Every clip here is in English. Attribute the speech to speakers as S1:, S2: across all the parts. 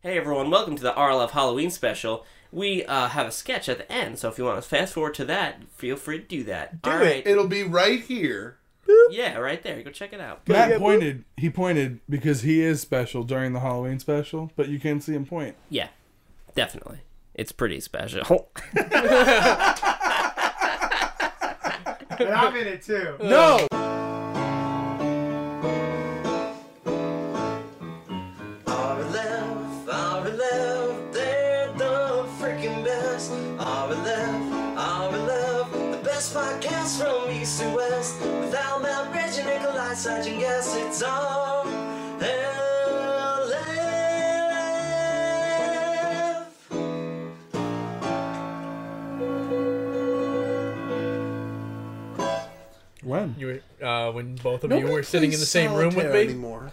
S1: Hey everyone, welcome to the RLF Halloween special. We uh, have a sketch at the end, so if you want to fast forward to that, feel free to do that.
S2: Do
S1: All
S2: it.
S1: right.
S3: It'll be right here.
S1: Yeah, right there. Go check it out.
S2: Yeah,
S4: Matt
S2: boop.
S4: pointed. He pointed because he is special during the Halloween special, but you can see him point.
S1: Yeah, definitely. It's pretty special.
S2: And I'm in it too.
S4: No.
S5: RLF, RLF, they're the freaking best. RLF, RLF, the best podcast from east to west. Without Mount Reggie, Nikolai, Sergeant, yes, it's RLF.
S4: When?
S6: You were, uh, when both of you
S2: Nobody
S6: were sitting in
S2: plays
S6: the same room with
S2: solitaire
S6: me.
S2: anymore.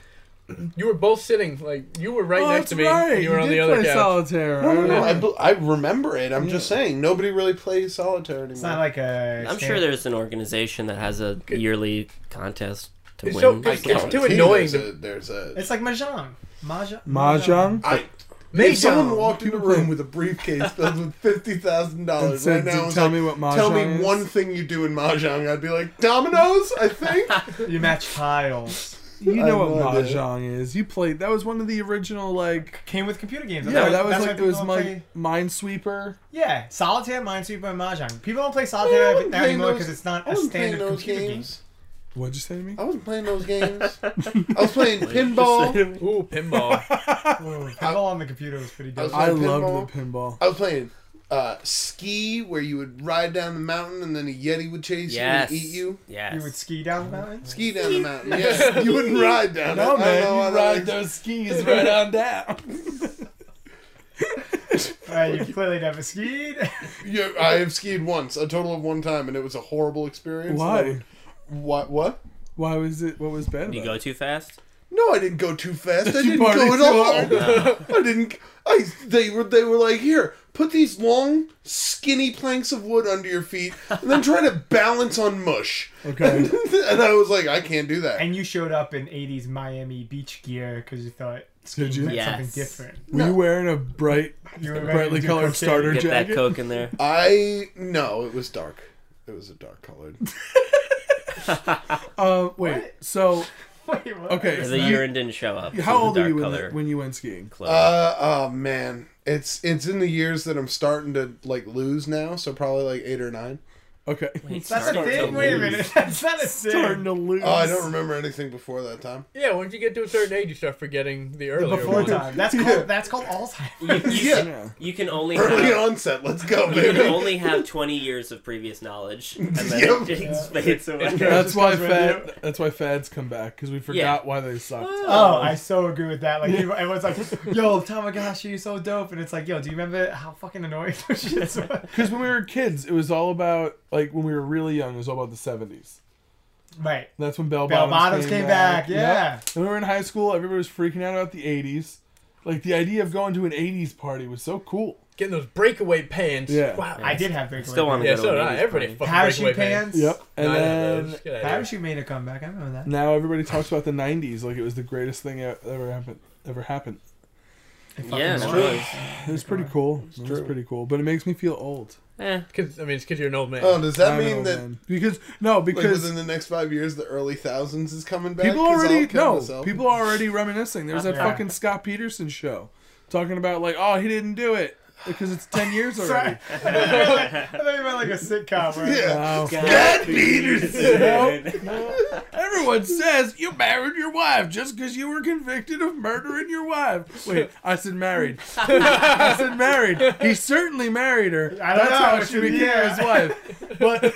S6: You were both sitting like you were right
S4: oh, that's
S6: next to me.
S4: right.
S6: And you were on
S4: did
S6: the other
S4: play
S6: couch.
S4: solitaire.
S6: No,
S4: I
S6: no, no,
S3: No, I,
S4: remember.
S3: bel- I remember it. I'm just saying nobody really plays solitaire anymore.
S2: It's not like a.
S1: I'm sure
S2: stand-
S1: there's an organization that has a yearly contest to
S6: It's so-
S1: win.
S6: it's-
S1: something.
S6: it's too
S3: Guarantee
S6: annoying
S3: There's
S6: to-
S3: a. There's a
S2: It's like mahjong. Mahjong.
S4: Mahjong.
S3: I,
S6: Mahjong.
S3: if someone walked in a
S4: People play-
S3: room with a briefcase filled with fifty thousand
S4: And
S3: dollars
S4: said,
S3: right now,
S4: "Dude,
S3: and was
S4: tell
S3: like,
S4: me what
S3: Tell me
S4: mahjong is."
S3: one thing you do in mahjong. I'd be like dominoes. I think.
S2: You match tiles.
S4: You know what
S3: I have no idea.
S4: mahjong is. You played. That was one of the original like.
S2: Came with computer games.
S4: Yeah,
S2: That's why-
S4: that was
S2: that's why
S4: like it
S2: people
S4: was
S2: don't
S4: my
S2: play-
S4: Minesweeper.
S2: Yeah, solitaire, minesweeper, and mahjong. People don't play
S3: I
S2: solitaire
S3: wasn't playing
S2: anymore
S3: those-
S2: because it's not
S3: I
S2: a
S3: wasn't playing
S2: standard
S3: those
S2: computer game.
S3: games.
S4: What'd you say to me?
S3: I wasn't playing those games. I was playing pinball.
S6: Ooh, pinball.
S2: Ooh, pinball on the computer was pretty
S3: I was
S2: dope.
S4: I
S3: playing
S4: loved the pinball.
S3: I was playing uh, ski, where you would ride down the mountain and then a yeti would chase
S1: Yes.
S3: you and eat E you.
S1: Yes.
S2: You would ski down the mountains.
S3: Ski down the mountain. Yeah, you wouldn't ride down. it. I
S4: No
S3: don't know why
S4: man,
S3: that
S4: you ride
S3: makes-
S4: those skis right on down.
S2: Right, Uh, you clearly never skied.
S3: Yeah, I have skied once, a total of one time, and it was a horrible experience.
S4: Why?
S3: What? What?
S4: Why was it? What was bad?
S1: you
S4: about
S1: go too fast.
S3: No, I didn't go too fast. I didn't
S4: you
S3: go
S4: partied
S3: at
S4: too
S3: all. I didn't. I they were they were like here, put these long, skinny planks of wood under your feet, and then try to balance on mush.
S4: it? Okay.
S3: and I was like, I can't do that.
S2: and you showed up in 80s Miami beach gear because you thought skiing
S4: Did you?
S2: meant something
S1: Yes.
S2: different.
S4: Were you wearing a bright,
S2: You were ready
S4: brightly
S2: to do
S4: colored
S2: cocaine.
S4: starter
S1: Get that
S4: jacket?
S1: coke in there.
S3: I no, it was dark. It was a dark colored.
S4: Uh, wait. So,
S2: Wait, what?
S4: okay.
S1: The urine didn't show up. It
S4: How
S1: was a
S4: old were
S1: dark
S4: you when,
S1: color
S4: that- when you went skiing?
S1: clothes.
S3: Uh oh man, it's it's in the years that I'm starting to like lose now. So probably like eight or nine.
S4: Okay.
S1: It's
S2: That's
S1: starting
S2: a
S1: to
S2: thing? Wait a
S1: lose.
S2: minute. That's not a
S4: Starting
S2: thing.
S4: to lose.
S3: Oh, I don't remember anything before that time.
S6: yeah, once you get to a certain age, you start forgetting the earlier
S2: Before
S6: ones.
S2: time. That's
S3: Yeah.
S2: called, that's called Alzheimer's.
S3: Yeah.
S4: Yeah.
S1: You can only
S3: Early
S1: have,
S3: onset. Let's go,
S1: you can
S3: baby.
S1: only have 20 years of previous knowledge, and then
S3: Yep.
S1: it just fades away.
S4: That's why
S2: comes with
S4: fad. That's why fads come back because we forgot why they sucked.
S2: Oh, I so agree with that. Like people- everyone's like, "Yo, Tamagotchi, you're so dope," and it's like, "Yo, do you remember how fucking annoying those shits were?"
S4: Because when we were kids, it was all about like when we were really young, it was all about the seventies.
S2: Right.
S4: That's when bell,
S2: Bell
S4: bottoms,
S2: bottoms came, back.
S4: Yep.
S2: Yeah.
S4: When we were in high school, everybody was freaking out about the eighties. Like the idea of going to an eighties party was so cool.
S6: Getting those breakaway pants.
S4: Yeah.
S6: Wow.
S2: I did have big.
S1: Still
S2: legs.
S1: wanna
S6: Yeah,
S1: go to
S6: so did
S1: an
S6: I.
S1: 80s
S6: Everybody
S1: party.
S6: fucking
S2: parachute
S6: breakaway
S2: pants.
S4: Yep. And
S6: No, I had
S4: then
S6: those. Good idea.
S2: Parachute made a comeback. I remember that.
S4: now everybody talks about the 90s like it was the greatest thing that ever happened ever happened
S1: Yeah,
S2: Fucking
S1: it
S2: annoying.
S1: was.
S4: it was pretty cool it was pretty cool but it makes me feel old
S1: Eh.
S6: 'Cause- I mean, it's because you're an old man.
S3: Oh, does that
S4: I'm an
S3: mean
S4: old
S3: that
S4: man. because no
S3: like,
S4: because
S3: within the next five years, the early thousands is coming back?
S4: people
S3: 'Cause I'll
S4: already
S3: kill
S4: no
S3: myself.
S4: people are already reminiscing there's that
S2: Yeah.
S4: fucking Scott Peterson show talking about like oh he didn't do it because it's 10 years already
S2: I thought you meant like, I thought you meant like a sitcom. Where
S3: Yeah.
S4: Oh,
S3: Scott Peterson.
S4: everyone says you married your wife just because you were convicted of murdering your wife wait I said married I said married he certainly married her
S2: I don't
S4: that's
S2: know.
S4: how
S2: It's
S4: she
S2: in the
S4: became
S2: air.
S4: his wife but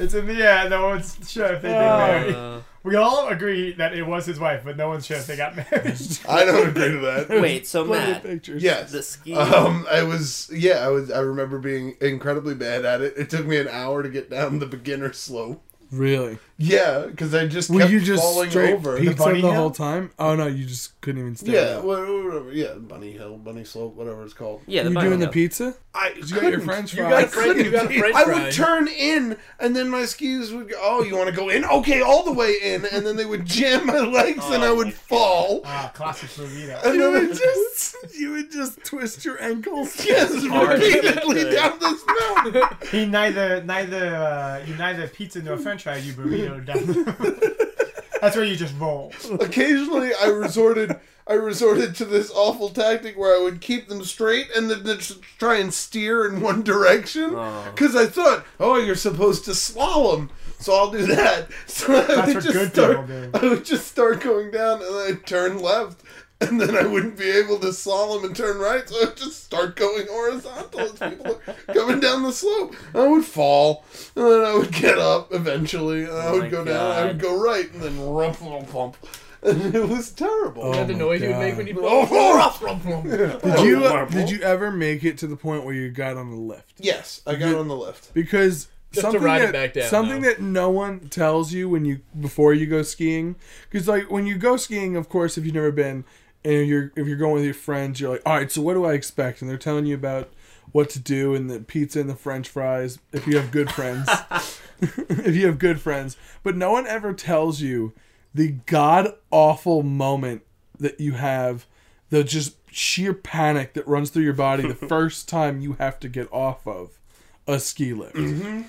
S2: It's in the air. No one's sure if they
S4: Oh.
S2: got married.
S1: Uh,
S2: We all agree that it was his wife, but no one's sure if they got married.
S3: I don't agree to that.
S1: Wait, so
S4: Plenty of
S1: Matt,
S4: pictures.
S3: Yes.
S1: the ski.
S3: Um, I was yeah, I was. I remember being incredibly bad at it. It took me an hour to get down the beginner slope.
S4: Really?
S3: Yeah, because I just
S4: Were
S3: kept
S4: you just
S3: falling
S4: straight
S3: over.
S4: pizza the,
S2: bunny hill?
S4: whole time? Oh no, you just couldn't even stand.
S3: yeah,
S4: up.
S3: wha- whatever. Yeah, bunny hill, bunny slope, whatever it's called.
S1: Yeah, the
S4: you
S1: bunny
S4: doing the
S1: hill.
S4: pizza?
S3: I
S4: got your
S3: couldn't.
S4: french
S3: You
S4: fries.
S3: got couldn't.
S6: You got a french
S3: I
S6: fry.
S3: would turn in, and then my skis would go, oh, you want to go in? Okay, all the way in. And then they would jam my legs, and
S1: Oh
S3: I would fall.
S2: Ah, classic movie. though.
S3: And
S4: You
S3: then I
S4: would
S3: just
S4: just you would just twist your ankles.
S3: yes,
S1: Hard.
S3: repeatedly down this mountain.
S2: He neither neither uh, you neither pizza nor French fry you burrito down. That's where you just roll.
S3: Occasionally, I resorted. I resorted to this awful tactic where I would keep them straight and then just try and steer in one direction
S1: Oh.
S3: because I thought, oh, you're supposed to slalom, so I'll do that. So I
S2: That's
S3: would
S2: what
S3: just
S2: good
S3: start.
S2: people do.
S3: I would just start going down and I'd turn left. And then I wouldn't be able to slalom and turn right, so I'd just start going horizontal as people are coming down the slope. I would fall, and then I would get up eventually, and I
S1: Oh my
S3: would go down, I
S1: God.
S3: would go right, and then rump, rump, rump. And it was terrible.
S4: Oh.
S6: Yeah, the
S4: my
S6: noise you would make
S4: God. Oh,
S6: when you
S4: Did you
S3: Horrible.
S4: did you ever make it to the point where you got on the lift?
S3: Yes, I got on the lift.
S4: Because
S6: Just to
S4: something
S6: ride it
S4: that
S6: back down,
S4: something
S6: though.
S4: that no one tells you when you before you go skiing. Because like when you go skiing, of course, if you've never been and you're if you're going with your friends, you're like, all right, so what do I expect? And they're telling you about what to do and the pizza and the French fries if you have good friends. if you have good friends, but no one ever tells you the god awful moment that you have, the just sheer panic that runs through your body the first time you have to get off of a ski lift.
S2: Mm-hmm.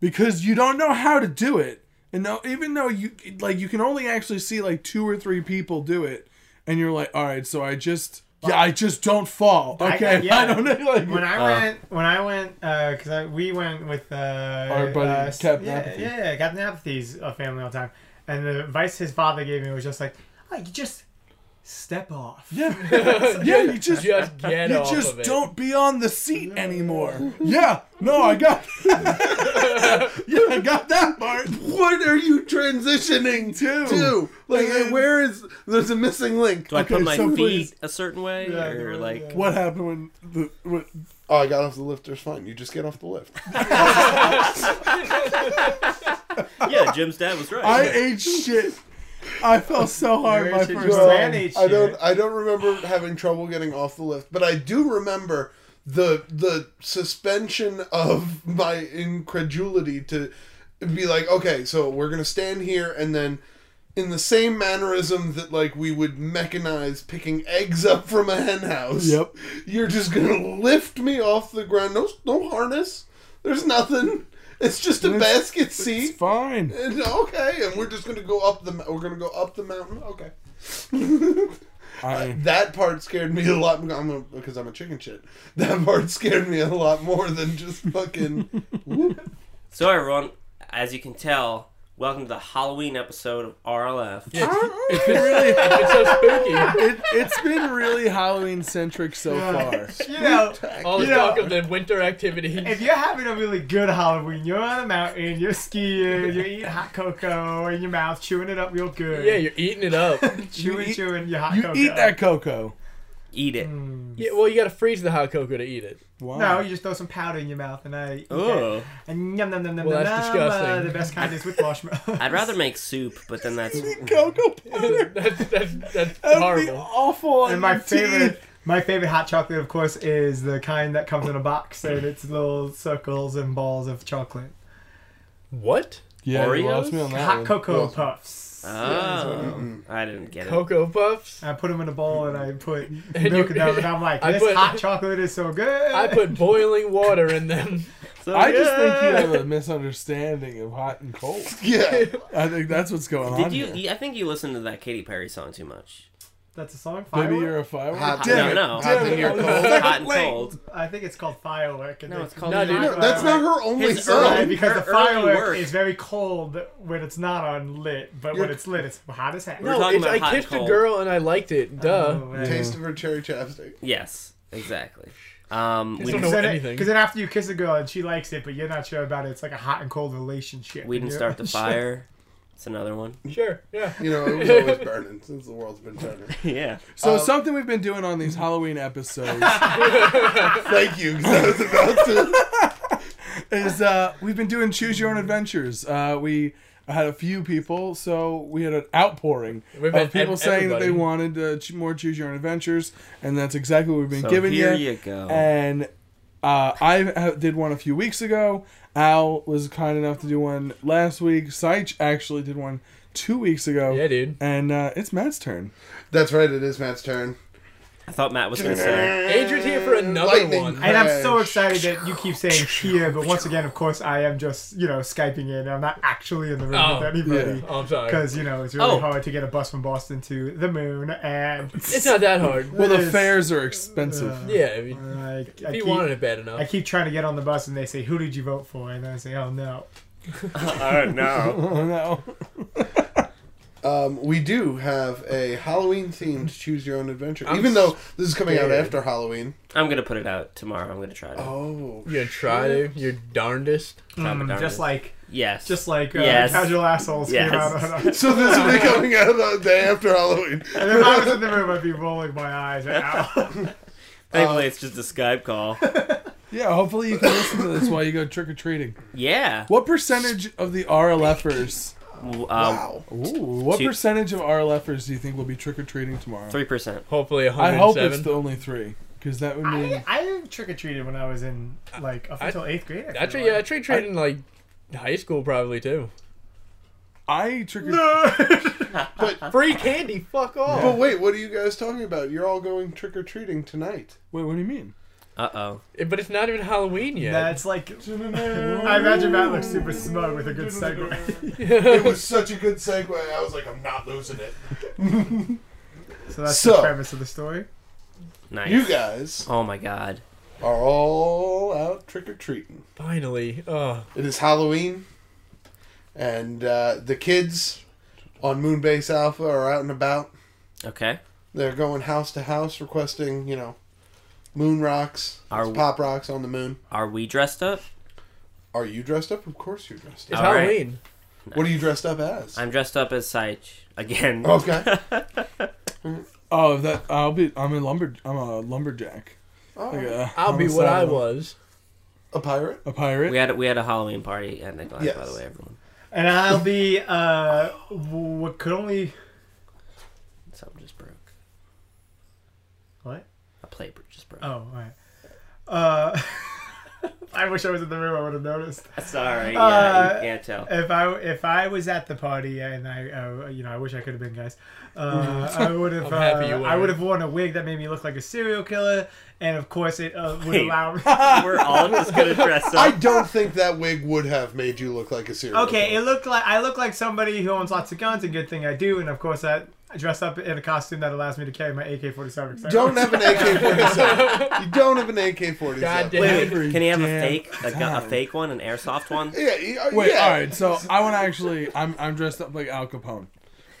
S4: Because you don't know how to do it. And no, even though you like you can only actually see like two or three people do it and you're like, "All right, so I just yeah, I just don't fall."
S2: I-
S4: Okay. I,
S2: yeah.
S4: don't know like
S2: When I
S1: Uh.
S2: went, when I went, because I we went with uh, our
S4: buddy,
S2: uh,
S4: Captain
S2: yeah,
S4: Apathy.
S2: yeah, yeah, Captain Apathy's uh, family all the time, and the advice his father gave me was just like, oh, you just step off.
S4: yeah. yeah, you just
S6: just get
S4: You
S6: off
S4: just
S6: of it.
S4: don't be on the seat anymore. yeah, no, I got. yeah, I got that part.
S3: What are you transitioning
S4: To.
S3: to? Like,
S4: Like,
S3: where is there's a missing link?
S1: Do I put
S4: Okay,
S1: my
S4: so
S1: feet
S4: please-
S1: a certain way,
S2: Yeah,
S1: or
S2: yeah,
S1: like?
S2: yeah.
S4: What happened when the what,
S3: Oh, I got off the lift. It's fine. You just get off the lift.
S1: Yeah. Jim's dad was right.
S4: I ate shit? I fell so hard my
S2: Where should you
S4: first time.
S2: land? Manage
S3: I don't.
S2: shit.
S3: I don't remember having trouble getting off the lift, but I do remember the the suspension of my incredulity to be like, okay, so we're gonna stand here, and then in the same mannerism that like we would mechanize picking eggs up from a hen house.
S4: Yep.
S3: You're just gonna lift me off the ground. No, no harness. There's nothing. It's just a
S4: It's-
S3: basket
S4: It's
S3: seat.
S4: fine.
S3: And, okay, and we're just gonna go up the. mo- We're gonna go up the mountain. Okay.
S4: I,
S3: That part scared me a lot I'm a, because I'm a chicken shit. That part scared me a lot more than just fucking. whoop.
S1: So everyone, as you can tell, welcome to the Halloween episode of RLF.
S6: Yeah, it's, it's been really it's been so spooky.
S4: it, it's been really Halloween centric so far.
S2: You know,
S6: All the
S2: You know-
S6: talk of the winter activity.
S2: if you're having a really good Halloween, you're on a mountain, you're skiing, you're eating hot cocoa in your mouth, chewing it up real good.
S6: Yeah, you're eating it up.
S2: chewing,
S4: you eat-
S2: chewing your hot
S4: You
S2: cocoa.
S4: eat that cocoa.
S1: Eat it.
S4: Mm.
S6: Yeah, well, you gotta freeze the hot cocoa to eat it.
S4: Wow.
S2: No, you just throw some powder in your mouth, and uh, I. eat that.
S1: Oh,
S2: And yum, yum, yum, yum,
S6: Well,
S2: yum,
S6: that's
S2: Uh,
S6: disgusting.
S2: the best kind is with marshmallows.
S1: I'd rather make soup, but then that's
S4: cocoa powder.
S6: that's that's, that's
S4: That'd be
S6: horrible.
S4: awful.
S2: And my favorite, my favorite hot chocolate, of course, is the kind that comes in a box
S6: Hmm.
S2: and it's little circles and balls of chocolate.
S6: What?
S4: Yeah, you
S1: Oreos?
S4: lost me on
S6: Oh,
S4: that
S2: hot
S4: one.
S2: cocoa puffs.
S1: Oh, I didn't get it.
S6: Cocoa puffs?
S2: I put them in a bowl and I put
S6: And
S2: milk
S6: you-
S2: in them, and I'm like,
S6: I
S2: this
S6: put-
S2: hot chocolate is so good.
S6: I put boiling water in them.
S1: So,
S4: I just
S1: yeah.
S4: think you have a misunderstanding of hot and cold.
S3: Yeah.
S4: I think that's what's going on.
S1: Did you?
S4: here.
S1: yeah, I think you listened to that Katy Perry song too much.
S2: That's a song.
S4: Maybe
S2: Firework?
S4: you're a firework.
S3: Hot
S1: Hot,
S3: Damn
S1: no,
S3: it.
S1: no.
S3: Hot
S1: Hot
S3: in your cold.
S1: and
S4: Wait.
S1: cold.
S2: I think it's called firework. and
S1: No,
S2: they-
S1: it's called.
S6: No, dude,
S1: Hot-
S3: That's not her only
S1: His early-
S2: Right,
S3: song.
S2: because
S1: her
S2: the
S1: early
S2: firework
S1: work.
S2: is very cold when it's not on lit, but when
S3: You're-
S2: it's lit, it's hot as heck.
S1: We're
S6: No,
S1: talking
S6: it's,
S1: about hot
S6: I
S1: and
S6: kissed a
S1: cold.
S6: girl and I liked it. Duh.
S2: Oh, man.
S3: Taste of her cherry chapstick.
S1: Yes, exactly. Um, we
S6: don't
S1: didn't,
S6: know
S2: then
S6: anything.
S2: Because then after you kiss a girl and she likes it, but you're not sure about it, it's like a hot and cold relationship.
S1: we didn't
S2: You're-
S1: start the fire. It's another one.
S6: Sure, yeah.
S3: You know, it was always burning since the world's been turning.
S1: yeah.
S4: So something we've been doing on these Halloween episodes
S3: Thank you, because I was about to.
S4: is uh, we've been doing choose your own adventures. Uh, we had a few people, so we had an outpouring
S6: We've
S4: of
S6: had
S4: people
S6: ev-
S4: saying that they
S6: everybody.
S4: wanted uh, ch- more choose your own adventures, and that's exactly what we've been
S1: So
S4: giving
S1: here
S4: you.
S1: you go.
S4: And uh, I ha- did one a few weeks ago. Al was kind enough to do one last week. Seich actually did one two weeks ago.
S6: Yeah, dude.
S4: And uh, it's Matt's turn.
S3: That's right. It is Matt's turn.
S1: I thought Matt was gonna say.
S6: Adrian's here for another
S3: Lightning
S6: one.
S3: crash.
S2: And I'm so excited that you keep saying here, but once again, of course, I am just, you know, Skyping in. I'm not actually in the room
S6: Oh,
S2: with anybody.
S6: Oh, I'm sorry.
S2: Because, you know, it's really
S1: Oh.
S2: hard to get a bus from Boston to the moon. And,
S6: It's not that hard.
S4: Well, the
S2: Yes.
S4: fares are expensive.
S2: Uh,
S6: Yeah, I mean,
S2: like,
S6: if
S2: I,
S6: he
S2: keep,
S6: wanted it bad
S2: I
S6: enough.
S2: keep trying to get on the bus and they say, who did you vote for? And I say, oh, no.
S1: I don't know.
S4: oh no.
S3: Um, we do have a Halloween themed choose your own adventure, even though this is coming out
S6: scared.
S3: after Halloween.
S1: I'm gonna put it out tomorrow. I'm gonna try to.
S3: Oh,
S6: You're gonna try to. You're darndest.
S1: Try my
S2: Mm,
S1: darndest.
S2: just like,
S1: yes.
S2: just like uh,
S1: Yes.
S2: casual assholes
S1: Yes.
S2: came out. On,
S3: so this will be coming out the day after Halloween.
S2: and if I was in the room, I'd be rolling my eyes. Ow.
S3: uh,
S1: Thankfully, it's just a Skype call.
S4: Yeah, hopefully you can listen to this while you go trick or treating.
S1: yeah. uh,
S4: What percentage of the RLFers?
S1: Wow.
S4: Ooh, what
S1: Two-
S4: percentage of RLFers do you think will be trick or treating tomorrow?
S1: Three percent.
S6: Hopefully,
S4: I hope it's
S6: 107.
S4: the only three, because that would mean.
S2: I, I trick or treated when I was in like up
S6: I-
S2: until eighth grade. I
S6: I
S2: feel
S6: trade. Yeah, I
S2: like.
S6: trade trade in like high school probably too.
S4: I trick or
S6: Free candy. Fuck off.
S3: But wait, what are you guys talking about? You're all going trick or treating tonight.
S4: Wait, what do you mean?
S1: Uh oh.
S6: Eh, But it's not even Halloween yet.
S2: That's like I imagine Matt looks super smug with a good segue.
S3: It was such a good segue. I was like, I'm not losing it.
S2: So that's
S3: So-
S2: the premise of the story.
S1: Nice.
S3: You guys
S1: Oh my god.
S3: are all out trick or treating.
S6: Finally. Oh,
S3: It is Halloween, and uh, the kids on Moonbase Alpha are out and about.
S1: Okay.
S3: They're going house to house requesting, you know, moon rocks,
S1: Are-
S3: It's pop rocks on the moon.
S1: Are we dressed up?
S3: Are you dressed up? Of course you're dressed
S6: it's
S3: up.
S1: All right.
S6: Halloween.
S3: What are you dressed up as?
S1: I'm dressed up as Saich again.
S3: Okay.
S4: Oh, that I'll be. I'm a lumber. I'm a lumberjack.
S3: Oh,
S4: Like a-
S6: I'll
S4: I'm
S6: be
S4: a
S6: what I
S4: silo-
S6: was.
S3: a pirate?
S4: A pirate.
S1: We had a, we had a Halloween party at Nikolai, by
S3: Yes.
S1: the way, everyone.
S2: And I'll be uh what could only
S1: Something just broke.
S2: what?
S1: A plate br- just broke.
S2: Oh, alright. Uh I wish I was in the room I would have noticed.
S1: Sorry. Yeah,
S2: Uh,
S1: you can't tell.
S2: If I if I was at the party and I uh, you know I wish I could have been guys. Uh, I would have
S6: I'm happy
S2: uh,
S6: you
S2: I would
S6: weren't.
S2: have worn a wig that made me look like a serial killer and of course it uh, would
S1: Wait.
S2: allow me
S1: We're all just gonna dress up.
S3: I don't think that wig would have made you look like a serial
S2: Okay, it
S3: killer.
S2: looked like I look like somebody who owns lots of guns, and good thing I do. And of course, I I dressed up in a costume that allows me to carry my AK-47.
S3: Don't have an AK forty-seven. you don't have an AK
S6: God
S3: forty-seven.
S6: damn.
S1: Wait,
S4: Every
S1: wait, can you have a
S4: damn
S1: fake, a, gu- a
S4: time.
S1: fake one, an airsoft one?
S3: Yeah. you- uh,
S4: Wait,
S3: yeah.
S4: all right. So I want to actually. I'm I'm dressed up like Al Capone.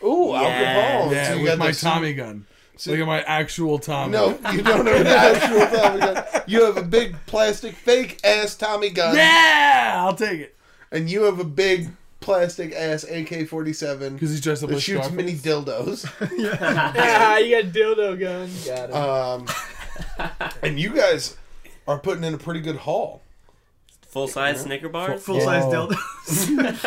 S3: Ooh,
S1: Yeah.
S3: alcohol.
S4: Yeah,
S3: So you
S4: with
S3: got
S4: my
S3: the su-
S4: Tommy gun. Look at my actual Tommy.
S3: No, you don't have an actual Tommy gun. You have a big plastic fake ass Tommy gun,
S4: Yeah, I'll take it.
S3: and you have a big plastic ass AK forty seven
S4: Because he's dressed up
S3: that
S4: like
S3: shoots
S4: Scarface.
S3: mini dildos.
S6: Ah, you got dildo gun. Got it.
S3: Um, and you guys are putting in a pretty good haul.
S1: Full size Snicker bars.
S2: full size
S4: Whoa.
S2: dildo.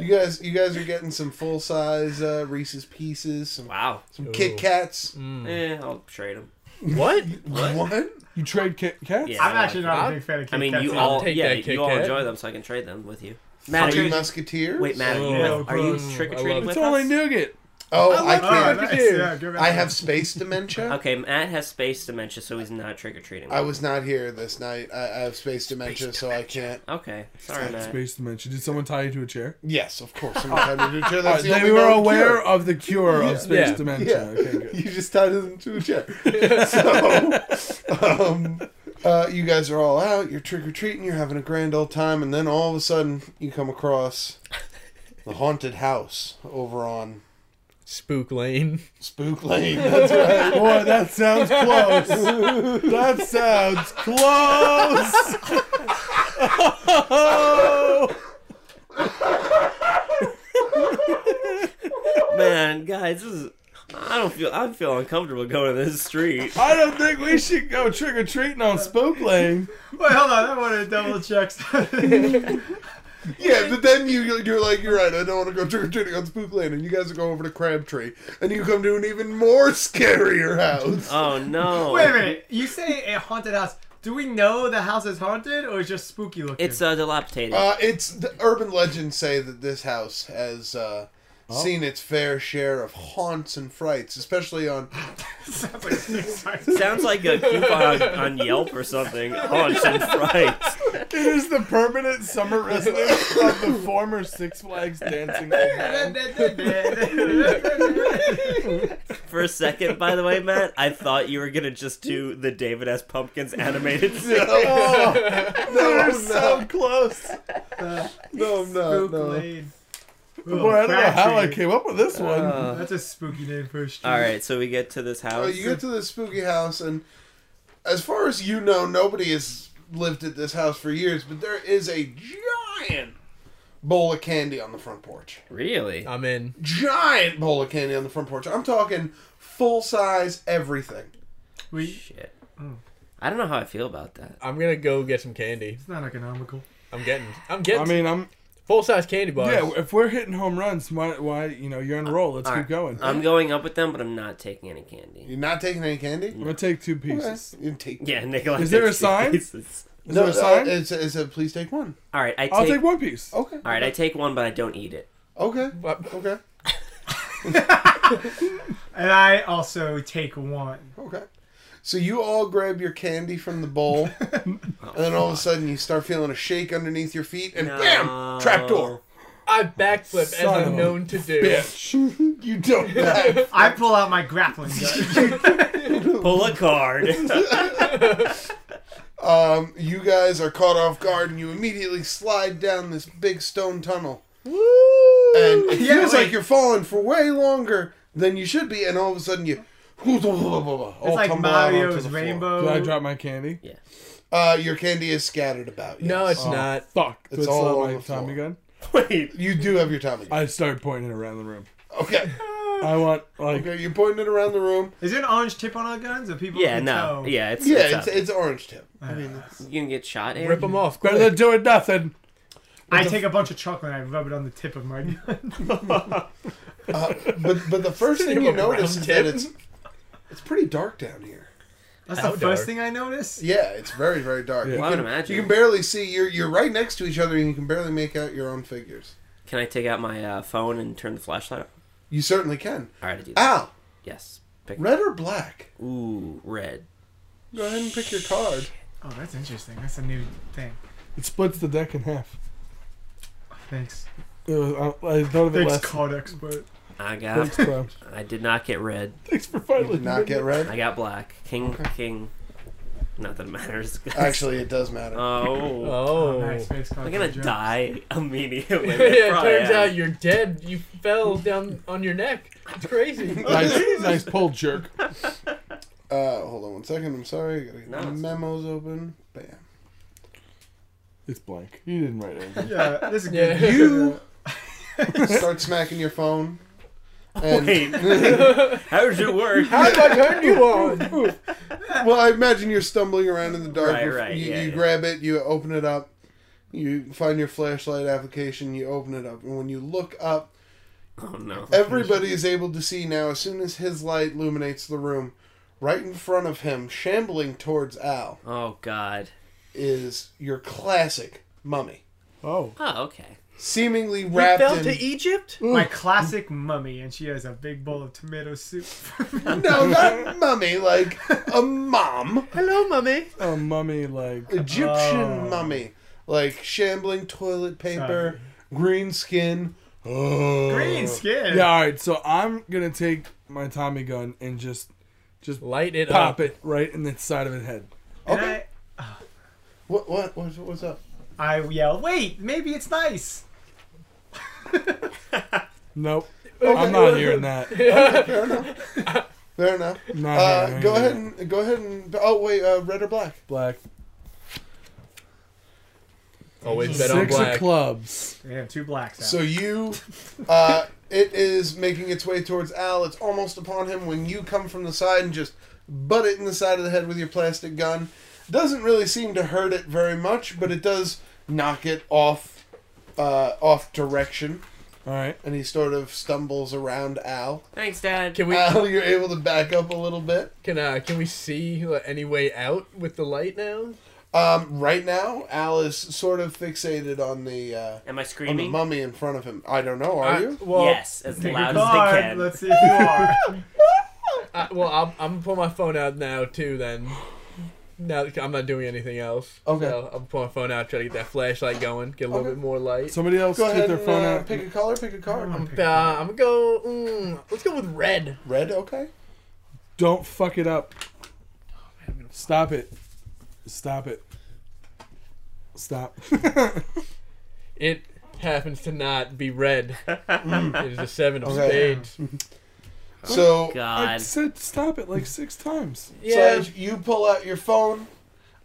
S3: You guys, you guys are getting some full size uh, Reese's pieces, some
S1: Wow.
S3: some Kit Kats.
S4: Mm.
S1: Eh, I'll trade them.
S6: what?
S3: What?
S4: You trade Kit Kats?
S1: Yeah.
S2: I'm actually not a big fan of Kit
S1: I mean,
S2: Kats
S1: you
S2: either.
S1: all
S6: take
S1: yeah,
S6: that Kit
S1: you all
S6: Kat.
S1: enjoy them, so I can trade them with you.
S3: Three
S1: Matt, are you,
S3: Musketeers.
S1: wait, Matt, are you,
S6: Oh,
S1: with- are you
S2: gross.
S1: trick or
S6: I love
S1: treating
S6: it.
S1: with
S4: It's
S1: us?
S4: only nougat.
S3: Oh, I,
S6: love
S2: Oh,
S3: can't.
S6: that.
S2: nice.
S6: Dude.
S2: Yeah, go back.
S3: I have space dementia.
S1: Okay, Matt has space dementia, so he's not trick or treating.
S3: I was not here this night. I, I have space dementia, so I can't.
S1: Okay, sorry, Matt.
S4: Space dimension. Did someone tie you to a chair?
S3: Yes, of course. I'm not having to do
S4: All
S3: That's
S4: right,
S3: the only
S4: they were
S3: known
S4: aware
S3: cure.
S4: of the cure
S3: Yeah.
S4: of space
S6: Yeah.
S4: dementia.
S3: Yeah,
S4: Okay, good.
S3: you just tied them to a chair. so, um, uh, you guys are all out. You're trick or treating. You're having a grand old time, and then all of a sudden, you come across the haunted house over on
S6: Spook Lane.
S3: Spook Lane. That's right.
S4: Boy, that sounds close. that sounds close.
S1: Man, guys, this is I don't feel. I feel uncomfortable going to this street.
S4: I don't think we should go trick or treating on Spook Lane.
S2: Wait, hold on. I want to double check. something.
S3: Yeah, but then you you're like you're right. I don't want to go trick or treating on Spook Lane, and you guys go over to Crabtree, and you come to an even more scarier house.
S1: Oh no!
S2: Wait a minute. You say a haunted house. Do we know the house is haunted or it's just spooky looking?
S1: It's uh, dilapidated.
S3: Uh, it's the urban legends say that this house has uh,
S4: Oh.
S3: seen its fair share of haunts and frights, especially on
S2: Sounds like six times.
S1: Sounds like a coupon on, on Yelp or something. Oh, Haunts and frights.
S4: It is the permanent summer residence of the former Six Flags dancing.
S1: Uh,
S4: Hall.
S1: For a second, by the way, Matt, I thought you were gonna just do the David S. Pumpkins animated series.
S4: Oh,
S3: No, Oh,
S4: they're
S3: I'm
S4: so
S3: not.
S4: close.
S3: No, I'm not.
S2: Spook
S3: no.
S2: Lane.
S4: Boy, I don't know how I
S2: Crabtree.
S4: came up with this one.
S1: Uh,
S2: That's a spooky name for a street.
S1: all right, so we get to this
S3: Uh,
S1: house.
S3: you get to the spooky house, and as far as you know, nobody has lived at this house for years, but there is a giant bowl of candy on the front porch.
S1: Really?
S6: I'm in.
S3: Giant bowl of candy on the front porch. I'm talking full size everything.
S2: We,
S1: Shit. I don't know how I feel about that.
S6: I'm gonna go get some candy.
S2: it's not economical.
S6: I'm getting. I'm getting
S4: I mean, I'm
S6: full size candy bars.
S4: yeah. If we're hitting home runs, why, why you know you're on a roll. Let's
S1: All
S4: keep
S1: right.
S4: going. I'm
S1: I'm going up with them, but I'm not taking any candy.
S3: You're not taking any candy?
S4: gonna take two pieces.
S3: Okay. You take
S1: Yeah, Nikolai.
S4: Is there a
S1: takes two
S4: sign?
S1: pieces.
S4: Is
S3: no,
S4: there a sign?
S3: uh, it's, it's a please take one.
S1: All right, I take.
S4: I'll take one piece.
S3: Okay.
S1: all right, I take one, but I don't eat it.
S3: Okay.
S6: But-
S3: Okay.
S2: And I also take one.
S3: Okay. So you all grab your candy from the bowl, and then all of a sudden you start feeling a shake underneath your feet, and
S1: No.
S3: bam, trapdoor.
S6: I backflip as
S4: Son of
S6: I'm
S4: a
S6: known to do.
S4: Bitch, you don't.
S3: Back.
S2: I pull out my grappling gun.
S1: Pull a card.
S3: um, you guys are caught off guard, and you immediately slide down this big stone tunnel. And it
S2: Yeah,
S3: feels
S2: wait.
S3: like you're falling for way longer than you should be, and all of a sudden you.
S2: It's like Mario's rainbow.
S4: Did I drop my candy? Oh,
S3: Uh, your candy is scattered about. Yes. Oh.
S6: No, it's not.
S4: Fuck.
S3: It's
S4: That's
S3: all
S4: not
S3: on
S4: my
S3: the floor.
S4: Tommy gun.
S1: Wait.
S3: you do have your Tommy. gun.
S4: I start pointing around the room.
S3: Okay.
S4: I want like
S3: Okay, you're pointing it around the room.
S2: Is there an orange tip on our guns? Or people
S1: Yeah,
S2: can
S1: no.
S2: tell?
S1: Yeah, it's
S3: Yeah,
S1: up.
S3: it's, it's orange tip. I mean, it's,
S1: you can get shot. Aaron?
S6: Rip them off.
S4: better
S6: quick.
S4: than doing nothing.
S2: I take a bunch of chocolate and I rub it on the tip of my gun.
S3: uh, but but the first thing you
S6: Give 'em a
S3: notice
S6: round
S3: is that
S6: tip.
S3: it's it's pretty dark down here.
S2: That's
S6: How
S2: the first
S6: dark?
S2: thing I notice.
S3: Yeah, it's very very dark.
S4: Yeah.
S3: You,
S1: Well, I
S3: can,
S1: would imagine.
S3: you can barely see. You're you're right next to each other, and you can barely make out your own figures.
S1: Can I take out my uh, phone and turn the flashlight on?
S3: You certainly can.
S1: All right, I do that.
S3: Ow!
S1: Yes. Pick.
S3: Red or black?
S1: Ooh, red.
S3: Go ahead and pick your card.
S2: Oh, that's interesting. That's a new thing.
S4: It splits the deck in half.
S2: Thanks.
S4: It was- I, I thought of it
S2: Thanks,
S4: last.
S2: card expert.
S1: I
S4: Thanks,
S1: got.
S4: bro.
S1: I did not get red.
S4: Thanks for
S3: You
S4: finally.
S3: did not get red.
S1: I got black. King. King. Not that it matters. guys.
S3: Actually, it does matter.
S1: Oh.
S6: Oh.
S2: nice. Thanks, card
S1: I'm gonna
S2: expert.
S1: die immediately.
S6: yeah,
S1: Probably
S6: it turns
S1: am.
S6: out you're dead. You fell down on your neck. It's crazy.
S4: Nice, nice pull, jerk.
S3: Uh, hold on one second. I'm sorry. I gotta get
S1: No,
S3: my
S1: it's-
S3: memos open. Bam.
S4: It's blank. You didn't write anything.
S2: Yeah, this is
S6: Yeah.
S2: good.
S3: You start smacking your phone. And,
S1: Wait. How does it work?
S6: How did I turn you on?
S3: well, I imagine you're stumbling around in the dark.
S1: Right,
S3: You're-
S1: right,
S3: you
S1: yeah,
S3: you
S1: yeah.
S3: grab it, you open it up, you find your flashlight application, you open it up, and when you look up,
S1: Oh no.
S3: everybody is able to see now. As soon as his light illuminates the room, right in front of him, shambling towards Al,
S1: Oh god.
S3: is your classic mummy,
S4: Oh.
S1: Oh okay.
S3: seemingly
S6: We
S3: wrapped
S6: fell
S3: in.
S6: to Egypt?
S2: My classic mummy, and she has a big bowl of tomato soup.
S3: no, not mummy, like a mom,
S6: Hello, mummy.
S4: A mummy like
S3: Egyptian
S2: Oh.
S3: mummy, like shambling toilet paper, green skin. Oh.
S2: Green skin.
S4: Yeah, all right. So I'm gonna take my Tommy gun and just
S6: Light it
S4: pop
S6: up.
S4: it right in the side of his head.
S2: And
S3: Okay. What? What? What's, what's up?
S2: I, I yell, wait, maybe it's nice.
S4: Nope. I'm not hearing that.
S3: Uh, Fair enough. Fair enough.
S4: Not
S3: Uh,
S4: hearing
S3: go
S4: that.
S3: ahead and go ahead and. Oh wait, uh, red or black?
S4: Black.
S6: Always bet on
S4: Six
S6: black.
S4: of clubs.
S2: We have two blacks out.
S3: So you, uh, it is making its way towards Al. It's almost upon him when you come from the side and just butt it in the side of the head with your plastic gun. Doesn't really seem to hurt it very much, but it does knock it off, uh, off direction,
S4: All right.
S3: and he sort of stumbles around Al.
S1: Thanks, Dad.
S6: Can we
S3: Al, you're able to back up a little bit.
S6: can uh can we see like, any way out with the light now?
S3: Um, right now, Al is sort of fixated on the uh,
S1: Am I
S3: on the
S1: screaming?
S3: mummy in front of him. I don't know. Are
S6: I-
S3: you?
S6: Well,
S1: yes, as
S2: Take
S1: loud
S2: your
S1: as
S2: card.
S1: they can.
S2: Let's see if you are.
S6: I, well, I'm I'm gonna pull my phone out now too. Then now that I'm not doing anything else.
S3: Okay.
S6: So I'm pull my phone out, try to get that flashlight going, get a little
S3: Okay.
S6: bit more light.
S4: Somebody else
S3: Go
S4: get
S3: ahead
S4: their
S3: and,
S4: phone
S3: uh,
S4: out.
S3: pick a color. Pick a color.
S2: I'm
S6: uh, I'm gonna go. Mm, let's go with red.
S3: Red. Okay.
S4: Don't fuck it up. Stop it. Stop it. Stop.
S6: It happens to not be red. it is a seven of
S3: Okay.
S6: spades.
S3: So
S4: I
S1: God.
S4: said stop it like six times.
S6: Yeah,
S3: Sledge, you pull out your phone.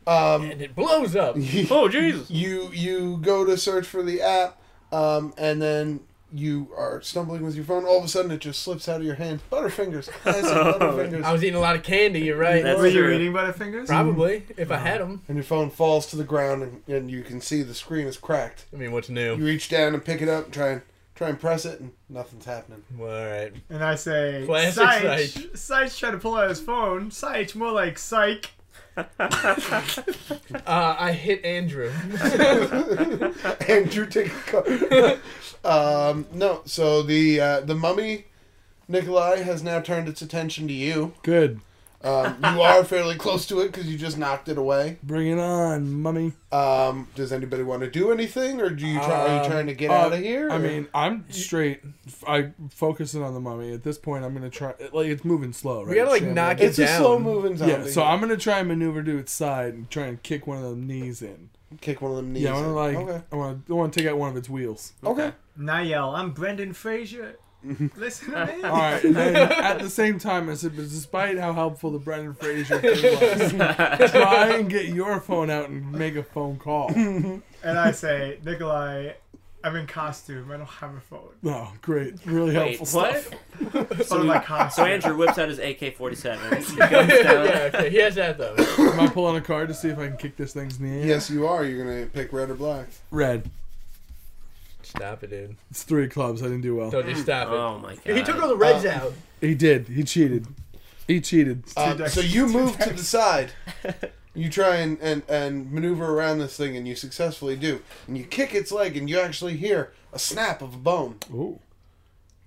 S3: Um,
S6: and it blows up.
S1: Oh, Jesus.
S3: you you go to search for the app, um, and then you are stumbling with your phone. All of a sudden, it just slips out of your hand. Butterfingers. Classic
S6: I
S3: Butterfingers.
S6: was eating a lot of candy. You're right.
S1: That's
S2: Were you
S1: true.
S2: eating Butterfingers?
S3: Mm.
S6: Probably if I had them.
S3: And your phone falls to the ground, and, and you can see the screen is cracked.
S6: I mean, what's
S3: You
S6: new?
S3: reach down and pick it up, and try and try and press it, and nothing's happening.
S6: Well, all right.
S2: And I say,
S6: Classic
S2: Seich. Seich tried to pull out his phone. Seich, more like psych.
S6: Uh, I hit Andrew.
S3: Andrew, take a car. um, no, so the uh, the mummy, Nikolai, has now turned its attention to you.
S4: Good.
S3: Um, you are fairly close to it because you just knocked it away.
S4: Bring it on, mummy.
S3: Um, does anybody want to do anything, or do you try, are you
S6: Um,
S3: trying to get
S4: uh,
S3: out of here?
S4: I
S3: or-
S4: mean, I'm straight. I focusing on the mummy. At this point, I'm gonna try. Like it's moving slow, right?
S6: We gotta like
S4: Shambling.
S6: knock it
S3: it's a
S6: down.
S3: slow moving zombie.
S4: Yeah, so I'm gonna try and maneuver to its side and try and kick one of the knees in.
S3: kick one of them knees.
S4: yeah, I wanna
S3: in.
S4: like,
S3: okay,
S4: I wanna, I wanna take out one of its wheels.
S3: okay.
S2: And I yell, I'm Brendan Fraser. Listen to me.
S4: All right, and then at the same time, I said, but despite how helpful the Brendan Fraser thing was, try and get your phone out and make a phone call.
S2: And I say, Nikolai, I'm in costume. I don't have a phone.
S4: Oh, great, really
S1: Wait,
S4: helpful
S1: what?
S4: stuff.
S2: So my costume.
S1: So Andrew whips out his AK-47.
S6: yeah, okay. he has that though.
S4: Am I pulling a card to see if I can kick this thing's knee? in?
S3: Yes, you are. You're gonna pick red or black.
S4: Red.
S6: Stop it, dude.
S4: It's three clubs. I didn't do well.
S6: Don't just stop it.
S1: oh my God.
S6: he took all the reds
S3: Uh,
S6: out.
S4: He did. He cheated. He cheated.
S3: Um,
S2: decks.
S3: so you move to the side. You try and, and, and maneuver around this thing, and you successfully do. And you kick its leg, and you actually hear a snap of a bone.
S4: Ooh.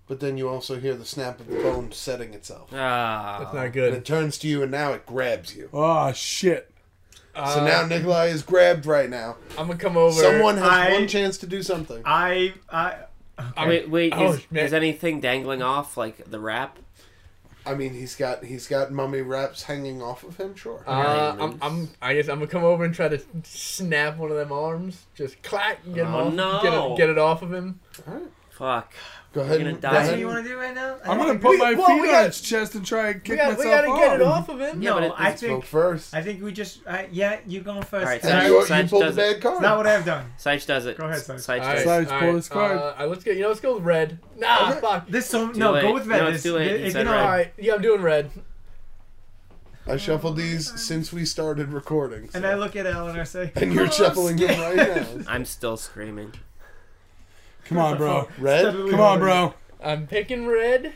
S3: But then you also hear the snap of the bone setting itself.
S6: That's
S1: Ah.
S6: not
S3: And
S6: good.
S3: it turns to you, and now it grabs you.
S4: Oh shit.
S6: Uh,
S3: So now Nikolai is grabbed right now.
S6: I'm gonna come over.
S3: Someone has
S2: I-
S3: one chance to do something.
S2: I, I,
S1: Wait, wait.
S6: Oh,
S1: Is,
S6: man.
S1: is anything dangling off like the wrap?
S3: I mean, he's got he's got mummy wraps hanging off of him. Sure.
S6: Uh, I'm, I'm, I guess I'm gonna come over and try to snap one of them arms. Just clack, and get him
S1: Oh,
S6: off,
S1: no.
S6: get, it, get it off of him.
S1: Fuck.
S3: go ahead.
S1: gonna
S3: and-
S1: die.
S3: go
S2: that's
S3: ahead
S2: what you
S3: and-
S2: want to do right now? I
S4: I'm
S2: don't
S4: gonna
S2: think-
S4: put
S6: we-
S4: my
S6: well,
S4: feet
S6: we
S4: on
S6: got-
S4: its chest and try and kick
S6: We, got, we
S4: myself
S6: gotta
S4: off.
S6: get it off of him.
S1: Yeah,
S2: No,
S1: but it-
S2: I
S1: it's
S3: Spoke
S2: think,
S3: first.
S2: I think we just, I, yeah, you going first.
S1: right,
S2: It's
S1: so-
S3: And
S2: not-
S3: you, you
S1: Science
S3: pulled the
S1: does
S3: bad
S2: it's
S3: card.
S2: not what I've done.
S1: Seich does it.
S2: Go ahead, Seich.
S1: Seich
S6: All right,
S1: does
S4: Size,
S1: it.
S6: all
S4: pull this card.
S6: Uh, uh, let's get. You know, let's go with red. Nah, fuck.
S2: This so
S1: Too
S2: no
S1: late.
S2: go with red.
S1: No, it's
S2: this,
S1: too late.
S2: thi-
S1: You
S2: if
S1: said
S2: you know,
S1: red.
S6: All right, yeah, I'm doing red.
S3: I shuffled these since we started recording.
S2: And
S3: so-
S2: I look at Alan and I say,
S3: and you're
S2: "Oh,
S3: shuffling him right now.
S1: I'm still screaming.
S4: Come on, bro.
S3: Red.
S2: steadily
S4: Come on,
S2: over."
S4: bro.
S6: I'm picking red,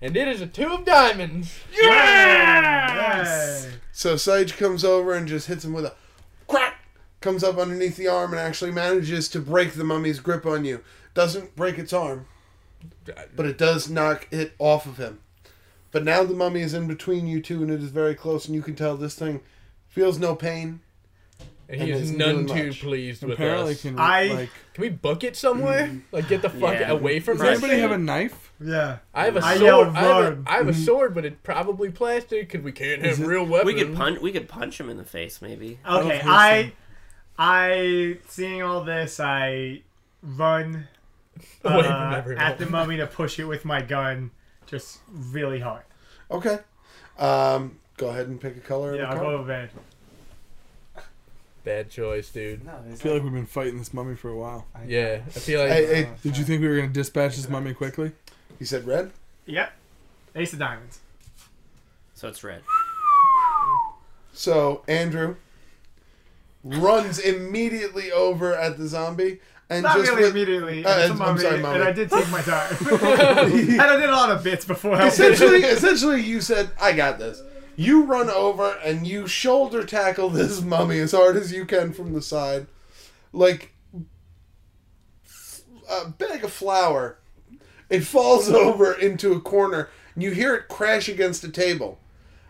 S6: and it is a two of diamonds.
S2: Yes.
S3: So Sage comes over and just hits him with a crack. Comes up underneath the arm and actually manages to break the mummy's grip on you. Doesn't break its arm, but it does knock it off of him. But now the mummy is in between you two and it is very close, and you can tell this thing feels no pain.
S6: And
S3: And
S6: he is
S3: isn't doing
S6: none too
S3: much.
S6: pleased with
S4: Apparently,
S6: us.
S4: can
S6: Can,
S2: I-
S4: like.
S6: we book it somewhere? Like, get the fuck
S1: Yeah.
S6: away from
S4: Does
S1: Right.
S6: this
S4: anybody
S6: thing?
S4: have a knife?
S2: Yeah.
S6: I have a
S2: I
S6: sword.
S2: yelled
S6: I have
S2: run.
S6: a, I
S3: Mm-hmm.
S6: have a sword, but it's probably plastic because we can't have real
S1: We
S6: weapons.
S1: could punch. We could punch him in the face, maybe.
S2: Okay.
S4: Okay, so-
S2: I, I seeing all this, I run
S6: away from
S2: uh,
S6: everyone.
S2: at the mummy to push it with my gun, just really hard.
S3: Okay. Um, go ahead and pick a color.
S2: Yeah,
S3: Yeah,
S2: I'll go with red.
S6: bad choice, dude.
S2: No,
S4: I feel like we've been fighting this mummy for a while.
S6: Yeah, I feel like
S3: Hey, hey,
S4: Did you think we were going to dispatch this mummy quickly?
S3: you said red?
S2: Yep. Ace of diamonds.
S1: So it's red.
S3: So Andrew runs immediately over at the zombie and
S2: Not
S3: just
S2: really
S3: with-
S2: immediately.
S3: Uh,
S2: it's a
S3: I'm
S2: mummy,
S3: sorry, mummy.
S2: And I did take my time. and I did a lot of bits before. I was-
S3: essentially, essentially, you said, "I got this." You run over and you shoulder tackle this mummy as hard as you can from the side, like a bag of flour. It falls over into a corner. And you hear it crash against a table,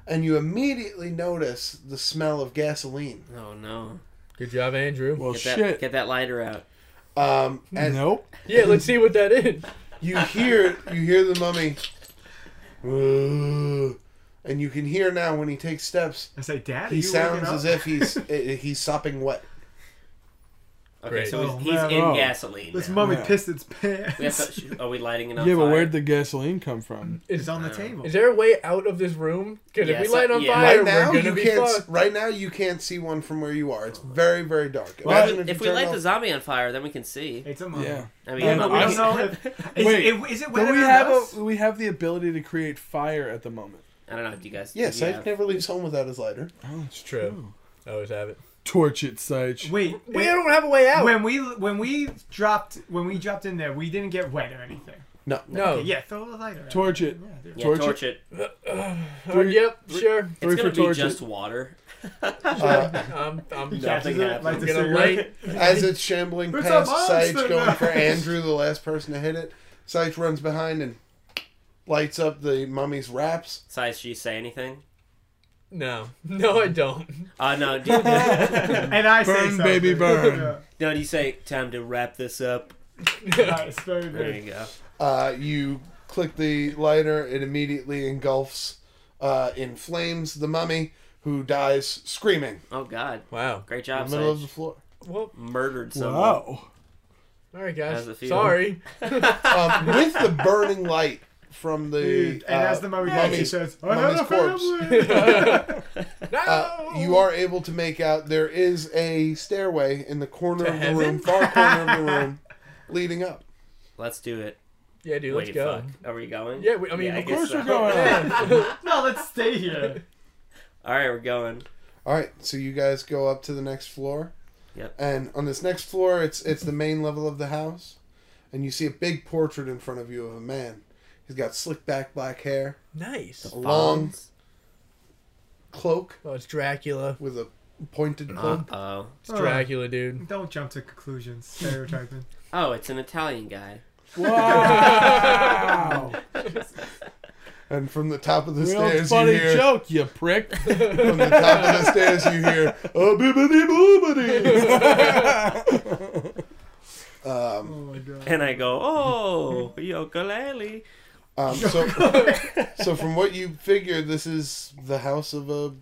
S3: and you immediately notice the smell of gasoline.
S1: Oh no.
S6: good job, Andrew.
S4: Well,
S1: Get that
S4: Oh, shit.
S1: get that lighter out.
S3: Um, and
S4: Nope.
S6: Yeah, let's see what that is.
S3: you hear you hear the mummy, "Ooh," and you can hear now when he takes steps.
S2: I say, Daddy,
S3: He
S2: you
S3: sounds
S2: waking
S3: as
S2: up?
S3: if he's eh, he's sopping wet.
S1: Okay,
S6: Great.
S1: so he's,
S2: Oh,
S1: he's
S2: man,
S1: in
S4: oh.
S1: gasoline.
S2: This
S1: now.
S2: mummy
S4: Yeah.
S2: pissed its
S1: We have
S2: pants.
S1: to- are we lighting it on
S4: Yeah, but
S1: fire?
S4: where'd the gasoline come from?
S2: It's on the
S1: Uh,
S2: table.
S6: Is there a way out of this room? Because
S1: Yeah,
S6: if we
S1: so-
S6: light on
S1: yeah.
S6: fire,
S3: Right now
S6: we're gonna
S3: you
S6: be
S3: can't.
S6: fucked.
S3: Right now you can't see one from where you are. It's very very dark.
S1: Well,
S3: Imagine
S1: if,
S3: you
S1: we
S3: turn
S1: light the
S3: off-
S1: zombie on fire, then we can see.
S2: It's a mummy.
S4: Yeah.
S1: I mean,
S2: Yeah,
S4: Um,
S2: but we
S4: I-
S2: don't know if. Is,
S4: Wait,
S2: it, is it
S4: But
S2: wetter
S4: we
S2: than
S4: have
S2: us?
S4: a, we have the ability to create fire at the moment.
S1: I don't know. Do you guys? do
S3: Yeah,
S1: you
S3: Sage
S1: have-
S3: never leaves home without his lighter.
S4: Oh, it's
S6: True. I always have it.
S4: Torch it, Sage.
S2: Wait,
S6: We
S2: it-
S6: don't have a way out.
S2: when we when we dropped when we dropped in there, we didn't get wet or anything.
S3: No,
S6: no.
S2: Okay, yeah, throw the lighter. out.
S4: Torch it.
S2: Yeah, dude.
S1: Yeah,
S4: Torch
S1: torch,
S4: it.
S1: it.
S6: Uh, yep. Sure.
S4: Three
S1: It's
S4: for
S1: gonna be
S4: torch
S1: just
S4: it.
S1: water.
S3: Uh,
S6: I'm. I'm.
S2: He
S1: Nothing
S2: catches it,
S1: happened.
S2: lights a
S6: Gonna
S2: cigarette.
S3: as it's shambling
S2: It's a
S3: past
S2: monster
S3: Sage, going for
S2: now.
S3: Andrew, the last person to hit it. Sage runs behind and lights up the mummy's wraps.
S1: Size, do you say anything?
S6: No. No, I don't.
S1: Uh, no, do you, no,
S2: And I say
S4: Burn,
S2: something.
S4: baby, burn.
S1: do you say time to wrap this up?
S2: Yeah. Nice, very
S1: There
S2: good.
S1: you go.
S3: Uh, you click the lighter, it immediately engulfs uh, in flames the mummy, who dies screaming
S1: Oh God,
S6: Wow.
S1: great
S3: in
S1: job,
S3: the middle of
S1: Sage.
S3: the floor.
S6: Well,
S1: Murdered someone.
S4: Wow.
S6: all right, guys.
S1: How's it feel?
S6: Sorry.
S3: um, with the burning light from the
S2: Dude, and
S3: uh,
S2: as the mummy
S3: mummy's-
S2: dies, he says, "I
S3: mummy's
S2: had a
S3: corpse.
S2: family."
S6: No.
S3: uh, you are able to make out there is a stairway in the corner
S6: To
S3: of the
S6: heaven?
S3: room, far corner of the room, leading up.
S1: Let's do it.
S6: Yeah, dude. Let's
S1: Wait,
S6: go.
S1: fuck. Are we going?
S6: Yeah. We, I mean,
S1: Yeah, I
S6: of
S1: guess
S6: course
S1: so.
S6: we're going. Yeah.
S2: no, let's stay here.
S1: All right, we're going.
S3: All right, so you guys go up to the next floor.
S1: Yep.
S3: And on this next floor, it's it's the main level of the house, and you see a big portrait in front of you of a man. He's got slick back black hair,
S6: nice.
S3: a
S2: Um,
S3: long
S1: Fonz.
S3: cloak
S6: Oh, it's Dracula.
S3: with a pointed
S1: Uh
S3: cloak.
S1: oh.
S6: It's Dracula, dude.
S2: Don't jump to conclusions. Stereotyping.
S1: Oh, it's an Italian guy.
S4: Wow.
S3: And from the top of the
S4: Real
S3: stairs, you
S4: funny
S3: hear
S4: joke, you prick.
S3: from the top of the stairs you hear "Oh, bibbidi boobity."
S2: Oh
S3: um,
S2: my god.
S1: And I go, oh, ukulele.
S3: um, so, so from what you figure, this is the house of a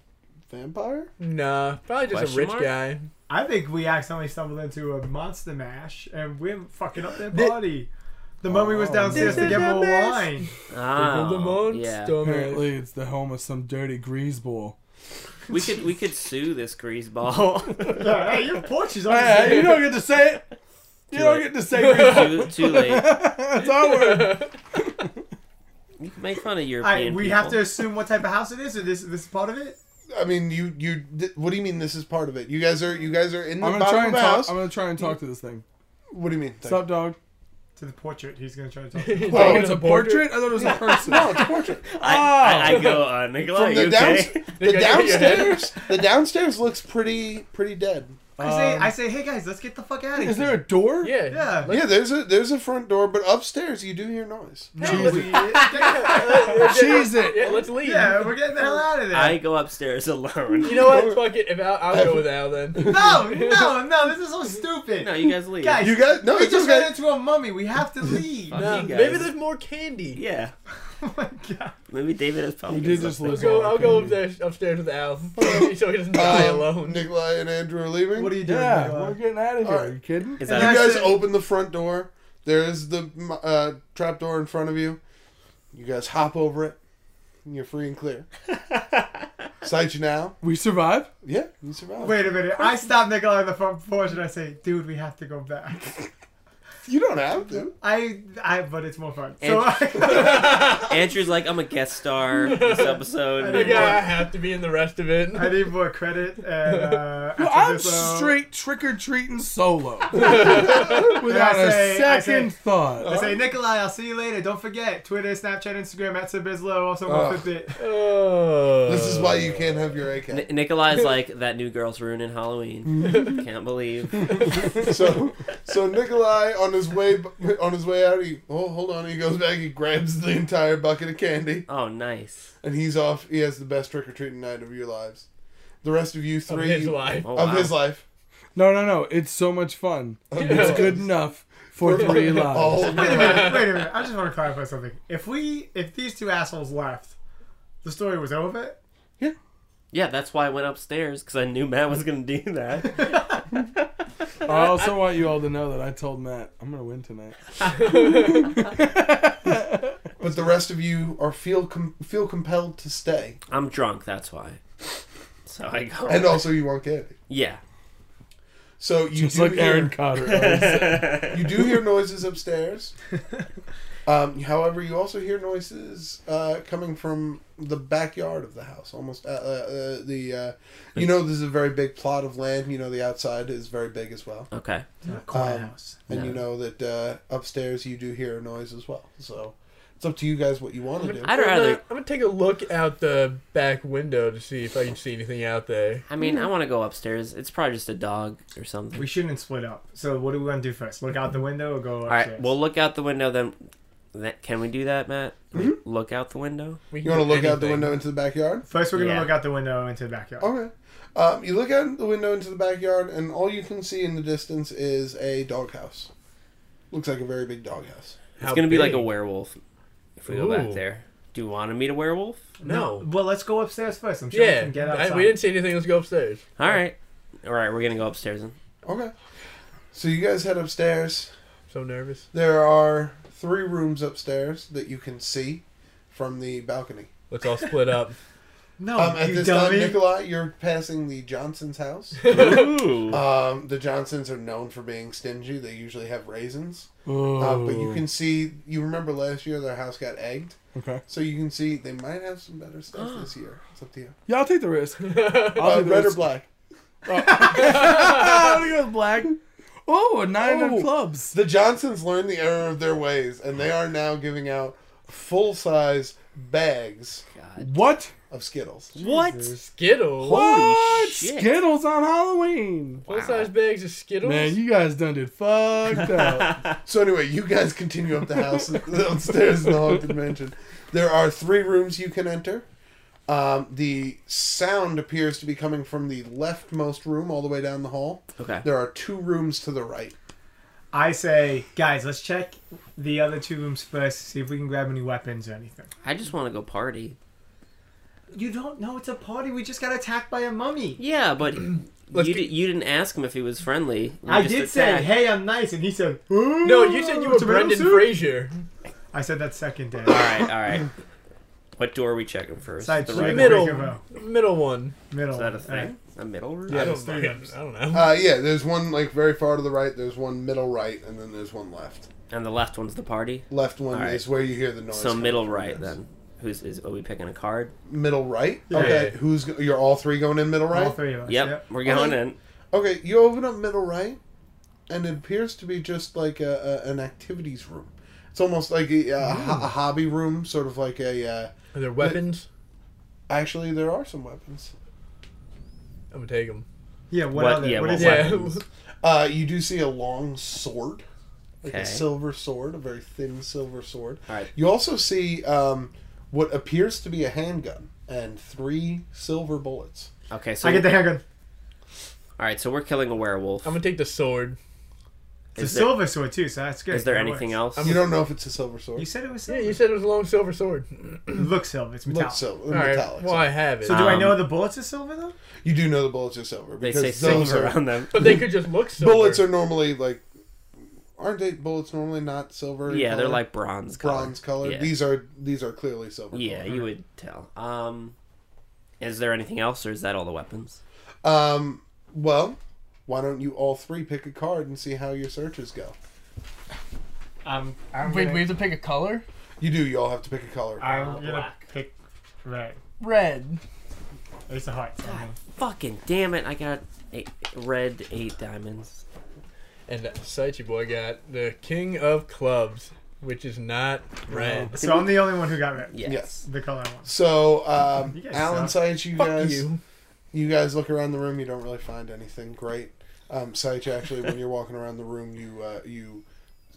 S3: vampire.
S6: Nah, probably just
S1: Question
S6: a rich
S1: mark?
S6: guy.
S2: I think we accidentally stumbled into a monster mash, and we're fucking up their
S6: Th-
S2: party. The mummy was
S4: Oh.
S2: downstairs
S6: This
S2: to
S6: is
S2: get
S6: a
S2: more
S6: mess.
S2: wine.
S1: Oh,
S6: the monster.
S1: yeah.
S4: Apparently, it's the home of some dirty greaseball.
S1: We could we could sue this grease ball.
S2: Yeah, hey, your porch is on.
S4: Hey, hey, you don't get to say it. You
S1: Too
S4: don't
S1: late.
S4: get to say it.
S1: too, too late.
S4: That's our word.
S1: You can make fun of
S2: I,
S1: European
S2: we
S1: people.
S2: have to assume what type of house it is, or this this is part of it.
S3: I mean, you you. Th- what do you mean? This is part of it. You guys are you guys are in the
S4: I'm gonna
S3: bottom
S4: try
S3: of
S4: and
S3: the
S4: talk.
S3: house.
S4: I'm gonna try and talk to this thing.
S3: What do you mean?
S4: Stop, dog.
S2: To the portrait, he's gonna try to talk. To
S6: He's
S3: Well,
S4: Oh,
S6: taking
S4: it's a portrait. I thought it was a person. no, it's a portrait.
S1: I,
S6: Ah!
S1: I, I go, uh, Nikolai,
S3: From the,
S1: you okay?
S3: downs- the
S6: Think I can get your head?
S3: downstairs, the downstairs looks pretty pretty dead.
S2: I say, I say, hey guys, let's get the fuck out of here.
S4: Um, Is there a door?
S6: Yeah.
S2: Yeah.
S6: Let's-
S3: yeah, there's a there's a front door, but upstairs you do hear noise.
S2: No,
S4: Jesus.
S2: we- yeah,
S4: Cheese it.
S6: Yeah, let's leave.
S2: we're getting the hell out of there.
S1: I go upstairs alone.
S6: You know what? Fuck it. If Al, I'll go with Al then.
S2: No, no, no, this is so stupid.
S1: no, you guys leave.
S2: guys,
S3: You guys, no,
S2: we
S3: it's
S2: just
S3: okay.
S2: ran into a mummy. We have to leave.
S1: Fuck.
S6: Nah,
S1: You guys.
S6: maybe there's more candy.
S1: Yeah.
S2: Oh my god.
S1: Maybe David has
S4: We
S1: pumpkins.
S4: did just
S1: up
S4: lose.
S6: Go,
S4: all
S6: I'll go
S4: our candy.
S6: upstairs, upstairs with Al so he doesn't die
S3: Um,
S6: alone.
S3: Nikolai and Andrew are leaving.
S2: What are you doing?
S4: Yeah,
S2: Nicola?
S4: we're getting out of here. Are you kidding?
S1: there. Is
S3: you
S1: that
S2: I
S3: guys
S2: said-
S3: open the front door. There is the uh, trap door in front of you. You guys hop over it, and you're free and clear. Sight you now?
S4: We survive.
S3: Yeah, You survived.
S2: Wait a minute. I stopped Nikolai on the front porch and I say, dude, we have to go back.
S3: You don't have to.
S2: I, I, but it's more fun. So
S1: And-
S2: I,
S1: Andrew's like, I'm a guest star this episode.
S2: I
S6: Like,
S2: know.
S6: I have to be in the rest of it.
S2: I need more credit. And, uh,
S4: Well,
S2: after
S4: I'm
S2: this, uh,
S4: straight trick or treating solo
S2: and I
S4: without
S2: say-
S4: a
S2: I
S4: second
S2: say-
S4: thought.
S2: I say, Nikolai, I'll see you later. Don't forget Twitter, Snapchat, Instagram at Sabizlo, also 150.
S6: Oh.
S3: This is why you can't have your AK.
S1: N- Nikolai's like that new girl's ruining Halloween. Can't believe.
S3: so so Nikolai on his way on his way out he oh hold on he goes back he grabs the entire bucket of candy
S1: Oh, nice.
S3: and he's off he has the best trick or treating night of your lives the rest of you
S6: Of
S3: three
S6: his life.
S1: Oh,
S3: of
S1: wow.
S3: his life
S4: No, no, no. It's so much fun.
S3: his
S4: It's good enough for three
S3: all
S4: lives.
S3: of
S2: Wait a
S3: your life.
S2: minute. Wait a minute. I just want to clarify something. If we, if these two assholes left, the story was over.
S1: Yeah, that's why I went upstairs because I knew Matt was gonna do that.
S4: I also want you all to know that I told Matt I'm gonna win tonight.
S3: but the rest of you are feel com- feel compelled to stay
S1: I'm drunk, that's why. So I go.
S3: and also you want candy
S1: yeah.
S3: so you
S4: Just
S3: do
S4: like
S3: hear,
S4: Aaron Cotter. always said.
S3: you do hear noises upstairs um, however you also hear noises uh, coming from the backyard of the house almost uh, uh, uh, the uh, you know there's a very big plot of land you know the outside is very big as well
S1: Okay.
S2: Quiet
S3: Um,
S2: house.
S3: and you
S1: Yeah.
S3: know that uh, upstairs you do hear a noise as well so it's up to you guys what you want to do
S1: I'd rather.
S6: I'm gonna take a look out the back window to see if I can see anything out there.
S1: I mean, I want to go upstairs. It's probably just a dog or something.
S2: We shouldn't split up. So what do we want to do first? Look out the window or go
S1: All right.
S2: upstairs?
S1: We'll look out the window then. That, can we do that, Matt? Can we
S2: Mm-hmm.
S1: Look out the window.
S6: We
S3: you
S6: can
S3: want to
S6: do
S3: look out the
S6: anything.
S3: window into the backyard
S2: First, we're gonna
S1: Yeah.
S2: look out the window into the backyard.
S3: okay um, you look out the window into the backyard and all you can see in the distance is a doghouse looks like a very big doghouse
S1: It's gonna be like a
S6: big?
S1: werewolf if we go
S6: Ooh.
S1: back there. Do you want to meet a werewolf?
S6: No.
S2: Well, let's go upstairs first. I'm sure we
S6: Yeah.
S2: can get outside.
S6: I, we didn't see anything. Let's go upstairs.
S1: All right. All right. We're gonna go upstairs. Then.
S3: okay so you guys head upstairs
S6: so nervous.
S3: There are three rooms upstairs that you can see from the balcony.
S6: Let's all split up.
S2: No,
S3: Um, at
S2: Oh, you
S3: this
S2: dummy.
S3: time, Nikolai, you're passing the Johnson's house.
S1: Ooh.
S3: um, the Johnsons are known for being stingy. They usually have raisins. Uh,
S4: Oh,
S3: but you can see, you remember last year their house got egged.
S4: okay.
S3: So you can see they might have some better stuff this year. It's up to you.
S4: Yeah, I'll take the risk. I'll
S3: Uh,
S4: take the
S3: red or
S4: risk.
S3: black?
S4: I'm gonna go with black. Oh, a nine
S3: Oh.
S4: of clubs.
S3: The Johnsons learned the error of their ways, and they are now giving out full size bags
S4: What?
S3: of Skittles.
S1: What?
S6: Skittles.
S4: What?
S1: shit.
S4: Skittles on Halloween.
S6: Full size bags of Skittles.
S4: Man, you guys done did fucked up.
S3: So anyway, you guys continue up the house downstairs in the haunted mansion. There are three rooms you can enter. Um, the sound appears to be coming from the leftmost room all the way down the hall.
S1: Okay.
S3: There are two rooms to the right.
S2: I say, guys, let's check the other two rooms first. See if we can grab any weapons or anything.
S1: I just want to go party.
S2: You don't know it's a party. We just got attacked by a mummy.
S1: Yeah, but you
S6: Let's
S1: di- you didn't ask him if he was friendly. You
S2: I
S1: just
S2: did say,
S1: attacked.
S2: "Hey, I'm nice," and he said, "Ooh,
S6: No, you said you were
S2: tomato
S6: Brendan
S2: soup."
S6: Fraser.
S2: I said that second day.
S1: All right. All right. What door are we checking first?
S2: Side
S1: the
S2: street,
S1: right.
S6: Mid- Middle.
S2: Quakerville.
S6: Middle one.
S2: middle.
S1: Is that a
S2: All right.
S1: thing? A middle room?
S6: I
S3: Yeah.
S6: don't,
S2: there's three
S6: fucking-
S2: rooms.
S6: I don't know.
S3: Uh, yeah, there's one like very far to the right. There's one middle right, and then there's one left.
S1: And the left one's the party.
S3: Left one
S1: All right.
S3: is where you hear the noise.
S1: So
S3: coming
S1: middle
S3: from,
S1: right
S3: yes.
S1: then. Who's is? Are we picking a card?
S3: Middle right.
S2: Yeah.
S3: Okay, who's go- you're all three going in middle right?
S2: All three of us.
S1: Yep.
S2: yep.
S1: We're going
S3: Okay.
S1: in.
S3: Okay, you open up middle right, and it appears to be just like a, a, an activities room. It's almost like a, a, ho-
S1: Mm.
S3: a hobby room, sort of like a. Uh,
S6: Are there weapons?
S3: actually, there are some weapons.
S6: I'm gonna take them.
S2: Yeah. What,
S1: What-
S2: other?
S1: yeah,
S2: what
S1: what
S2: is
S1: was-
S2: it?
S6: Yeah.
S1: Weapons.
S3: Uh, you do see a long sword, like
S1: Okay.
S3: a silver sword, a very thin silver sword.
S1: All right.
S3: You also see um, what appears to be a handgun and three silver bullets.
S1: Okay. So
S2: I get the handgun.
S1: all right. So we're killing a werewolf.
S6: I'm gonna take the sword.
S2: It's a
S1: Is there-
S2: silver sword too, so that's good.
S1: Is there
S2: That
S1: anything
S2: works.
S1: else?
S3: You don't know if it's a silver sword.
S2: You said it was
S6: Yeah,
S2: silver.
S6: you said it was a long silver sword.
S2: Looks silver. It's metallic.
S3: Looks silver,
S6: All right.
S3: metallic.
S6: Well, I have it.
S2: So do I
S1: Um,
S2: know the bullets are silver though?
S3: you do know the bullets are silver
S1: They
S3: because
S1: say
S3: those
S1: silver
S3: are
S1: on them.
S6: but they could just look silver.
S3: bullets are normally like aren't they bullets normally not silver
S1: Yeah, they're
S3: colored?
S1: like bronze. Color.
S3: bronze colored
S1: Yeah.
S3: these are these are clearly silver
S1: Yeah,
S3: colored.
S1: you would tell. Um, Is there anything else, or is that all the weapons?
S3: Um, well, why don't you all three pick a card and see how your searches go?
S2: Um, I'm
S6: Wait,
S2: gonna,
S6: we have to pick a color?
S3: You do. You all have to pick a color.
S2: I'm
S1: Uh,
S2: gonna
S1: black.
S2: pick red.
S6: Red.
S2: It's a heart. so I'm gonna-
S1: Fucking damn it! I got eight, red eight diamonds.
S6: And Saichi boy got the king of clubs, which is not red.
S2: So I'm the only one who got red.
S1: Yes.
S3: Yes.
S2: The color I want.
S3: So, um,
S2: You guys
S3: Alan
S2: suck.
S3: Sight, you
S6: Fuck
S3: guys, you.
S6: you.
S3: guys look around the room. You don't really find anything great. Um, Sight, actually, when you're walking around the room, you uh, you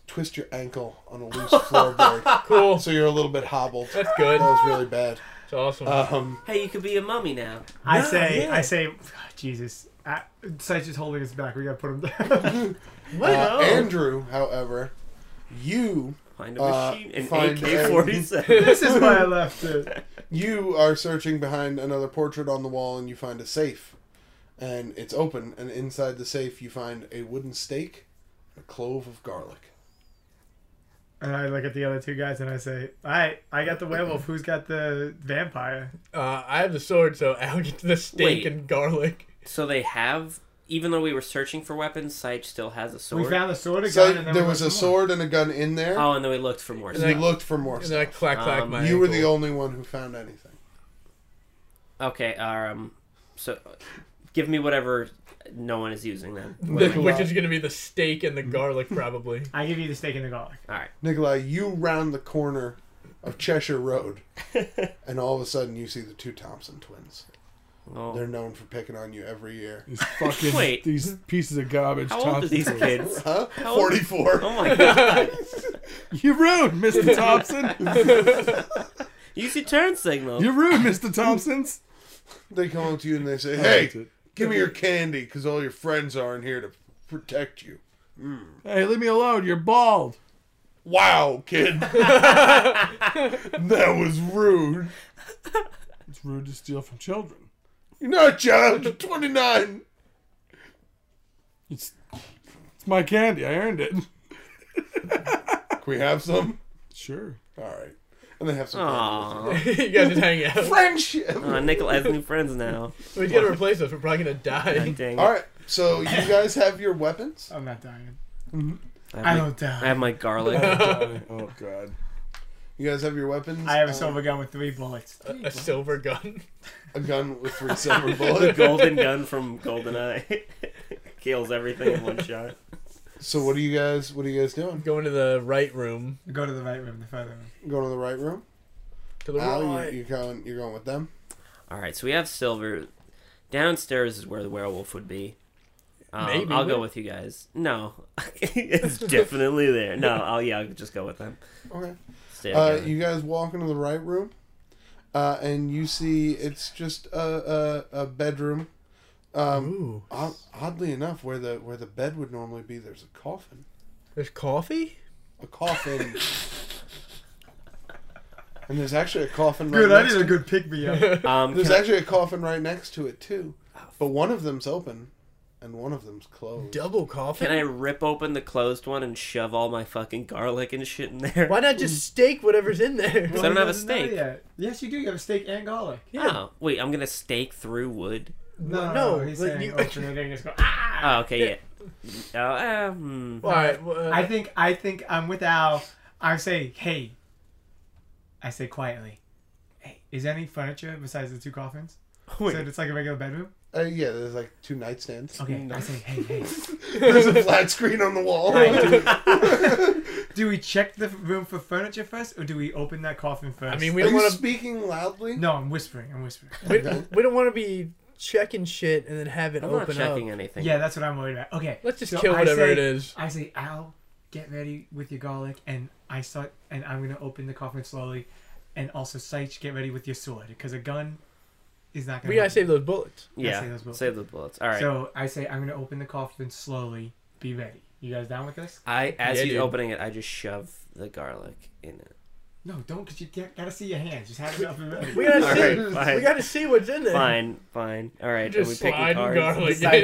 S3: twist your ankle on a loose floorboard,
S6: Cool.
S3: so you're a little bit hobbled. That
S6: That's good.
S3: was really bad.
S6: It's awesome.
S3: Um,
S1: Hey, you could be a mummy now.
S2: I
S3: No,
S2: say,
S3: yeah.
S2: I say, oh, Jesus. I, Sage is holding us back. We gotta put him down.
S6: What?
S3: uh, Andrew, however, you
S1: Find a
S3: Uh,
S1: machine. An
S3: find a-
S1: AK-47.
S2: this is why I left it.
S3: You are searching behind another portrait on the wall and you find a safe. And it's open, and inside the safe you find a wooden stake, a clove of garlic.
S2: And I look at the other two guys and I say, "All right, I got the werewolf. Who's got the vampire?"
S6: Uh, I have the sword, so I'll get to the
S1: Wait.
S6: steak and garlic.
S1: so they have, even though we were searching for weapons, Sage still has a sword.
S2: We found the sword again.
S3: So
S2: and then
S3: there
S2: we
S3: was a
S2: went for more.
S3: sword and a gun in there.
S1: oh, and then we looked for more.
S3: you
S1: stuff.
S3: looked for more
S6: And then I
S3: stuff.
S6: clack clack
S1: Um,
S6: my.
S3: You were the
S6: ankle.
S3: only one who found anything.
S1: Okay. Um. So, give me whatever no one is using then.
S3: only-
S6: Which is going to be the steak and the garlic, probably.
S2: I give you the steak and the garlic.
S1: All right.
S3: Nikolai, you round the corner of Cheshire Road, and all of a sudden you see the two Thompson twins. They're
S1: Oh.
S3: known for picking on you every year.
S4: These fucking
S1: Wait.
S4: these pieces of garbage.
S1: How old are
S4: Thompson
S1: these
S4: twins.
S1: kids?
S3: Huh?
S1: old-
S3: 44.
S1: Oh my god!
S4: You rude, Mr. Thompson.
S1: Use your turn signal.
S4: you rude, Mr. Thompson's.
S3: They come up to you and they say,
S4: hate
S3: Hey,
S4: it.
S3: give me your candy, because all your friends aren't here to protect you.
S4: Hey, leave me alone. You're bald.
S3: Wow, kid. that was rude.
S4: It's rude to steal from children.
S3: You're not a child. You're 29.
S4: It's it's my candy. I earned it.
S3: Can we have some?
S4: Sure.
S3: All right. And they have some.
S1: Aww.
S6: you guys just hang out.
S3: Friendship.
S1: Uh, Nickel has new friends now.
S6: We gotta replace us. We're probably gonna die.
S1: Dang.
S3: All right. So you guys have your weapons.
S2: I'm not dying.
S1: I
S2: I
S1: have my,
S2: don't die.
S1: I have my garlic.
S4: oh God.
S3: You guys have your weapons.
S2: I have a
S3: uh,
S2: silver gun with three bullets.
S6: A silver gun.
S3: a gun with three silver
S1: the
S3: bullets.
S1: golden gun from GoldenEye kills everything in one shot.
S3: So what are you guys? What are you guys doing?
S6: Go into the right room.
S2: Go to the right room, the further room.
S3: Going to the right room.
S6: To the
S3: Al, you, Oh,
S6: right.
S3: you're going. You're going with them.
S1: All right, so we have silver. Downstairs is where the werewolf would be. Um,
S6: Maybe.
S1: I'll go with you guys. No, it's definitely there. No, I'll yeah, I'll just go with them.
S3: Okay.
S1: Stay
S3: Uh,
S1: together.
S3: you guys walk into the right room, uh, and you see it's just a a, a bedroom. Um,
S6: Ooh.
S3: Od- Oddly enough, where the where the bed would normally be, there's a coffin.
S6: There's coffee?
S3: A coffin. and there's actually a coffin. Right
S2: Good, I
S3: next
S2: need
S3: to
S2: a good pick me up.
S1: um,
S3: There's
S1: can I-
S3: actually a coffin right next to it too, but one of them's open, and one of them's closed.
S6: Double coffee?
S1: can I rip open the closed one and shove all my fucking garlic and shit in there?
S6: Why not
S1: Mm.
S6: just steak whatever's in there?
S1: I don't have a
S2: Doesn't know
S1: steak.
S2: yet. Yes, you do. You have a steak and garlic.
S1: Oh, wait, I'm gonna stake through wood.
S2: No,
S6: no,
S2: no, he's
S6: like
S2: saying
S6: you-
S2: open it and just go. Ah!
S1: Oh, okay, yeah. Oh, uh, hmm.
S6: All right. Well,
S2: I think I think I'm with Al. I say, hey. I say quietly, hey, is there any furniture besides the two coffins?
S1: Wait.
S2: So it's like a regular bedroom.
S3: Uh, yeah, there's like two nightstands.
S6: Mm,
S2: Okay, I say, hey, hey.
S3: there's a flat screen on the wall.
S2: Do we check the room for furniture first, or do we open that coffin first?
S6: I mean, we
S3: Are
S6: don't
S3: you
S6: want to.
S3: speaking loudly?
S2: no, I'm whispering. I'm whispering.
S6: We, we don't want to be checking shit and then have it
S1: I'm not
S6: open up.
S1: checking anything.
S2: yeah, that's what I'm worried about. Okay,
S6: Let's just
S2: so
S6: kill
S2: I
S6: whatever
S2: say-
S6: it is.
S2: I say, Al, get ready with your garlic, and I start, and I'm gonna open the coffin slowly, and also Seich, get ready with your sword, because a gun is not gonna.
S6: We gotta
S2: help you.
S6: save those bullets.
S1: yeah.
S2: save those bullets.
S1: Save those bullets. All right.
S2: So I say, I'm gonna open the coffin slowly. Be ready. You guys down with this?
S1: I as
S6: Yeah,
S1: he's
S6: dude.
S1: opening it, I just shove the garlic in it.
S2: No, don't, cause you get, gotta see your hands. Just have it up and ready.
S6: We gotta
S1: All
S6: see.
S1: right, fine.
S6: We gotta see what's in there.
S1: Fine, fine. All right.
S6: Just
S1: are we picking
S6: slide
S1: cards?
S6: garlic
S2: Decide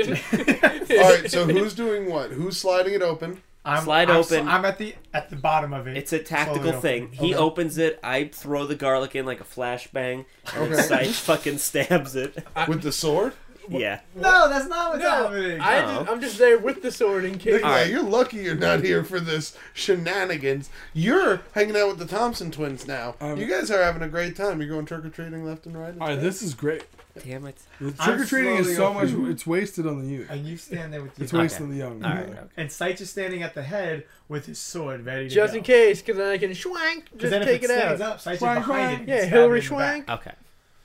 S6: in.
S3: All right, so who's doing what? Who's sliding it open?
S2: I'm,
S1: Slide
S2: I'm
S1: open.
S2: So, I'm at the at the bottom of it.
S1: It's a tactical
S2: Slowly open.
S1: thing. He
S2: Okay.
S1: opens it. I throw the garlic in like a flashbang, and
S3: Okay.
S1: then Sight fucking stabs it.
S3: With the sword?
S1: yeah.
S2: No, that's not what's
S6: No,
S2: happening.
S6: I
S1: Oh.
S6: just, I'm just there with the sword in case.
S3: Yeah, you're lucky you're not here for this shenanigans. You're hanging out with the Thompson twins now.
S4: Um,
S3: you guys are having a great time. You're going trick or treating left and right.
S4: All right, this is great.
S1: Damn it.
S4: Trick or treating is
S2: slowly
S4: so much.
S2: opening.
S4: It's wasted on the youth.
S2: and you stand there with
S4: It's
S2: your
S4: wasted on the young.
S1: All right. Okay.
S2: and Sight is standing at the head with his sword ready to
S6: Just
S2: go.
S6: in case, because then I can schwank, just
S2: Because then
S6: take
S2: if
S6: it,
S2: it,
S6: out.
S2: stands up, Sight's
S4: Schwank,
S2: just behind it. and
S4: schwank.
S2: you
S6: yeah,
S2: stab
S6: Hillary
S2: it in the back.
S6: schwank.
S1: Okay.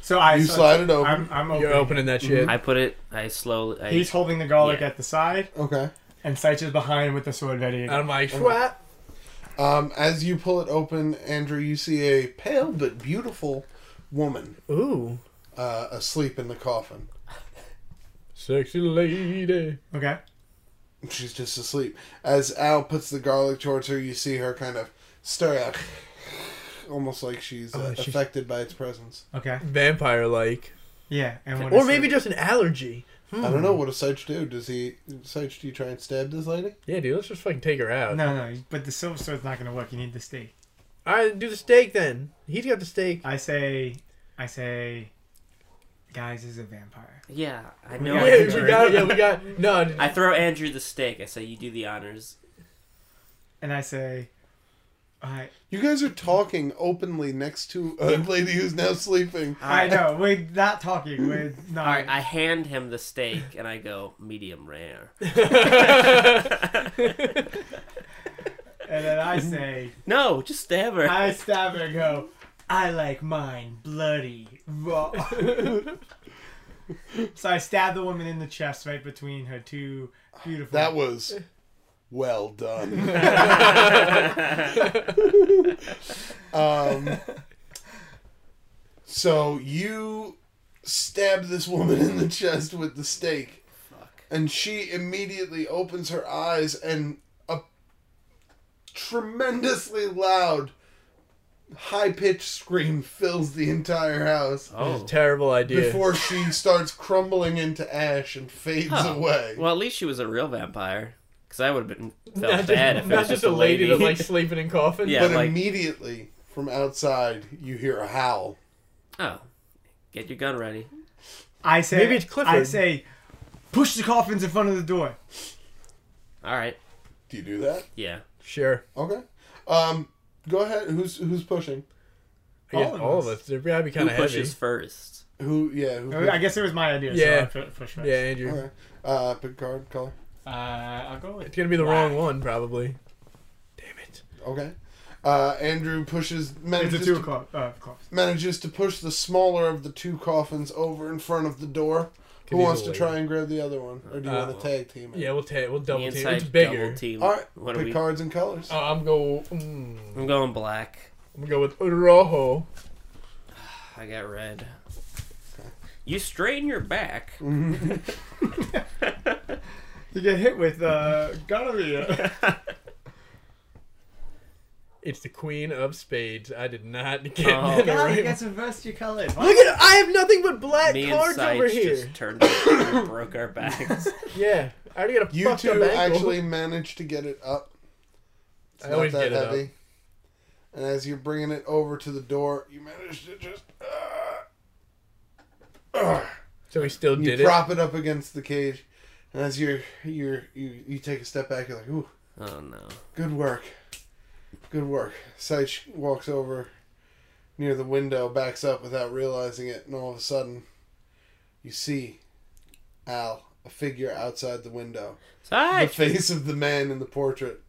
S2: So I
S3: You
S2: so
S3: slide it open.
S2: I'm, I'm opening.
S6: You're opening that shit.
S1: I put it. I slowly. I,
S2: He's holding the garlic
S1: Yeah.
S2: at the side,
S3: Okay.
S2: and Sight is behind with the sword ready. to go.
S6: I'm like, schwat.
S3: Um, as you pull it open, Andrew, you see a pale but beautiful woman
S6: Ooh.
S3: uh, asleep in the coffin.
S6: Sexy lady.
S2: Okay.
S3: She's just asleep. As Al puts the garlic towards her, you see her kind of stir up, almost like she's uh,
S6: Oh, she's-
S3: affected by its presence.
S2: Okay.
S6: Vampire like.
S2: Yeah. And what
S6: Or
S2: is
S6: maybe
S2: it?
S6: just an allergy.
S3: I don't know what does Sage do. Does he Sage? Do you try and stab this lady?
S6: Yeah, dude, let's just fucking take her out.
S2: no, no. But the silver sword's not gonna work. You need the stake.
S6: Alright, do the steak then. He's got the steak.
S2: I say, I say, guys, this is a vampire.
S1: yeah. I
S2: We
S1: know.
S2: got
S1: I
S6: yeah,
S2: it.
S1: threw
S6: we
S1: it.
S6: got Yeah, we got. No,
S1: I throw Andrew the steak. I say, "You do the honors."
S2: And I say, I,
S3: You guys are talking openly next to a lady who's now sleeping.
S2: I know we're not talking. We're not.
S1: All right. I hand him the steak, and I go medium rare.
S2: and then I say,
S1: No, just stab her.
S2: I stab her and go. I like mine bloody raw. so I stab the woman in the chest, right between her two beautiful.
S3: That was well done. um, so you stab this woman in the chest with the stake, and she immediately opens her eyes, and a tremendously loud, high pitched scream fills the entire house.
S1: Oh.
S6: terrible idea.
S3: Before she starts crumbling into ash and fades
S1: Huh.
S3: away.
S1: Well, at least she was a real vampire. Because I would have been felt
S6: not
S1: bad
S6: just,
S1: if it
S6: not
S1: was
S6: just a lady that
S1: lady.
S6: likes sleeping in coffin.
S1: Yeah.
S3: but
S1: like-
S3: immediately from outside, you hear a howl.
S1: oh, get your gun ready.
S2: I say
S6: Maybe it's Clifford.
S2: I say, push the coffins in front of the door.
S1: All right.
S3: Do you do that?
S1: Yeah.
S6: Sure.
S3: Okay. Um, go ahead. Who's who's pushing?
S6: All,
S2: of
S6: all of
S2: us.
S6: us. They'd gotta be
S1: Who
S6: kind of heavy.
S1: pushes first?
S3: Who? Yeah. Who
S2: I guess it was my idea.
S6: Yeah.
S2: So I pu- push first.
S6: Yeah, Andrew.
S3: Okay. Uh, Picard, color.
S2: Uh, I'll go with.
S6: It's gonna be the wrong one, probably. Damn it.
S3: Okay. Uh, Andrew pushes
S2: It's a
S3: manages
S2: two
S3: to,
S2: o'clock. Uh, clock.
S3: manages to push the smaller of the two coffins over in front of the door. Who
S6: Could be
S3: wants
S6: the
S3: to
S6: lady.
S3: try and grab the other one, or do you
S6: Uh,
S3: want to tag team? It?
S6: Yeah, we'll take. We'll double
S1: the
S6: team.
S1: inside
S6: It's bigger.
S1: double team.
S3: All right.
S1: What are we?
S3: Picards and colors.
S2: Oh,
S6: Uh, I'm go. Mm,
S1: I'm going black.
S6: I'm gonna go with rojo.
S1: I got red. You strain your back.
S2: You get hit with uh, gonorrhea.
S6: It's the queen of spades. I did not get
S1: Oh.
S6: that
S2: God, you
S6: right.
S2: guys reversed your colors.
S6: Look at. I have nothing but black
S1: Me and
S6: cards over
S1: Sides
S6: here.
S1: just turned around and broke our backs.
S6: Yeah, I already got a
S3: You
S6: fucked up
S3: two
S6: ankle.
S2: oh.
S3: actually managed to get it up. It's
S6: I
S3: not
S6: always
S3: that
S6: get it up.
S3: heavy. And as you're bringing it over to the door, you manage to just uh, uh,
S6: so we still
S3: you
S6: did it.
S3: prop it. up against the cage. And as you're you're you, you take a step back, you're like, ooh,
S1: Oh no.
S3: good work, good work. Seich walks over near the window, backs up without realizing it, and all of a sudden, you see Al, a figure outside the window the
S1: Sides.
S3: face of the man in the portrait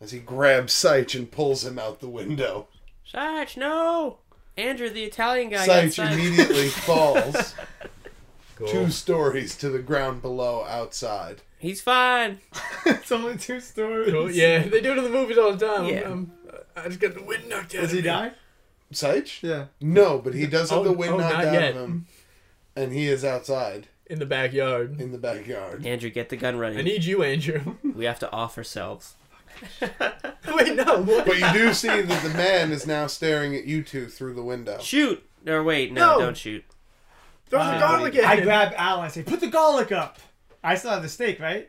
S3: as he grabs Seich and pulls him out the window.
S1: Sides, no. Andrew, the Italian guy. got
S3: Seich
S1: Sides.
S3: immediately falls
S6: Cool.
S3: two stories to the ground below outside.
S1: He's fine.
S2: it's only two stories.
S6: Cool. Yeah, they do it in the movies all the time.
S1: Yeah.
S6: I'm, i I just got the wind knocked out.
S2: Does
S6: of
S2: he
S6: me.
S2: die?
S3: Seich?
S2: Yeah.
S3: No, but he does have
S6: Oh,
S3: the wind
S6: oh,
S3: knocked
S6: not
S3: out
S6: yet.
S3: of him. And he is outside
S6: in the backyard?
S3: in the backyard.
S1: Andrew, get the gun ready.
S6: I need you, Andrew.
S1: we have to off ourselves.
S6: Wait, no. What?
S3: But you do see that the man is now staring at you two through the window.
S1: Shoot. Or wait, no,
S6: No.
S1: don't shoot.
S6: Throw
S2: Uh,
S6: some garlic at
S2: I
S6: him.
S2: grab Al and I say, put the garlic up. I still have the steak, right?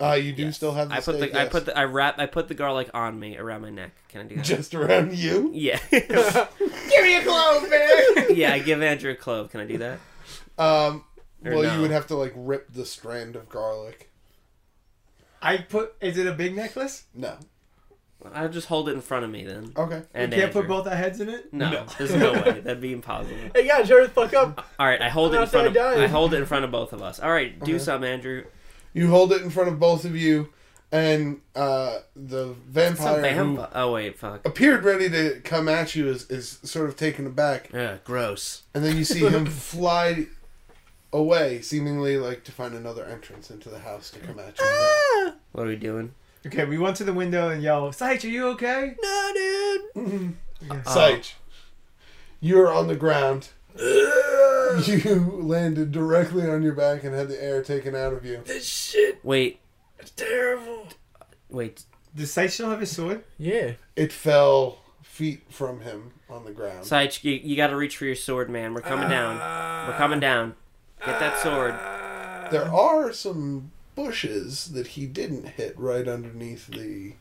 S3: Uh, you do
S1: Yes.
S3: still have the
S1: I put the
S3: steak,
S1: I
S3: yes.
S1: put the I wrap I put the garlic on me around my neck. Can I do that?
S3: just around you.
S1: yeah.
S3: Give me a clove, man.
S1: yeah, I give Andrew a clove. Can I do that?
S3: Um,
S1: Or
S3: well,
S1: no.
S3: you would have to like rip the strand of garlic.
S2: I put. Is it a big necklace?
S3: No.
S1: I'll just hold it in front of me then.
S3: Okay.
S1: And
S2: you can't put
S1: Andrew.
S2: both our heads in it.
S1: No, there's no way. That'd be impossible.
S6: Hey, guys, hurry the fuck up.
S1: All right, I hold it
S6: I'm
S1: in front of
S6: outside dying.
S1: I hold it in front of both of us. All right, do some, Andrew.
S3: You hold it in front of both of you, and uh, the
S1: Some
S3: vampire who
S1: vamp- Oh wait, fuck.
S3: appeared ready to come at you is, is sort of taken aback,
S1: Ugh, gross.
S3: and then you see him fly away, seemingly like to find another entrance into the house to come at you.
S1: What are we doing?
S2: Okay, we went to the window and yell, "Saich, are you okay?"
S1: No, dude.
S3: Sage, you're on the ground. you landed directly on your back and had the air taken out of you.
S6: This shit
S1: Wait,
S6: is terrible.
S1: wait.
S2: Does Saich still have his sword?
S6: Yeah.
S3: It fell feet from him on the ground.
S1: Saich, you, you got to reach for your sword, man. We're coming down. We're coming down. Get that sword.
S3: There are some bushes that he didn't hit right underneath the.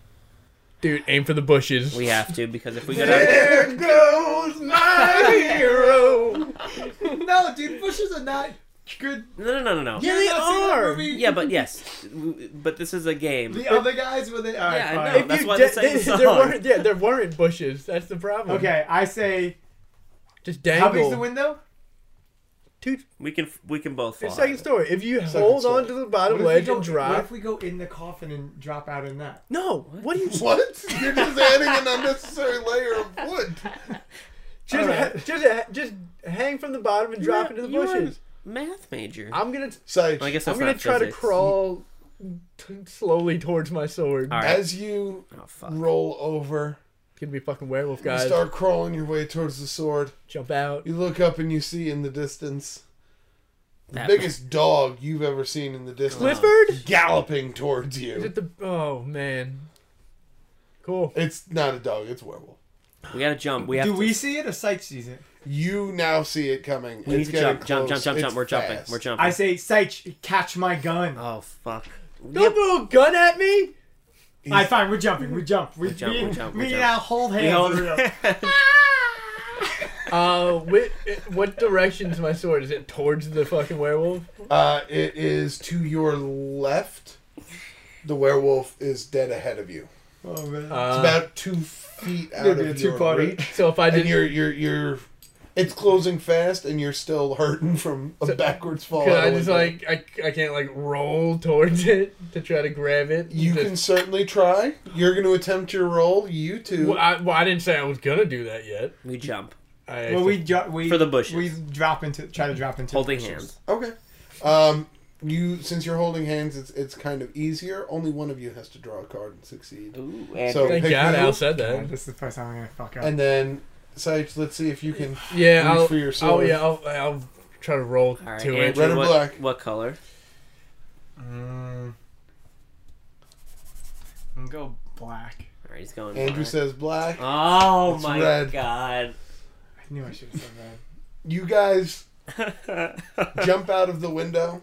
S6: Dude, aim for the bushes.
S1: We have to because if we go down,
S3: There goes my hero.
S2: No, dude, bushes are not good.
S1: no, no, no, no, no.
S2: Yeah,
S6: they are.
S1: Yeah, but yes, w- but this is a game.
S2: the other guys were the. All right,
S1: Yeah, I
S2: fine.
S1: know. That's why they sang the
S6: there,
S1: song.
S6: weren't, yeah, there weren't bushes. That's the problem.
S2: Okay, I say.
S6: Just
S2: How
S6: dangle.
S2: big's the window?
S6: Two,
S1: We can we can both fall.
S6: it's second story. If you
S3: Second
S6: hold
S3: story.
S6: on to the bottom
S2: What if we
S6: ledge
S2: go-
S6: and drop.
S2: What if we go in the coffin and drop out in that?
S6: no, what do you
S3: What? You're just adding an unnecessary layer of wood.
S6: just, ha- just ha- just hang from the bottom and drop into the
S1: You're a
S6: bushes?
S1: Math major.
S6: I'm gonna
S3: So
S1: Well, I guess
S6: I'm
S1: that's
S6: gonna
S1: not
S6: try
S1: physics.
S6: to crawl t- slowly towards my sword.
S1: All right.
S3: as you
S1: Oh fuck.
S3: roll over,
S6: It's gonna be fucking werewolf
S3: you
S6: guys.
S3: start crawling your way towards the sword.
S6: Jump out.
S3: You look up and you see in the distance the
S1: That-
S3: biggest dog you've ever seen in the distance
S6: Clifford?
S3: galloping towards
S6: Is
S3: you.
S6: it the? Oh man. Cool.
S3: It's not a dog, it's a werewolf.
S1: We gotta jump. We have
S2: Do
S1: to.
S2: we see it or Sykes sees it?
S3: You now see it coming.
S1: we need
S3: it's
S1: to
S3: getting
S1: jump, jump, jump,
S3: close.
S1: jump,
S3: It's
S1: jump. We're jumping.
S3: fast.
S1: We're jumping.
S2: I say, Sykes, catch my gun.
S1: Oh fuck.
S6: Don't pull a gun at me.
S2: All right, fine, we're jumping, we jump. We,
S1: jump,
S2: me,
S1: we jump, we
S2: me and
S1: jump.
S2: Al hold
S1: We
S2: hands.
S1: hold-
S2: and we're-
S6: Uh, what, what direction's my sword? Is it towards the fucking werewolf?
S3: Uh, it is to your left. The werewolf is dead ahead of you.
S2: oh, man.
S3: It's
S6: Uh,
S3: about two feet out
S2: It'll be a
S3: of your
S2: two-parter.
S3: reach,
S6: so if I
S3: and
S6: didn't,
S3: you're you're you're. It's closing fast, and you're still hurting from a backwards fall.
S6: could
S3: out
S6: I
S3: of
S6: just
S3: window.
S6: like I, I can't like roll towards it to try to grab it.
S3: You
S6: Just-
S3: can certainly try. You're going to attempt your roll. You two.
S6: Well, I, well, I didn't say I was gonna do that yet.
S1: We jump.
S6: I,
S2: well, we, ju- we
S1: For the bushes.
S2: We drop into, try to drop into. the
S1: Holding
S2: bushes.
S1: hands.
S3: Okay. Um, you since you're holding hands, it's it's kind of easier. Only one of you has to draw a card and succeed.
S1: Ooh,
S3: So-
S1: Andrew.
S6: thank
S3: pick
S6: God
S3: you.
S6: Al said
S2: Man,
S6: that.
S2: this is the first time I'm gonna fuck up.
S3: And then, Sage, let's see if you can.
S6: Yeah,
S3: Reach
S6: I'll,
S3: for your
S6: oh
S3: sword.
S6: yeah, I'll, I'll try to roll
S1: All right,
S6: to it.
S1: Andrew.
S3: Red or
S1: what,
S3: black?
S1: What color?
S2: Mm. I'll go black.
S1: All right, he's going.
S3: Andrew
S1: black.
S3: says black.
S1: Oh
S3: It's
S1: my
S3: red.
S1: god.
S2: I knew I should have said that.
S3: You guys jump out of the window,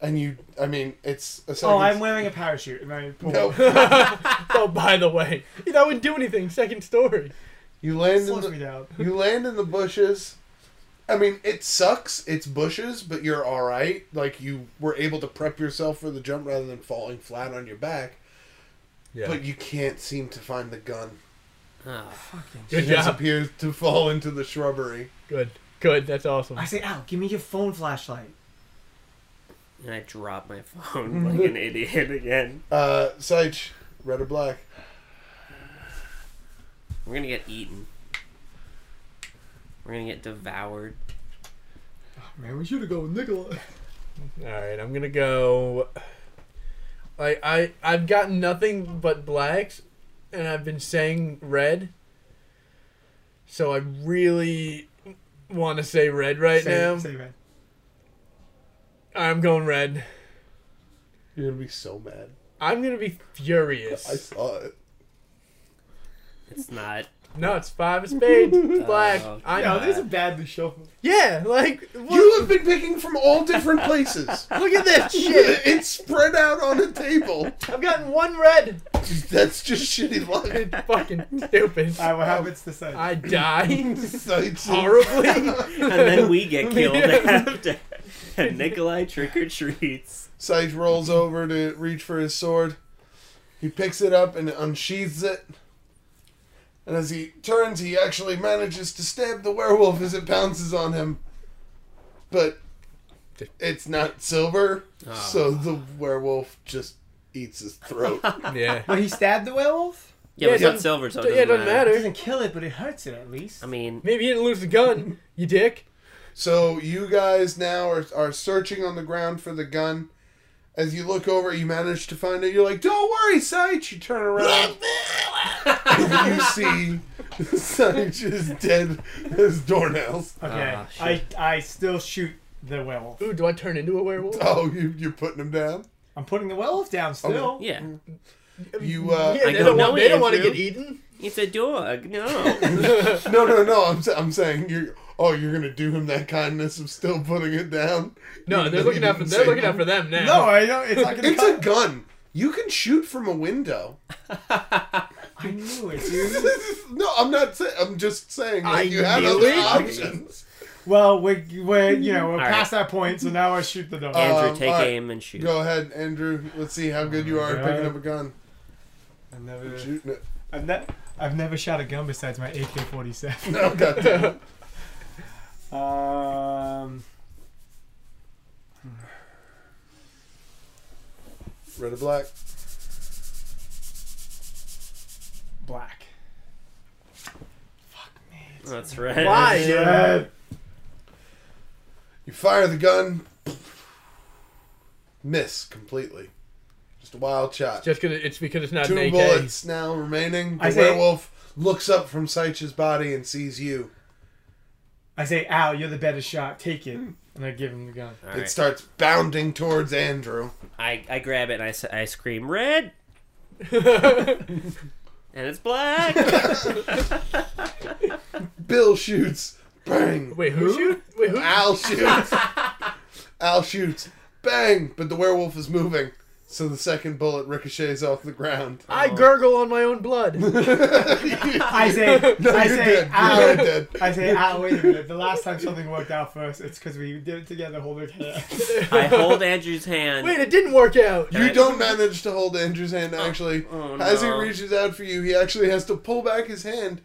S3: and you. I mean, it's a second.
S2: Oh, I'm wearing a parachute. Am I pool.
S3: No,
S6: oh, by the way, you know, I wouldn't do anything. Second story.
S3: you land in
S2: Slows me
S3: the
S2: down.
S3: you land in the bushes. I mean, it sucks. It's bushes, but you're all right. Like you were able to prep yourself for the jump rather than falling flat on your back.
S6: Yeah.
S3: But you can't seem to find the gun.
S1: Oh,
S6: good
S3: It just
S6: job.
S3: appears to fall into the shrubbery.
S6: Good. Good. That's awesome.
S2: I say, Al, give me your phone flashlight.
S1: and I drop my phone like an idiot again.
S3: Uh, Sage, red or black?
S1: We're gonna get eaten. We're gonna get devoured.
S2: Man, we should have gone with Nicola.
S6: All right, I'm gonna go. Like I, I've got nothing but blacks, and I've been saying red. So I really want to say red right now.
S2: Say red.
S6: I'm going red.
S3: You're gonna be so mad.
S6: I'm gonna be
S3: I
S6: furious.
S3: saw it.
S1: It's not.
S6: No, it's five of spades. It's Black.
S1: Oh,
S6: I
S1: God.
S6: know.
S1: No, these are
S2: badly shuffled.
S6: Yeah, like
S3: You
S6: look,
S3: have been picking from all different places.
S6: look at this shit.
S3: it's spread out on a table.
S6: I've gotten one red.
S3: That's just shitty luck.
S6: It's fucking stupid.
S2: Um, I will have it's the same.
S6: I die
S3: So it's-
S6: horribly.
S1: And then we get killed after. And Nikolai trick or treats.
S3: Sage rolls over to reach for his sword. He picks it up and unsheathes it. And as he turns, he actually manages to stab the werewolf as it pounces on him. But it's not silver, so the werewolf just eats his throat.
S6: yeah.
S2: But he stabbed the werewolf.
S1: Yeah,
S6: Yeah,
S1: but
S6: it
S1: it's not
S6: doesn't-
S1: silver, so it doesn't,
S6: yeah, it doesn't
S2: It
S6: matter.
S2: doesn't kill it, but it hurts it at least.
S1: I mean,
S6: Maybe he didn't lose the gun. You dick.
S3: So you guys now are, are searching on the ground for the gun. As you look over, you manage to find it. You're like, "Don't worry, Sage." You turn around, and you see Sage is dead as doornails.
S2: okay,
S1: Ah,
S2: I I still shoot the werewolf.
S6: Ooh, do I turn into a werewolf?
S3: Oh, you, you're putting him down.
S2: I'm putting the werewolf down still.
S1: yeah.
S3: Mm. You uh,
S6: yeah,
S1: I
S6: they
S1: don't
S6: don't,
S1: know
S6: want, they don't want to
S1: Andrew.
S6: get eaten.
S1: It's a dog. No.
S3: no, no, no. I'm sa- I'm saying you're. Oh, you're gonna do him that kindness of still putting it down.
S6: No,
S3: Even
S6: they're
S3: though
S6: looking
S3: you
S6: out for
S3: didn't
S6: they're
S3: say
S6: looking out for them now.
S2: No, I know it's not gonna.
S3: It's
S2: cut.
S3: a gun. You can shoot from a window.
S2: I knew it, dude.
S3: no, I'm not saying. I'm just saying
S6: I
S3: like, you had
S6: knew
S3: other
S6: it.
S3: options.
S2: well, we're, we're you know we're
S1: All
S2: past that point, so now I shoot the dog.
S3: Uh,
S1: Andrew,
S3: Um,
S1: take
S3: alright.
S1: aim and shoot.
S3: Go ahead, Andrew. Let's see how good you are at picking up a gun.
S2: I've never,
S3: Shooting it.
S2: I've, ne- I've never shot a gun besides my AK-47.
S3: No, goddamn.
S2: Um,
S3: Red or black?
S2: black. Fuck me.
S1: That's right.
S6: Why?
S3: Uh,
S2: Yeah.
S3: You fire the gun. Miss completely. Just a wild shot.
S6: Just because it's because it's not
S3: Two
S6: an AK.
S3: bullets now remaining. The
S2: I say-
S3: werewolf looks up from Seich's body and sees you.
S2: I say, Al, you're the better shot. Take it. And I give him the gun.
S1: All right.
S3: It starts bounding towards Andrew.
S1: I, I grab it and I, s- I scream, red! and it's black!
S3: Bill shoots. Bang.
S6: Wait, who? shoot? Wait, who?
S3: Al shoots. Al shoots. Bang. But the werewolf is moving. So the second bullet ricochets off the ground.
S6: I gurgle on my own blood.
S2: I say,
S3: No,
S2: I
S3: you're
S2: say,
S3: dead.
S2: Al.
S3: You're very dead.
S2: I say, Al, wait a minute. The last time something worked out for us, it's because we did it together, holding hands.
S1: I hold Andrew's hand.
S6: Wait, it didn't work out.
S1: All
S3: You
S1: right.
S3: don't manage to hold Andrew's hand, actually.
S1: oh,
S3: As he
S1: no.
S3: reaches out for you, he actually has to pull back his hand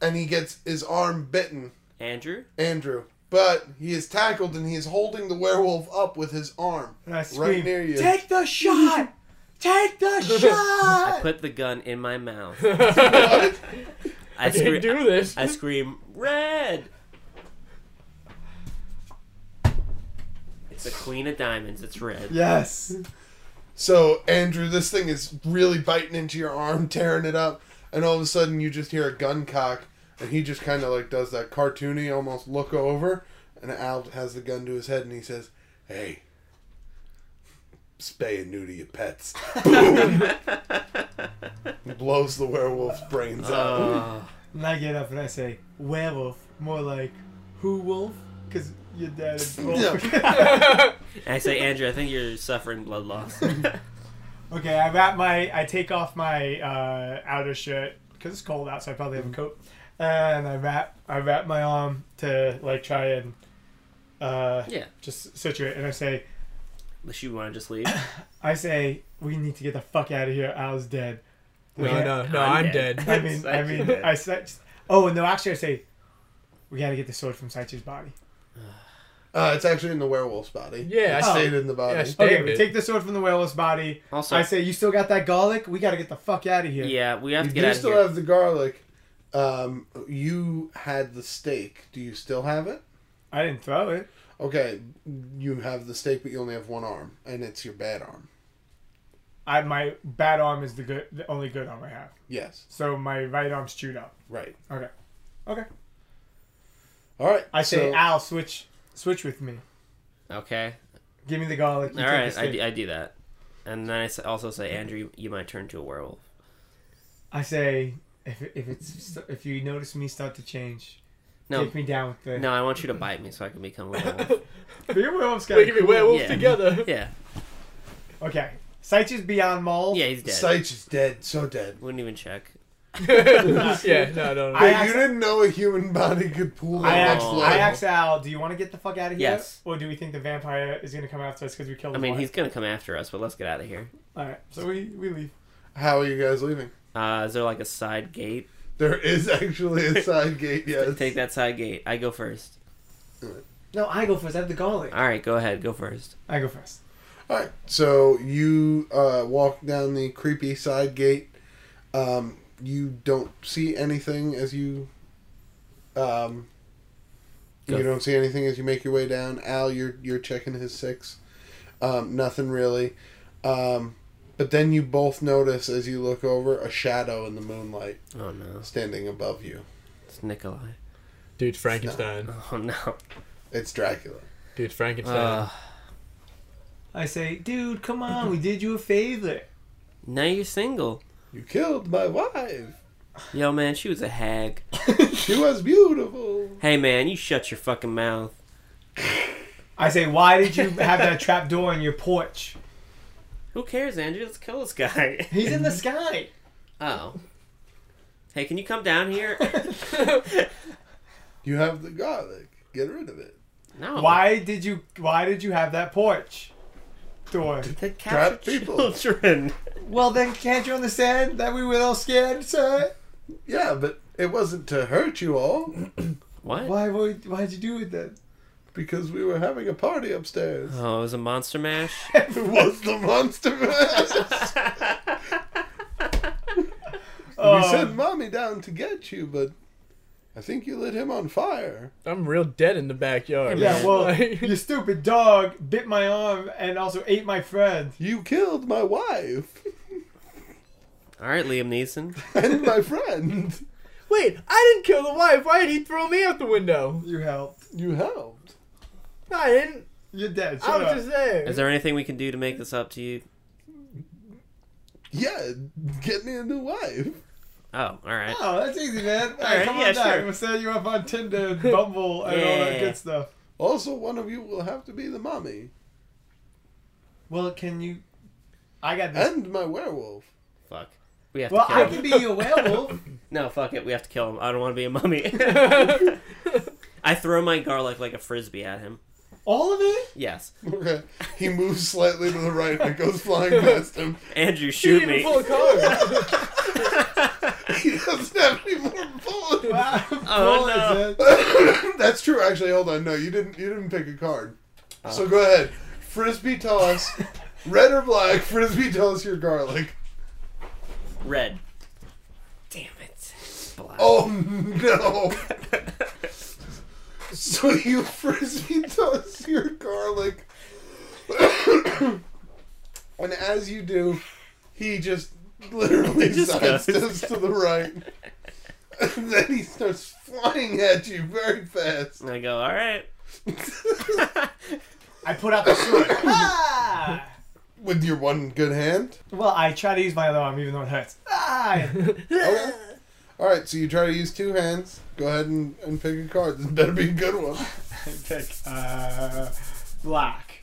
S3: and he gets his arm bitten,
S1: Andrew?
S3: Andrew. But he is tackled and he is holding the werewolf up with his arm
S2: And I
S3: right
S2: scream,
S3: near you.
S2: take the shot! Take the
S1: I
S2: shot!
S1: put the gun in my mouth.
S3: What?
S1: I,
S6: Can't
S1: scream,
S6: do this.
S1: I scream, red! It's the queen of diamonds. It's red.
S2: Yes.
S3: so, Andrew, this thing is really biting into your arm, tearing it up, and all of a sudden you just hear a gun cock and he just kind of like does that cartoony almost look over and Al has the gun to his head and he says, Hey, spay and neuter your pets. blows the werewolf's brains out.
S1: Uh,
S2: And I get up and I say, werewolf. More like, who wolf? Because your dad is wolf.
S1: and I say, Andrew, I think you're suffering blood loss.
S2: Okay, I wrap my, I take off my uh, outer shirt because it's cold out, so I probably have a coat, and I wrap, I wrap my arm to like try and uh,
S1: yeah.
S2: just situate, and I say,
S1: Unless you want to just leave.
S2: I say, we need to get the fuck out of here. Al's dead. We
S6: No,
S2: ha-
S6: no, no, I'm dead.
S2: I mean, I mean, I said, oh no, actually, I say, we gotta get the sword from Saichi's body.
S3: Uh, it's actually in the werewolf's body.
S6: Yeah,
S3: it
S6: I-
S3: stayed in the body.
S6: yeah, I st-
S2: Okay,
S6: Damn
S2: we
S6: it.
S2: take the sword from the whale's body.
S1: Also-
S2: I say, you still got that garlic? We gotta get the fuck out of here.
S1: Yeah, we have
S3: you
S1: to get
S3: do
S1: out of
S3: still
S1: here.
S3: have the garlic. Um, you had the steak. Do you still have it?
S2: I didn't throw it.
S3: Okay, you have the steak, but you only have one arm, and it's your bad arm.
S2: I my bad arm is the good, the only good arm I have.
S3: Yes,
S2: So my right arm's chewed up.
S3: right.
S2: Okay. Okay.
S3: All right.
S2: I say,
S3: so-
S2: Al, switch, switch with me.
S1: Okay.
S2: Give me the garlic. you
S1: All
S2: take the
S1: right, I
S2: steak.
S1: do, I do that. And then I s- also say, Andrew, you might turn to a werewolf.
S2: I say, If, if it's if you notice me start to change,
S1: No,
S2: take me down with the.
S1: no, I want you to bite me so I can become a werewolf.
S2: Being werewolves
S6: We
S2: gotta
S6: can be
S2: cool.
S6: werewolves
S1: Yeah.
S6: together.
S1: yeah,
S2: Okay, Sight is beyond mole.
S1: yeah, he's dead.
S3: Seitch is dead, so dead.
S1: Wouldn't even check.
S6: yeah, no, no, no.
S2: I
S3: Wait,
S2: asked-
S3: you didn't know a human body could pull
S2: I
S3: that
S2: asked,
S3: much
S1: Oh.
S2: I
S3: blood?
S2: asked Al, do you want to get the fuck out of here?
S1: Yes.
S2: Or do we think the vampire is going to come after us because we killed
S1: I
S2: his
S1: mean,
S2: wife?
S1: he's gonna come after us, but let's get out of here.
S2: All right, so we, we leave.
S3: How are you guys leaving?
S1: Uh, is there like a side gate?
S3: There is actually a side gate. Yes.
S1: Take that side gate. I go first.
S2: No, I go first. I have the gauntlet.
S1: All right, go ahead. Go first.
S2: I go first.
S3: All right. So you uh, walk down the creepy side gate. Um, you don't see anything as you. Um,
S1: Go.
S3: You don't see anything as you make your way down. Al, you're you're checking his six. Um, nothing really. Um, but then you both notice as you look over a shadow in the moonlight
S1: Oh no,
S3: standing above you.
S1: it's Nikolai.
S6: Dude, Frankenstein.
S1: Oh no.
S3: It's Dracula.
S6: Dude, Frankenstein.
S1: Uh,
S2: I say, dude, come on. We did you a favor.
S1: now you're single.
S3: You killed my wife.
S1: Yo, man, she was a hag.
S3: She was beautiful.
S1: Hey, man, you shut your fucking mouth.
S2: I say, why did you have that trap door in your porch?
S1: Who cares, Andrew? Let's kill this guy.
S2: He's in the sky.
S1: Oh. Hey, can you come down here?
S3: You have the garlic. Get rid of it.
S1: No.
S2: Why did you Why did you have that porch door?
S1: To capture
S3: Trap people.
S1: children.
S2: Well, then can't you understand that we were all scared, sir?
S3: Yeah, but it wasn't to hurt you all
S1: What?
S2: Why would Why'd you do it then?
S3: because we were having a party upstairs.
S1: Oh, it was a monster mash.
S3: it was the monster mash. we sent mommy down to get you, but I think you lit him on fire.
S6: I'm real dead in the backyard.
S2: Yeah,
S6: man.
S2: well,
S6: Like-
S2: your stupid dog bit my arm and also ate my friend.
S3: You killed my wife
S1: All right, Liam Neeson.
S3: and my friend.
S6: wait, I didn't kill the wife. Why did he throw me out the window?
S2: You helped.
S3: You helped.
S6: No, I didn't.
S2: You're dead.
S6: I
S2: Shut
S6: was
S2: up.
S6: just there.
S1: Is there anything we can do to make this up to you?
S3: Yeah, get me a new wife.
S1: Oh, all right.
S2: Oh, that's easy, man. All
S1: right,
S2: right, come
S1: yeah,
S2: on down.
S1: sure.
S2: We'll set you up on Tinder and Bumble and all
S1: Yeah.
S2: that good stuff.
S3: Also, one of you will have to be the mommy
S2: Well, can you? I got this.
S3: and my werewolf.
S1: Fuck. We have
S2: Well,
S1: to kill
S2: I
S1: him.
S2: can be your werewolf.
S1: No, fuck it. We have to kill him. I don't want to be a mummy. I throw my garlic like a frisbee at him.
S2: All of it?
S1: Yes.
S3: Okay. He moves slightly to the right and it goes flying past him.
S1: Andrew,
S6: He didn't
S1: shoot
S6: even
S1: me.
S6: pull a card.
S3: He doesn't have any more bullets.
S2: Wow.
S1: Oh,
S2: Bullets,
S1: no.
S2: man.
S3: That's true. Actually, hold on. No, you didn't. You didn't pick a card.
S1: Oh.
S3: So go ahead. Frisbee toss, red or black. Frisbee toss your garlic.
S1: Red. Damn it. Black.
S3: Oh no! so you frisbee toss your garlic, and as you do, he just literally
S1: just
S3: sidesteps
S1: goes.
S3: to the right, and then he starts flying at you very fast.
S1: And I go, all right.
S2: I put out the sword. ah!
S3: With your one good hand?
S2: Well, I try to use my other arm even though it hurts. Ah!
S3: Okay. Alright, so you try to use two hands. Go ahead and, and pick a card. This better be a good one.
S2: Pick. Uh, black.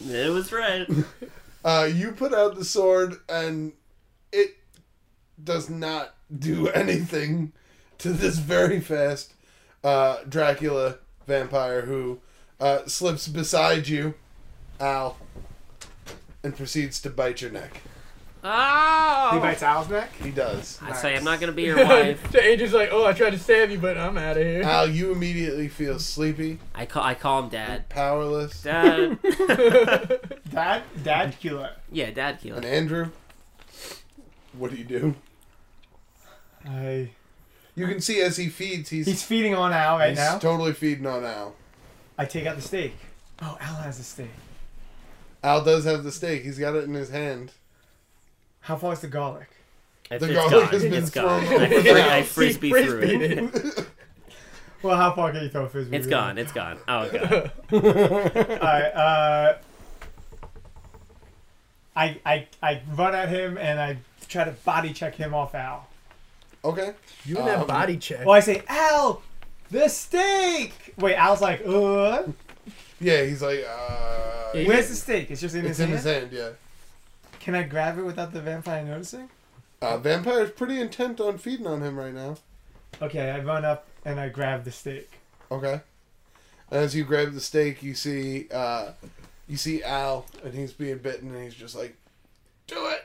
S1: It was red.
S3: Uh, you put out the sword, and it does not do anything to this very fast uh, Dracula vampire who uh, slips beside you, Al, and proceeds to bite your neck.
S2: He
S1: Oh!
S2: bites Al's neck.
S3: He does.
S1: I say, I'm not going to be your wife. Uh,
S6: the agent's like, oh, I tried to stab you, but I'm out of here.
S3: Al, you immediately feel sleepy,
S1: I call, I call him dad.
S3: powerless.
S1: Dad.
S2: Dad, dad killer.
S1: yeah, dad killed.
S3: And Andrew, what do you do?
S2: I...
S3: You can see as he feeds, he's,
S2: He's feeding on Al right
S3: he's
S2: now.
S3: totally feeding on Al.
S2: I take out the steak. Oh, Al has a steak.
S3: Al does have the steak. He's got it in his hand.
S2: How far is the garlic?
S1: It's,
S3: The
S1: it's
S3: garlic
S1: gone.
S3: has been
S1: It's gone.
S3: thrown
S1: I,
S3: over
S1: fri-
S3: the
S1: I
S3: house.
S1: frisbee
S6: He
S1: through
S6: frisbeed
S1: it.
S2: Well, how far can you throw a frisbee?
S1: It's
S2: really?
S1: gone. It's gone. Oh god.
S2: Alright, uh. I, I, I run at him and I to try to body check him off Al.
S3: Okay.
S6: You and
S1: Um,
S6: that body check.
S1: oh,
S2: Well, I say, Al, the steak. Wait, Al's like, uh,
S3: Yeah, he's like, uh,
S6: Yeah,
S2: where's the steak? It's just in
S3: it's
S2: his
S3: in his hand.
S2: hand.
S3: Yeah.
S2: Can I grab it without the vampire noticing?
S3: Uh, vampire's pretty intent on feeding on him right now.
S2: Okay, I run up and I grab the steak.
S3: Okay. As you grab the steak, you see, uh, you see Al, and he's being bitten, and he's just like, "Do it."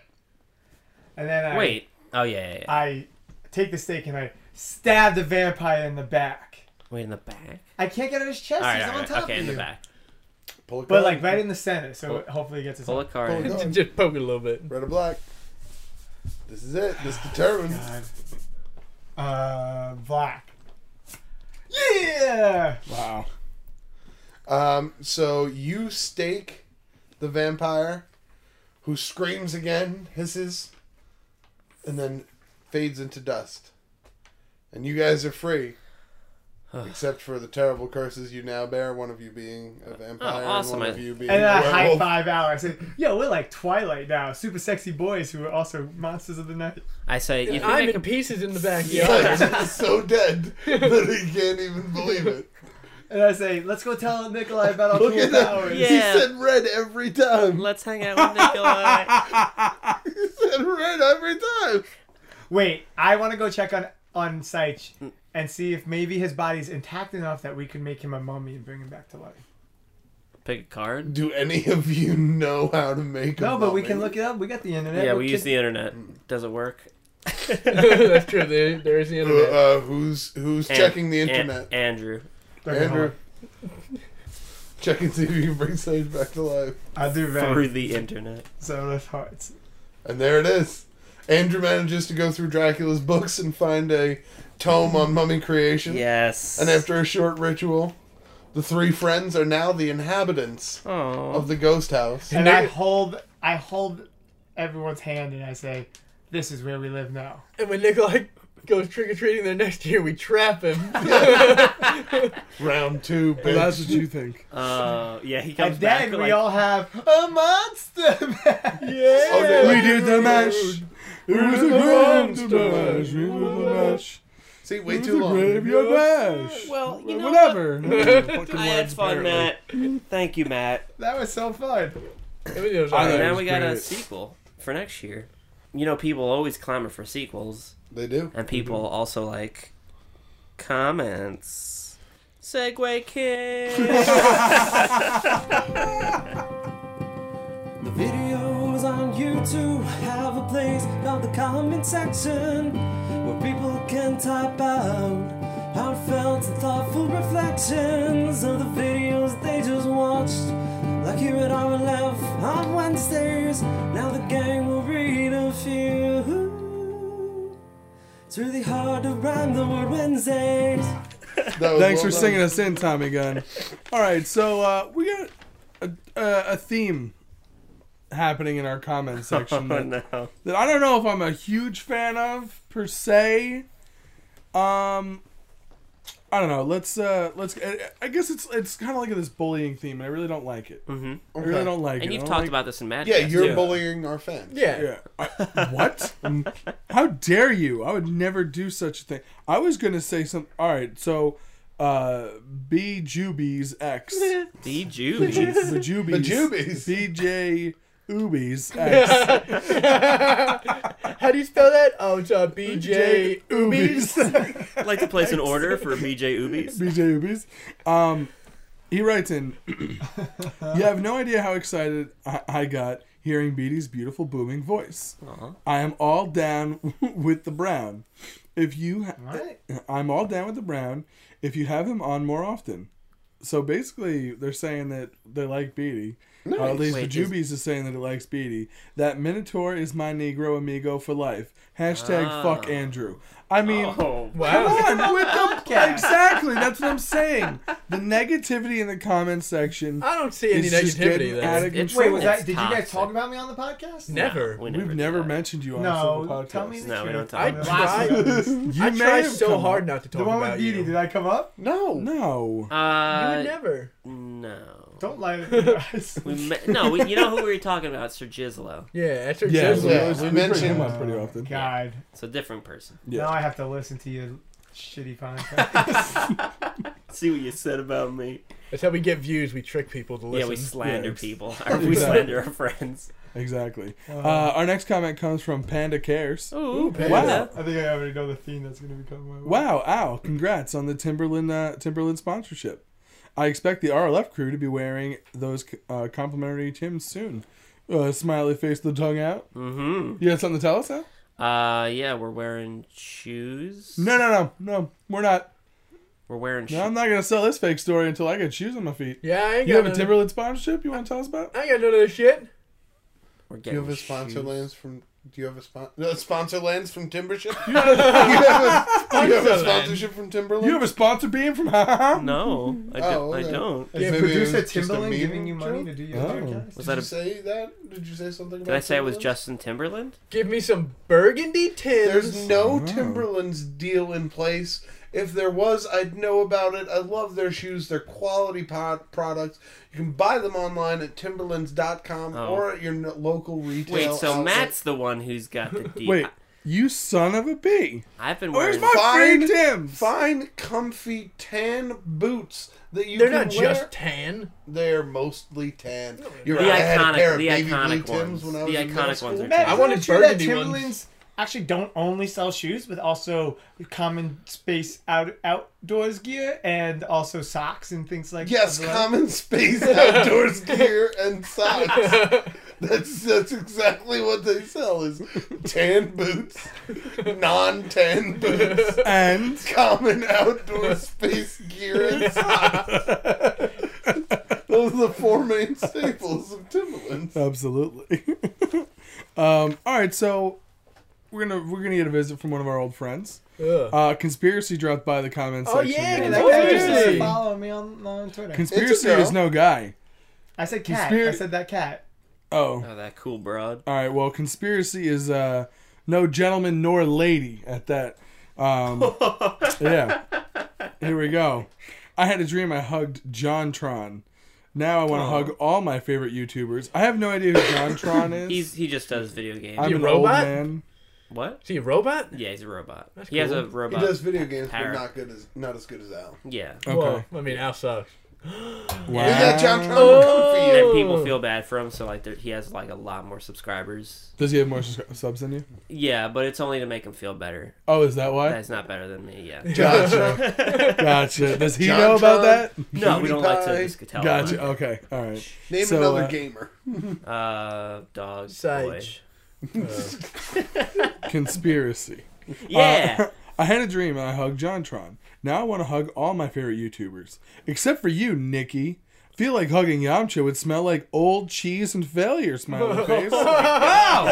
S2: And then I
S1: Wait. Oh yeah, yeah, yeah.
S2: I take the steak and I stab the vampire in the back.
S1: Wait in the back.
S2: I can't get out of his chest.
S1: All right,
S2: He's
S1: all
S2: on
S1: right.
S2: top
S1: okay,
S2: of
S1: in
S2: you.
S1: the back.
S3: Pull a
S2: But
S3: card.
S2: like right in the center, so it hopefully it gets his.
S1: Pull a card.
S3: Pull a card.
S6: Just poke it a little bit.
S3: red or black. This is it. This determines.
S2: Oh God. Uh, black. Yeah.
S4: Wow.
S3: Um, so you stake the vampire, who screams again, hisses, and then fades into dust. And you guys are free, except for the terrible curses you now bear. One of you being a vampire,
S1: Oh, awesome.
S3: and one of
S1: I-
S3: you being
S2: And then I
S3: a
S2: high
S3: werewolf.
S2: five Al. I said, "Yo, we're like Twilight now. Super sexy boys who are also monsters of the night."
S1: I say you think
S6: I'm
S1: I
S6: in
S1: could
S6: pieces in the
S3: He's
S6: backyard.
S3: like, he's so dead that he can't even believe it.
S2: And I say, "Let's go tell Nikolai about our
S3: Look
S2: cool
S3: at that.
S2: powers."
S3: He
S1: Yeah.
S3: said red every time.
S1: Let's hang out with Nikolai.
S3: He said red every time.
S2: Wait, I want to go check on on Seich and see if maybe his body's intact enough that we can make him a mummy and bring him back to life.
S1: Pick a card.
S3: Do any of you know how to make a
S2: No, but we
S3: mummy?
S2: can look it up. We got the internet.
S1: Yeah,
S2: We're
S1: we use the
S2: kids-
S1: internet. Does it work?
S6: That's true. There, there is the
S3: Uh,
S6: internet.
S3: uh, who's who's
S1: An-
S3: checking the
S1: An-
S3: internet?
S1: Andrew.
S2: Okay, hold on.
S3: Andrew. Check and see if you can bring Sage back to life.
S2: I'll do
S1: Through
S2: that.
S1: the internet.
S2: So with hearts.
S3: And there it is. Andrew manages to go through Dracula's books and find a tome on mummy creation.
S1: Yes.
S3: And after a short ritual, the three friends are now the inhabitants
S1: Oh.
S3: of the ghost house.
S2: And I hold, I hold everyone's hand and I say, "This is where we live now."
S6: And when Nikolai goes trick or treating there next year, we trap him.
S3: Round two,
S4: Well,
S3: bitch.
S4: that's what you think.
S1: Uh, yeah, he comes
S2: And
S1: back.
S2: then we
S1: like,
S2: all have a monster. yeah.
S3: Oh,
S4: We
S3: yeah.
S4: did the mash. It was a graveyard mash. We did the mash.
S3: See,
S4: It
S3: way
S4: was
S3: too
S4: a
S3: long.
S4: graveyard mash.
S1: Well, you know
S4: whatever.
S1: I had fun, Matt. Thank you, Matt.
S2: That was so fun.
S6: It was
S4: I
S6: alright.
S4: That
S1: now
S4: was
S1: we got a
S4: great.
S1: sequel for next year. You know, people always clamor for sequels,
S3: They do.
S1: and people also like comments. Segway Kid.
S5: The videos on YouTube have a place called the comment section where people can type out heartfelt and thoughtful reflections of the videos they just watched. Like here at RLF on Wednesdays, now the gang will read a few. It's really hard to rhyme the word Wednesdays.
S3: That was
S4: Thanks
S3: well done.
S4: for singing us in, Tommy Gunn. All right, so uh, we got a, a, a theme happening in our comment section
S1: oh
S4: that,
S1: no.
S4: that I don't know if I'm a huge fan of per se. Um, I don't know. Let's uh, let's. I, I guess it's it's kind of like this bullying theme, and I really don't like it.
S1: hmm
S4: I really
S3: Okay.
S4: don't like it.
S1: And
S4: I
S1: you've
S4: don't
S1: talked
S4: like-
S1: about this in Mad.
S3: Yeah,
S1: Cast,
S3: you're
S1: too.
S3: bullying our fans.
S6: Yeah.
S4: Yeah. I- what? How dare you? I would never do such a thing. I was gonna say some. All right, so uh, B Juby's ex, the
S1: The Jews.
S4: Jubies,
S3: Jubies.
S4: BJ Ubies ex,
S6: How do you spell that? Oh, it's uh, BJ
S4: Ubies,
S6: Ubies.
S1: I'd like to place an order for BJ Ubies.
S4: BJ Ubies. Um, he writes in. you have no idea how excited I, I got hearing Beatty's beautiful booming voice.
S1: Aw.
S4: I am all down with the brown. If you ha-
S2: What?
S4: I'm all down with the Brown if you have him on more often. So basically, they're saying that they like Beatty. Or at least
S1: Wait,
S4: the Jubies is... saying that he likes Beatty. That Minotaur is my Negro amigo for life. Hashtag fuck Andrew. I mean,
S1: Ah. Oh.
S4: come
S6: Wow.
S4: on with the
S2: Podcast.
S4: exactly. That's what I'm saying. The negativity in the comment section.
S6: I don't see any
S4: It's just
S6: negativity
S4: getting
S6: there.
S4: out of
S1: It's-
S4: control.
S2: Wait, was that?
S1: It's
S2: Did you guys
S1: toxic.
S2: talk about me on the podcast?
S6: Never.
S1: We
S4: We've
S1: do
S4: never
S1: that.
S4: mentioned you on a single
S2: No.
S4: podcast.
S2: Tell me the
S1: No,
S2: truth.
S1: we don't talk
S6: I
S1: about
S6: tried-
S1: that.
S2: Last one.
S4: You
S6: I
S4: may
S6: tried
S4: have
S6: so
S4: come
S6: hard
S4: up-
S6: not to
S2: The
S6: talk
S2: one with
S6: about
S2: Didi.
S6: you.
S2: Did I come up?
S3: No.
S4: No.
S1: Uh,
S6: you would never.
S1: mm, No.
S2: Don't lie to me, guys.
S1: We met, no, we, you know who we were talking about? Sir Gizlo.
S6: Yeah, that's her
S4: Yeah,
S6: Jizzle.
S4: we always-
S3: we
S4: we bring
S3: mentioned-
S4: him up pretty often.
S2: God.
S1: It's a different person.
S4: Yeah.
S2: Now I have to listen to you shitty podcast.
S1: See what you said about me.
S6: That's how we get views. We trick people to listen.
S1: Yeah, we slander
S4: Yeah, ex-
S1: people. Or we
S4: Exactly.
S1: slander our friends.
S4: Exactly. Uh, our next comment comes from Panda Cares.
S1: Ooh,
S4: Wow.
S2: I think I already know the theme that's going to be coming my way.
S4: Wow, ow, congrats on the Timberland uh, Timberland sponsorship. I expect the RLF crew to be wearing those uh, complimentary Tims soon. Uh, smiley face, the tongue out.
S1: Mm-hmm.
S4: You got something to tell us now?
S1: Uh, yeah, we're wearing shoes.
S4: No, no, no, no. We're not.
S1: We're wearing
S4: No, I'm
S1: shoes.
S4: not gonna sell this fake story until I get shoes on my feet.
S6: Yeah, I ain't
S4: You
S6: got
S4: have a
S6: none-
S4: Timberland sponsorship you want to tell us about?
S6: I ain't got none of this shit.
S1: We're
S3: Do you
S1: getting
S3: have a sponsor
S1: shoes.
S3: lens from? Do you have a sponsor? No, sponsor lens from Timbership. you have a, you have a
S6: Sponsor lens.
S3: sponsorship from Timberland.
S4: You have a sponsor being from Ha Ha Ha?
S1: No, I,
S3: Oh,
S1: do-
S3: okay.
S1: I don't.
S3: Is
S2: Is
S3: maybe it
S2: producer
S3: was just a
S2: Timberland
S3: meme
S2: giving you money
S3: joke?
S2: to do your
S4: Oh.
S1: Was
S2: podcast?
S3: Did
S1: that
S3: you
S1: a?
S3: say that? Did you say something?
S1: Did I say it was Justin Timberland?
S6: Give me some burgundy tips.
S3: There's no
S4: Oh.
S3: Timberlands deal in place. If there was, I'd know about it. I love their shoes. They're quality pod products. You can buy them online at timberlands.com
S1: Oh.
S3: or at your n- local retail.
S1: Wait, so
S3: outlet.
S1: Matt's the one who's got the deal.
S4: Wait, you son of a bee!
S1: I've been
S4: Where's
S1: wearing.
S4: my
S3: Fine.
S4: free Tims?
S3: fine, comfy tan boots that you
S6: They're
S3: can
S6: not
S3: wear.
S6: just tan.
S3: They're mostly tan. You're
S1: The
S3: right, I had a
S1: iconic-
S3: pair of
S1: the
S3: baby
S1: iconic
S3: blue Tims
S1: ones.
S3: when I
S1: The
S3: was in middle
S1: iconic ones
S3: school.
S1: are
S2: Matt,
S1: I
S2: I
S6: wanted
S2: wanted true that
S6: burgundy ones.
S2: Timberlands actually don't only sell shoes, but also common space out outdoors gear and also socks and things like
S3: Yes,
S2: of the like.
S3: common space outdoors gear and socks. That's that's exactly what they sell is tan boots, non tan boots,
S4: And
S3: common outdoor space gear and socks. Those are the four main staples of Timberlands.
S4: Absolutely. um, all right, so we're gonna we're gonna get a visit from one of our old friends.
S6: Ugh.
S4: Uh, conspiracy dropped by the comment
S6: Oh,
S4: section.
S6: yeah,
S2: Hey,
S4: and-
S2: that guy
S6: Conspiracy.
S2: just started following me on, on Twitter.
S4: conspiracy
S3: girl.
S4: is no guy.
S2: I said cat. I
S4: Conspira-
S2: said that cat.
S4: Oh,
S1: Oh, that cool broad.
S4: all right. Well, conspiracy is uh, no gentleman nor lady at that. Um, yeah. Here we go. I had a dream. I hugged JonTron. Now I
S1: Oh.
S4: want to hug all my favorite YouTubers. I have no idea who JonTron is.
S1: He's he just does video games.
S4: I'm
S6: He a
S4: an
S6: robot?
S4: old man.
S1: what?
S6: Is he a robot?
S1: Yeah, he's a robot.
S6: That's
S1: he has a
S6: cool.
S3: He
S1: robot.
S3: does video games, but
S1: Parrot.
S3: not good as not as good as Al.
S1: Yeah.
S4: Okay.
S6: Well, I mean, Al sucks.
S4: Wow.
S3: We got John Trump
S6: Oh.
S3: coming
S1: And people feel bad for him, so like there- he has like a lot more subscribers.
S4: Does he have more subs- subs than you?
S1: Yeah, but it's only to make him feel better.
S4: Oh, is that why?
S1: That's not better than me. Yeah.
S3: for you. Gotcha.
S4: Gotcha. Does he
S3: John
S4: know about
S3: Tron.
S4: that?
S1: No, we don't like to
S3: PewDiePie.
S1: just tell
S4: Gotcha.
S1: him.
S4: Okay. All right.
S3: Name
S4: So,
S3: another
S4: uh,
S3: gamer.
S1: Uh, dog. Boy.
S6: Sage.
S4: Conspiracy.
S1: Yeah.
S4: Uh, I had a dream and I hugged JonTron. Now I want to hug all my favorite YouTubers, except for you, Nikki. Feel like hugging Yamcha would smell like old cheese and failure. Smiling face. Wow!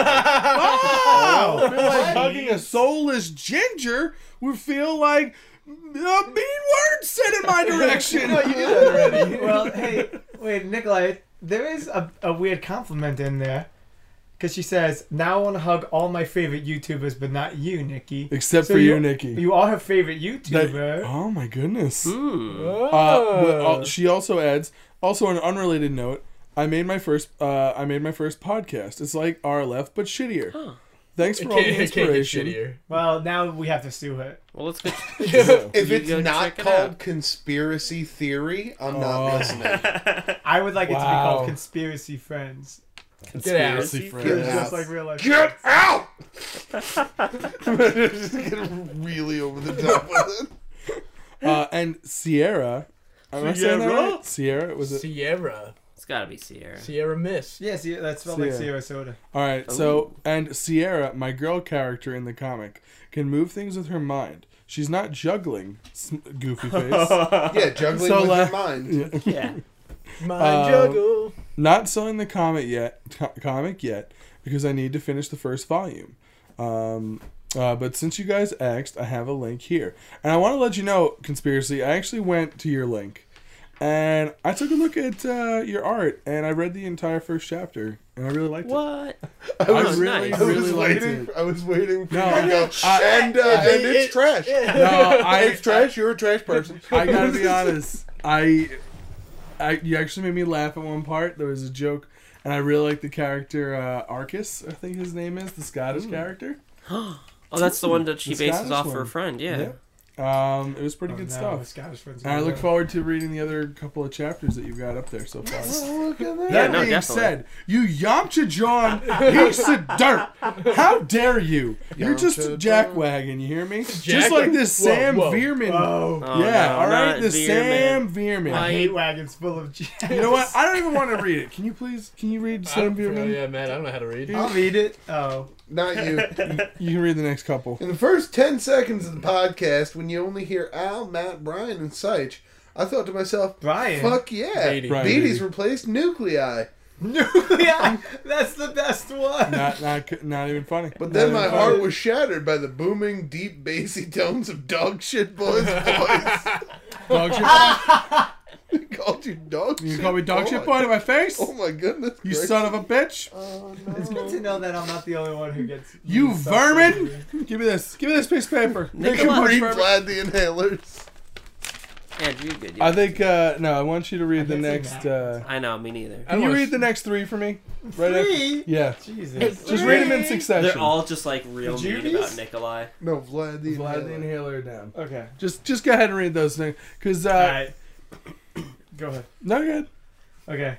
S4: Feel like hugging a soulless ginger would feel like a mean word said in my direction.
S6: Oh, you did that already.
S2: well, hey, wait, Nikolai, there is a, a weird compliment in there. Because she says, now I want to hug all my favorite YouTubers, but not you, Nikki.
S4: Except for you, Nikki.
S2: You are her favorite
S4: That-
S2: YouTuber.
S4: oh my goodness.
S1: Hmm.
S4: Uh, but,
S6: Oh.
S4: uh, she also adds, also on an unrelated note, I made my first uh, I made my first podcast. It's like RLF but shittier. Thanks
S6: It
S4: for all
S6: can't,
S4: the
S6: it can't get
S4: inspiration.
S6: shittier.
S2: Well, now we have to sue her.
S1: Well, let's go.
S3: If
S1: You
S3: it's
S1: go
S3: not
S1: check it
S3: called
S1: out.
S3: conspiracy theory, I'm not
S4: Oh.
S3: listening.
S2: I would like it to be
S4: Wow.
S2: called Conspiracy Friends.
S1: Conspiracy
S4: friend.
S3: Get
S2: It's
S3: out.
S2: just like real life.
S3: Get out! Just get really over the top with it.
S4: Uh, and Sierra, am I saying that
S1: Sierra?
S4: right? Sierra was it?
S6: Sierra.
S1: It's gotta be Sierra.
S6: Sierra Miss.
S2: Yes, yeah, that's spelled like
S4: Sierra.
S2: Sierra Soda.
S4: All right. So and Sierra, my girl character in the comic, can move things with her mind. She's not juggling, sm- goofy face.
S3: Yeah, juggling
S4: So,
S3: with
S4: uh,
S3: your mind.
S1: Yeah.
S6: My
S1: Um,
S4: Uh,
S6: juggle.
S4: not selling the comic yet co- comic yet because i need to finish the first volume um, uh, but since you guys asked i have a link here and i want to let you know conspiracy i actually went to your link and i took a look at uh, your art and i read the entire first chapter and i really liked it
S1: What?
S4: i
S1: was
S4: really
S1: nice.
S3: I was
S4: really liked
S3: waiting.
S4: it
S3: I was waiting for
S4: No,
S3: you to go.
S4: I-
S3: and uh, and it's
S6: It-
S3: trash.
S6: yeah.
S4: no, I,
S3: it's trash. You're a trash person.
S4: I gotta be honest i I, you actually made me laugh at one part. There was a joke, and I really like the character uh, Arcus. I think his name is the Scottish
S1: Hmm.
S4: character.
S1: Oh, that's the one that she
S4: The
S1: bases
S4: Scottish
S1: off her
S4: one.
S1: friend. Yeah.
S4: Um, it was pretty
S2: Oh,
S4: good
S2: no, the
S4: stuff.
S2: Scottish friends.
S4: And I look forward to reading the other couple of chapters that you've got up there so far.
S3: Look at that.
S1: Yeah,
S4: that
S1: no,
S4: being
S1: definitely.
S4: said, you Yamcha John piece of dirt. How dare you? You're just a
S3: Yamcha
S4: jackwagon, you hear me?
S6: Jack-
S4: Just like this
S6: Whoa,
S4: Sam
S6: whoa.
S4: Veerman.
S2: Oh,
S1: Oh,
S4: yeah,
S1: no,
S4: all right,
S1: not
S4: the
S1: Veer, man.
S4: Sam Veerman.
S2: my
S1: I-
S2: hate wagon's full of jazz.
S4: You know what? I don't even want to read it. Can you please? Can you read
S6: I
S4: Sam
S6: don't know,
S4: Veerman?
S6: yeah, man, I don't know how to read.
S2: I'll read it. Oh,
S3: Not you.
S4: You can read the next couple.
S3: In the first 10 seconds of the podcast, when you only hear Al, Matt, Brian, and Seich, I thought to myself,
S2: Brian.
S3: fuck yeah.
S6: Beatty.
S4: Brian
S3: Beatty's
S4: Beatty.
S3: replaced Nuclei.
S2: yeah, that's the best one.
S4: Not, not, not even funny.
S3: But
S4: Not
S3: then
S4: even
S3: my
S4: funny.
S3: heart was shattered by the booming, deep, bassy tones of dog shit boys voice.
S4: Dog shit boy.
S3: They called you dog
S4: You
S3: shit
S4: call me dog shit boy to my face?
S3: Oh my goodness.
S4: You
S3: gracious.
S4: son of a bitch.
S3: Oh, no.
S2: It's good to know that I'm not the only one who gets.
S4: You
S2: gets
S4: vermin. Give me this. Give me this piece of paper.
S1: Nick,
S4: Thank you
S1: come on.
S4: much,
S3: Green
S4: vermin.
S3: Vlad the Inhalers.
S1: Yeah, you good. you-
S4: I think uh, no. I want you to read
S2: I
S4: the
S2: can't see
S4: next. Uh,
S2: that.
S1: I know, me neither.
S6: I
S4: can you
S6: wanna
S4: read
S6: s-
S4: the next three for me? Right after-
S2: Three.
S4: Yeah.
S2: Jesus.
S4: Just read them in
S1: They're
S4: succession.
S1: all just like real
S2: The
S1: mean
S2: Judies?
S1: about Nikolai.
S3: No, Vlad the
S4: Vlad the
S3: Inhaler.
S4: inhaler down.
S2: Okay.
S4: Just just go ahead and read those things, cause uh,
S2: All right. Go ahead.
S4: no good.
S2: Okay.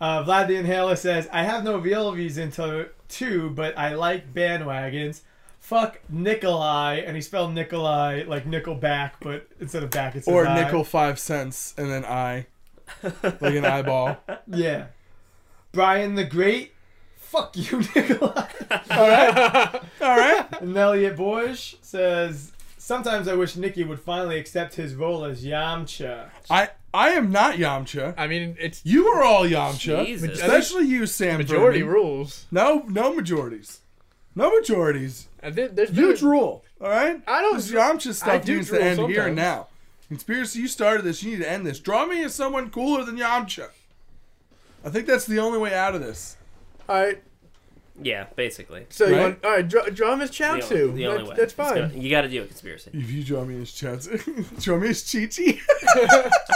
S2: Uh, Vlad the Inhaler says, I have no real reason to, to, but I like bandwagons. Fuck Nikolai. And he spelled Nikolai like Nickelback, but instead of back, it's
S4: Or nickel five cents and then eye, like an eyeball.
S2: Yeah. Brian the Great. Fuck you, Nikolai.
S4: All right, all right.
S2: and Elliot Borsch says, Sometimes I wish Nikki would finally accept his role as Yamcha.
S4: I I am not Yamcha.
S6: I mean, it's
S4: You are all Yamcha,
S1: Jesus.
S4: especially you, Sam.
S6: majority
S4: Vermin.
S6: rules.
S4: No, no majorities. No majorities.
S6: And Uh, there- there's been-
S4: Huge rule. All right.
S6: I don't-
S4: This Yamcha
S6: I
S4: stuff
S6: do
S4: needs to
S6: drool
S4: end here
S6: sometimes.
S4: and now. Conspiracy, you started this. You need to end this. Draw me as someone cooler than Yamcha. I think that's the only way out of this.
S6: All right,
S1: Yeah, basically.
S6: so you
S4: Right?
S6: want all right? Draw, draw Miss Chow
S1: The only,
S6: too.
S1: the only
S6: That's,
S1: way.
S6: that's
S1: It's
S6: fine.
S1: gonna- you got to do a conspiracy.
S4: If you draw me as Chaozu, draw me as Chi Chi.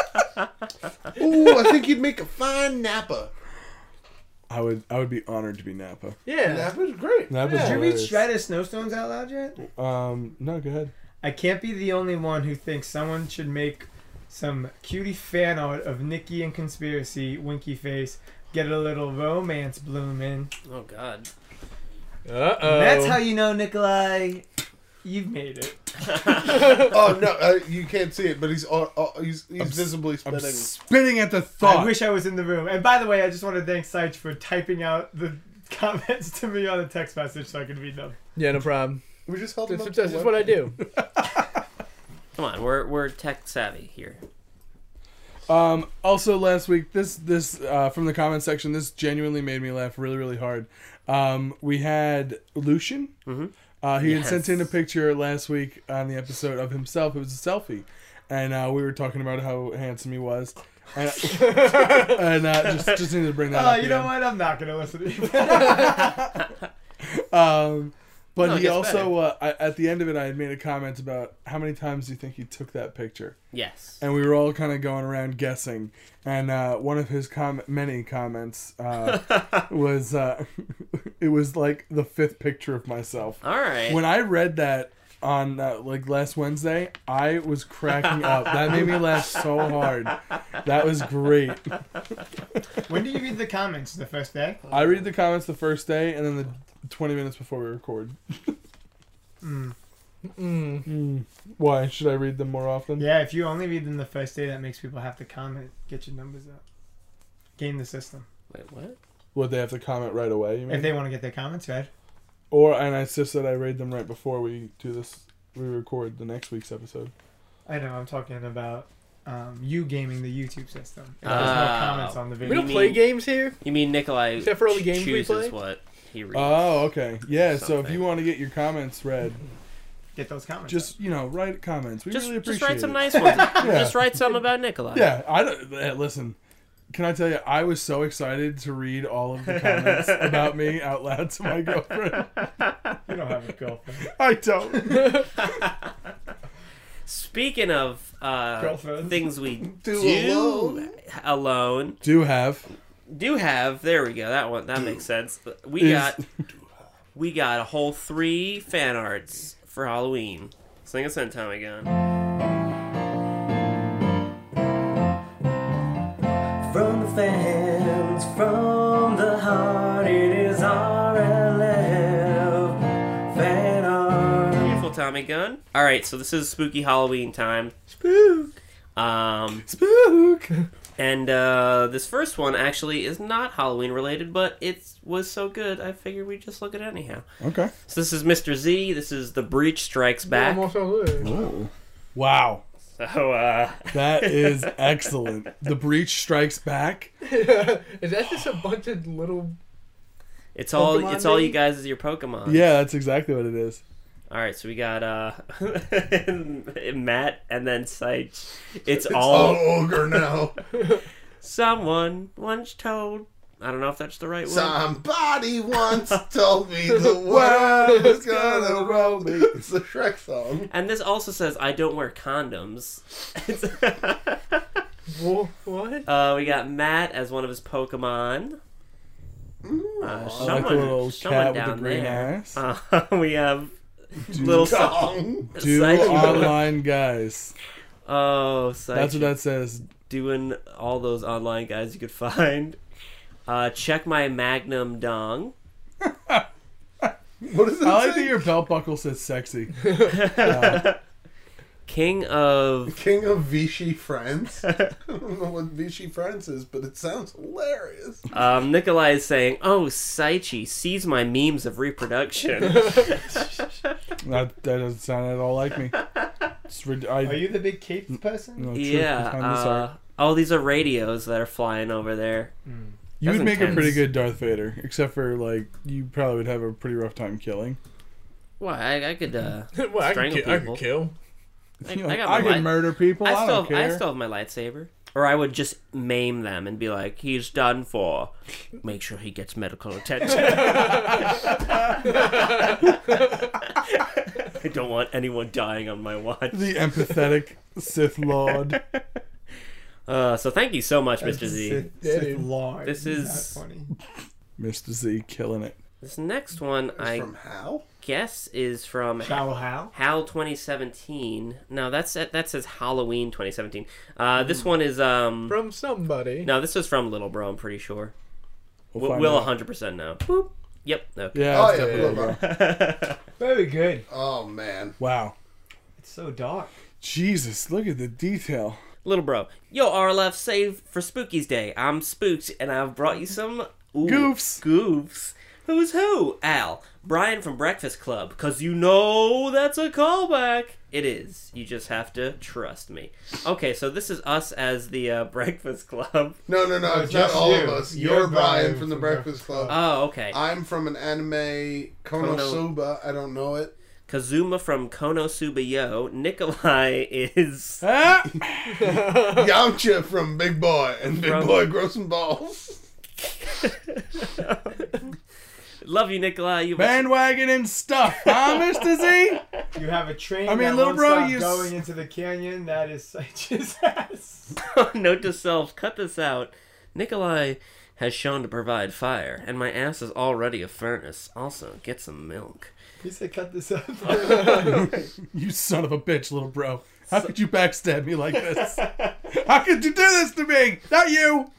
S3: Ooh, I think you'd make a fine Napa.
S4: I would. I would be honored to be Nappa.
S6: Yeah.
S3: Napa's great.
S4: Nappa's
S2: Did you read
S4: hilarious.
S2: Shred of Snowstones out loud yet?
S4: Um. No. Go ahead.
S2: I can't be the only one who thinks someone should make some cutie fan art of Nikki and Conspiracy, Winky Face, get a little romance bloomin'.
S1: Oh God.
S6: Uh oh.
S2: That's how you know, Nikolai, you've made it.
S3: Oh no, uh, you can't see it, but he's uh, uh, he's, he's visibly
S4: I'm
S3: spitting.
S4: spitting at the thought.
S2: I wish I was in the room. And by the way, I just want to thank Seich for typing out the comments to me on the text message so I could read them.
S6: Yeah, no problem.
S3: we just held him
S6: That's,
S3: up. to
S6: that's
S3: the
S6: just what I do.
S1: Come on, we're we're tech savvy here.
S4: Um, also, last week, this this uh, from the comment section, this genuinely made me laugh really, really hard. Um, we had Lucian. Mm-hmm. Uh, he
S1: Yes.
S4: had sent in a picture last week on the episode of himself. It was a selfie, and uh, we were talking about how handsome he was. And, and uh, just just needed to bring that
S2: Oh,
S4: up.
S2: you know what? I'm not going to listen to you.
S4: what? Um, but
S1: No, it
S4: he
S1: gets
S4: also uh, I, at the end of it, I had made a comment about how many times do you think he took that picture.
S1: Yes.
S4: and we were all kind of going around guessing. And uh, one of his com- many comments uh, was, uh, "It was like the fifth picture of myself."
S1: All right.
S4: When I read that on uh, like last Wednesday, I was cracking up. That made me laugh so hard. That was great.
S2: when do you read the comments? The first day?
S4: I read the comments the first day, and then the twenty minutes before we record.
S6: Mm.
S4: Hmm. Why should I read them more often?
S2: Yeah, if you only read them the first day, that makes people have to comment, get your numbers up, game the system.
S1: Wait, what?
S4: Would they have to comment right away? You mean?
S2: If they want to get their comments read.
S4: or and I just said I read them right before we do this. We record the next week's episode.
S2: I know, I'm talking about um, you gaming the YouTube system. If there's
S1: Ah.
S2: no comments on the
S6: We
S2: video.
S6: don't
S1: You
S6: play
S1: mean-
S6: games here.
S1: You mean Nikolai
S6: Except for all the games we
S1: chooses
S6: play?
S1: what he reads?
S4: Oh, okay. Yeah, so if
S1: something.
S4: you want to get your comments read,
S2: Get those comments.
S4: just, you know, write comments. We
S1: just
S4: really appreciate
S1: just write some
S4: it.
S1: nice ones.
S4: Yeah.
S1: Just write some about Nikolai.
S4: Yeah, I don't, eh, listen. Can I tell you, I was so excited to read all of the comments about me out loud to my girlfriend.
S2: up. you don't have a girlfriend.
S4: I don't.
S1: Speaking of uh,
S2: Girlfriends.
S1: things we do,
S3: Do alone.
S1: alone,
S4: Do have
S1: do have. There we go. That one that makes sense. We
S4: Is-
S1: got we got a whole three fan arts for Halloween. Sing us in, Tommy Gun.
S5: From the fans, from the heart, it is RLF fan art.
S1: Beautiful Tommy Gun. All right, so this is spooky Halloween time.
S4: spook,
S1: Um,
S4: spook.
S1: and uh, this first one actually is not Halloween related, but it was so good I figured we'd just look at it anyhow.
S4: Okay.
S1: So this is Mr. Z. This is The Breach Strikes Back.
S6: Almost always.
S4: Wow,
S1: So uh,
S4: that is excellent. The breach strikes back.
S6: is that just a bunch of little?
S1: it's all
S6: Pokemon
S1: it's all you
S6: maybe?
S1: guys is your Pokemon.
S4: Yeah, that's exactly what it is.
S1: All right, so we got uh, Matt and then Sage. It's,
S3: all
S1: all
S3: Oh, ogre now.
S1: someone once told. I don't know if that's the right word.
S3: Somebody once told me the world was gonna roll me. It's the Shrek song.
S1: And this also says I don't wear condoms.
S6: Wha- What?
S1: uh, we got Matt as one of his Pokemon. Uh,
S4: I like the little cat with the green eyes.
S1: Uh, we have little
S3: Song.
S4: Two
S1: Sage-
S4: online guys.
S1: Oh, Sage.
S4: That's what that says.
S1: doing all those online guys you could find. Uh, check my Magnum dong.
S3: What is it?
S4: I like
S3: say?
S4: that your belt buckle says sexy.
S1: King of
S3: King of Vichy France. I don't know what Vichy France is, but it sounds hilarious.
S1: um, Nikolai is saying, "Oh, Saichi sees my memes of reproduction."
S4: That, that doesn't sound at all like me. It's rid- I,
S2: Are you the big cape person?
S4: Mm, no, truth
S1: yeah.
S4: behind this
S1: Uh,
S4: art.
S1: all these are radios that are flying over there.
S4: you would
S1: that's
S4: make a pretty
S1: intense.
S4: good Darth Vader, except for like you probably would have a pretty rough time killing.
S1: Why I, I could. Uh,
S6: well, I could,
S1: Strangle
S6: ki- I
S1: people.
S6: could kill.
S1: I,
S4: You know,
S1: I got
S4: I
S1: my
S4: could
S1: light-
S4: murder people. I,
S1: I still,
S4: don't
S1: have,
S4: care.
S1: I still have my lightsaber, or I would just maim them and be like, "He's done for. Make sure he gets medical attention." I don't want anyone dying on my watch.
S4: the empathetic Sith Lord.
S1: Uh, so thank you so much, Mr. Z.
S2: Sith,
S6: Yeah,
S2: Sith
S6: dude.
S2: Lord.
S1: This is-
S2: Not funny.
S4: Mr. Z killing it.
S3: Oh,
S1: This next one, I
S3: From how?
S1: guess, is from
S2: Chow How?
S1: Hal 2017. No, that's that says Halloween 2017. Uh,
S4: Hmm.
S1: this one is um.
S6: From somebody.
S1: No, this is from Little Bro. I'm pretty sure.
S4: We'll
S1: We'll, we'll
S4: find out.
S1: 100% know. Boop. Yep. Okay.
S4: Yeah.
S3: Oh
S4: it's
S3: yeah,
S4: definitely
S3: Wilbur.
S4: Wilbur.
S2: Very good.
S3: Oh man.
S4: Wow.
S2: It's so dark.
S4: Jesus, look at the detail.
S1: Little bro, yo RLF, save for Spookies Day. I'm Spooked, and I've brought you some ooh,
S4: Goofs.
S1: Goofs. Who's who? Al, Brian from Breakfast Club, cause you know that's a callback. It is. You just have to trust me. Okay, so this is us as the uh, Breakfast Club.
S3: No, no, no.
S2: No,
S3: it's not
S2: just
S3: all of
S2: you.
S3: us.
S2: You're
S3: You're, Brian
S2: Brian
S3: from The
S2: from
S3: Breakfast Club.
S1: Oh, okay.
S3: I'm from an anime Konosuba. I don't know it.
S1: Kazuma from Konosuba Yo. Nikolai is
S4: Ah!
S3: Yamcha from Big Boy and Big
S1: From-
S3: Boy Grow Some Balls.
S1: love you, Nikolai. You
S4: Bandwagon and stuff, huh, Mr. Z?
S2: You have a train.
S4: I mean,
S2: that
S4: little
S2: won't
S4: bro,
S2: stop
S4: you s-
S2: going into the canyon. That is Saichi's ass.
S1: Note to self, cut this out. Nikolai has shown to provide fire, and my ass is already a furnace. Also, get some milk.
S2: He said, "Cut this up."
S4: You son of a bitch, little bro. How could you backstab me like this? How could you do this to me? Not you.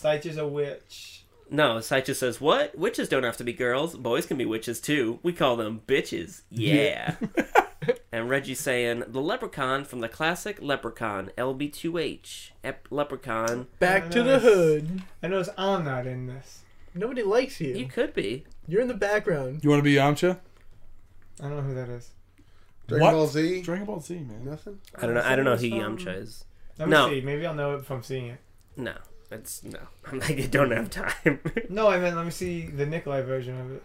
S2: Saichi's a witch.
S1: No, Saicha says, What? Witches don't have to be girls. Boys can be witches too. We call them bitches. Yeah. and Reggie's saying, The leprechaun from the classic leprechaun, LB2H. Ep- leprechaun.
S6: Back to the
S2: Nice.
S6: hood.
S2: I notice I'm not in this.
S6: Nobody likes you.
S1: You could be.
S6: You're in the background.
S4: You want to be Yamcha?
S2: I don't know who that is.
S3: Dragon
S4: What?
S3: Ball Z.
S4: Dragon Ball Z, man.
S3: Nothing.
S1: I don't know. I don't know who Yamcha is.
S2: Let me
S1: No.
S2: see. Maybe I'll know it from seeing it.
S1: No, it's no. I'm like, I don't have time.
S2: No, I meant let me see the Nikolai version of it.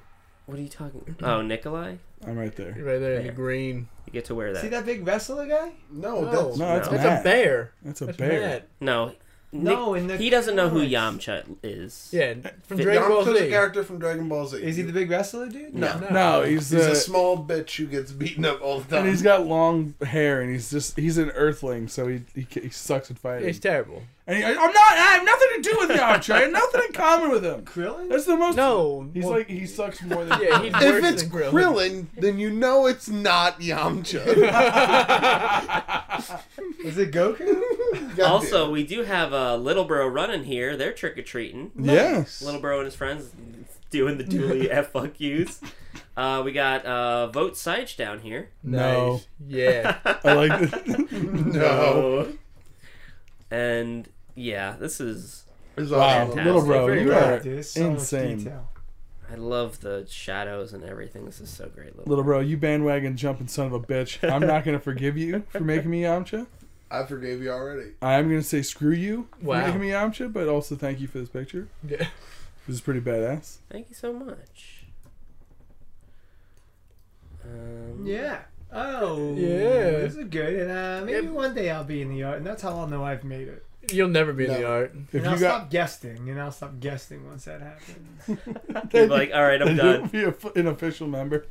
S1: what are you talking? Oh, Nikolai,
S4: I'm right there.
S6: You're right there in the
S1: There.
S6: green.
S1: you get to wear that.
S2: See that big wrestler guy?
S3: No,
S6: No.
S3: that's
S4: No, that's
S6: That's
S4: Matt.
S6: a bear.
S4: That's a
S6: That's
S4: bear.
S6: Matt.
S1: No,
S2: No, in the
S1: he doesn't know who
S2: comics.
S1: Yamcha is.
S6: Yeah, from
S1: Fit-
S6: Dragon Ball
S3: Yamcha's
S6: Z.
S3: a character from Dragon Ball Z.
S2: Is he the big wrestler dude?
S3: No.
S6: No.
S4: No, he's,
S3: He's
S4: uh,
S3: a small bitch who gets beaten up all the time.
S4: and he's got long hair, and he's just he's an Earthling, so he he, ca- he sucks at fighting.
S6: It's terrible.
S4: and he, I'm not. I have nothing to do with Yamcha. I have nothing in common with him.
S2: Krillin?
S4: That's the most.
S6: No,
S4: he's
S6: well-
S4: like he sucks more than.
S6: Yeah, he's
S3: if
S6: worse
S3: it's
S6: than Krillin.
S3: Krillin, then you know it's not Yamcha.
S2: Is it Goku?
S3: Goddamn.
S1: Also, we do have uh, Littlebro running here. They're trick or treating.
S4: Yes.
S1: Littlebro and his friends doing the dually f fuck yous. Uh, we got uh, vote Sage down here.
S4: No.
S6: Yeah.
S4: I like. That.
S3: no,
S1: And yeah, this is.
S3: It's
S4: wow,
S3: awesome.
S4: little bro,
S1: Very
S4: you
S1: good,
S4: are
S2: Dude, there's so much
S4: insane.
S2: detail.
S1: I love the shadows and everything. This is so great. Little,
S4: Little bro, you bandwagon jumping son of a bitch. I'm not gonna forgive you for making me Yamcha.
S3: I forgave you already.
S4: I'm gonna say screw you for
S6: Wow.
S4: making me Yamcha, but also thank you for this picture.
S6: yeah.
S4: This is pretty badass.
S1: Thank you so much. Um,
S2: Yeah. Oh.
S6: Yeah.
S2: This is good. And uh, maybe
S6: Yep.
S2: one day I'll be in the art, and that's how I'll know I've made it.
S6: You'll never be in the
S3: No.
S6: art.
S4: If
S2: and I'll
S4: you got,
S2: stop guessing, and I'll stop guessing once that happens.
S1: He's like, all right, I'm
S4: then
S1: done.
S4: you'll be a- an official member.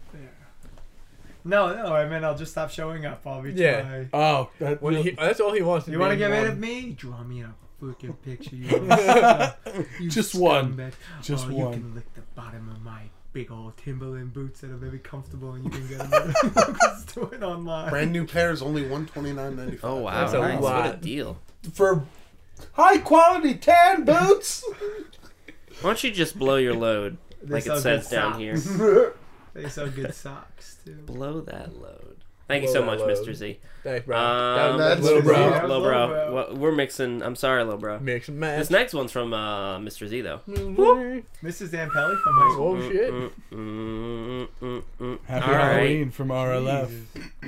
S2: no, no, I mean I'll just stop showing up. I'll be
S6: Yeah.
S2: try-
S4: Oh, that,
S6: When he, that's all he wants.
S2: You want to get rid of
S6: me?
S2: me? Draw me a fucking picture. You, little- you
S4: Just one.
S2: scumbag.
S4: Just
S2: oh,
S4: one.
S2: You can lick the bottom of my big old Timberland boots that are very comfortable, and you can get them at do it online.
S3: Brand new pair is only one twenty nine ninety five.
S1: Oh wow,
S6: That's a
S1: nice. What a
S6: lot.
S1: deal.
S3: For high quality tan boots.
S1: Why don't you just blow your load
S2: They
S1: like
S2: sell
S1: it
S2: good
S1: says down
S2: socks.
S1: here?
S2: They sell good socks too.
S1: Blow that load. Thank you
S6: Blow
S1: so
S6: that
S1: much,
S6: load.
S1: Mr. Z.
S6: Thanks, bro.
S1: Um,
S3: That's
S6: little
S3: bro.
S6: bro.
S2: Yeah.
S1: Low
S2: Low
S1: bro.
S2: bro.
S1: Well, We're mixing. I'm sorry, low bro.
S6: Mix and match.
S1: This next one's from uh, Mr. Z though.
S6: Whoop.
S2: Mrs. Ampelli from my school.
S6: Oh shit.
S1: Mm, mm, mm, mm.
S4: Happy
S1: All right.
S4: Halloween from RLF.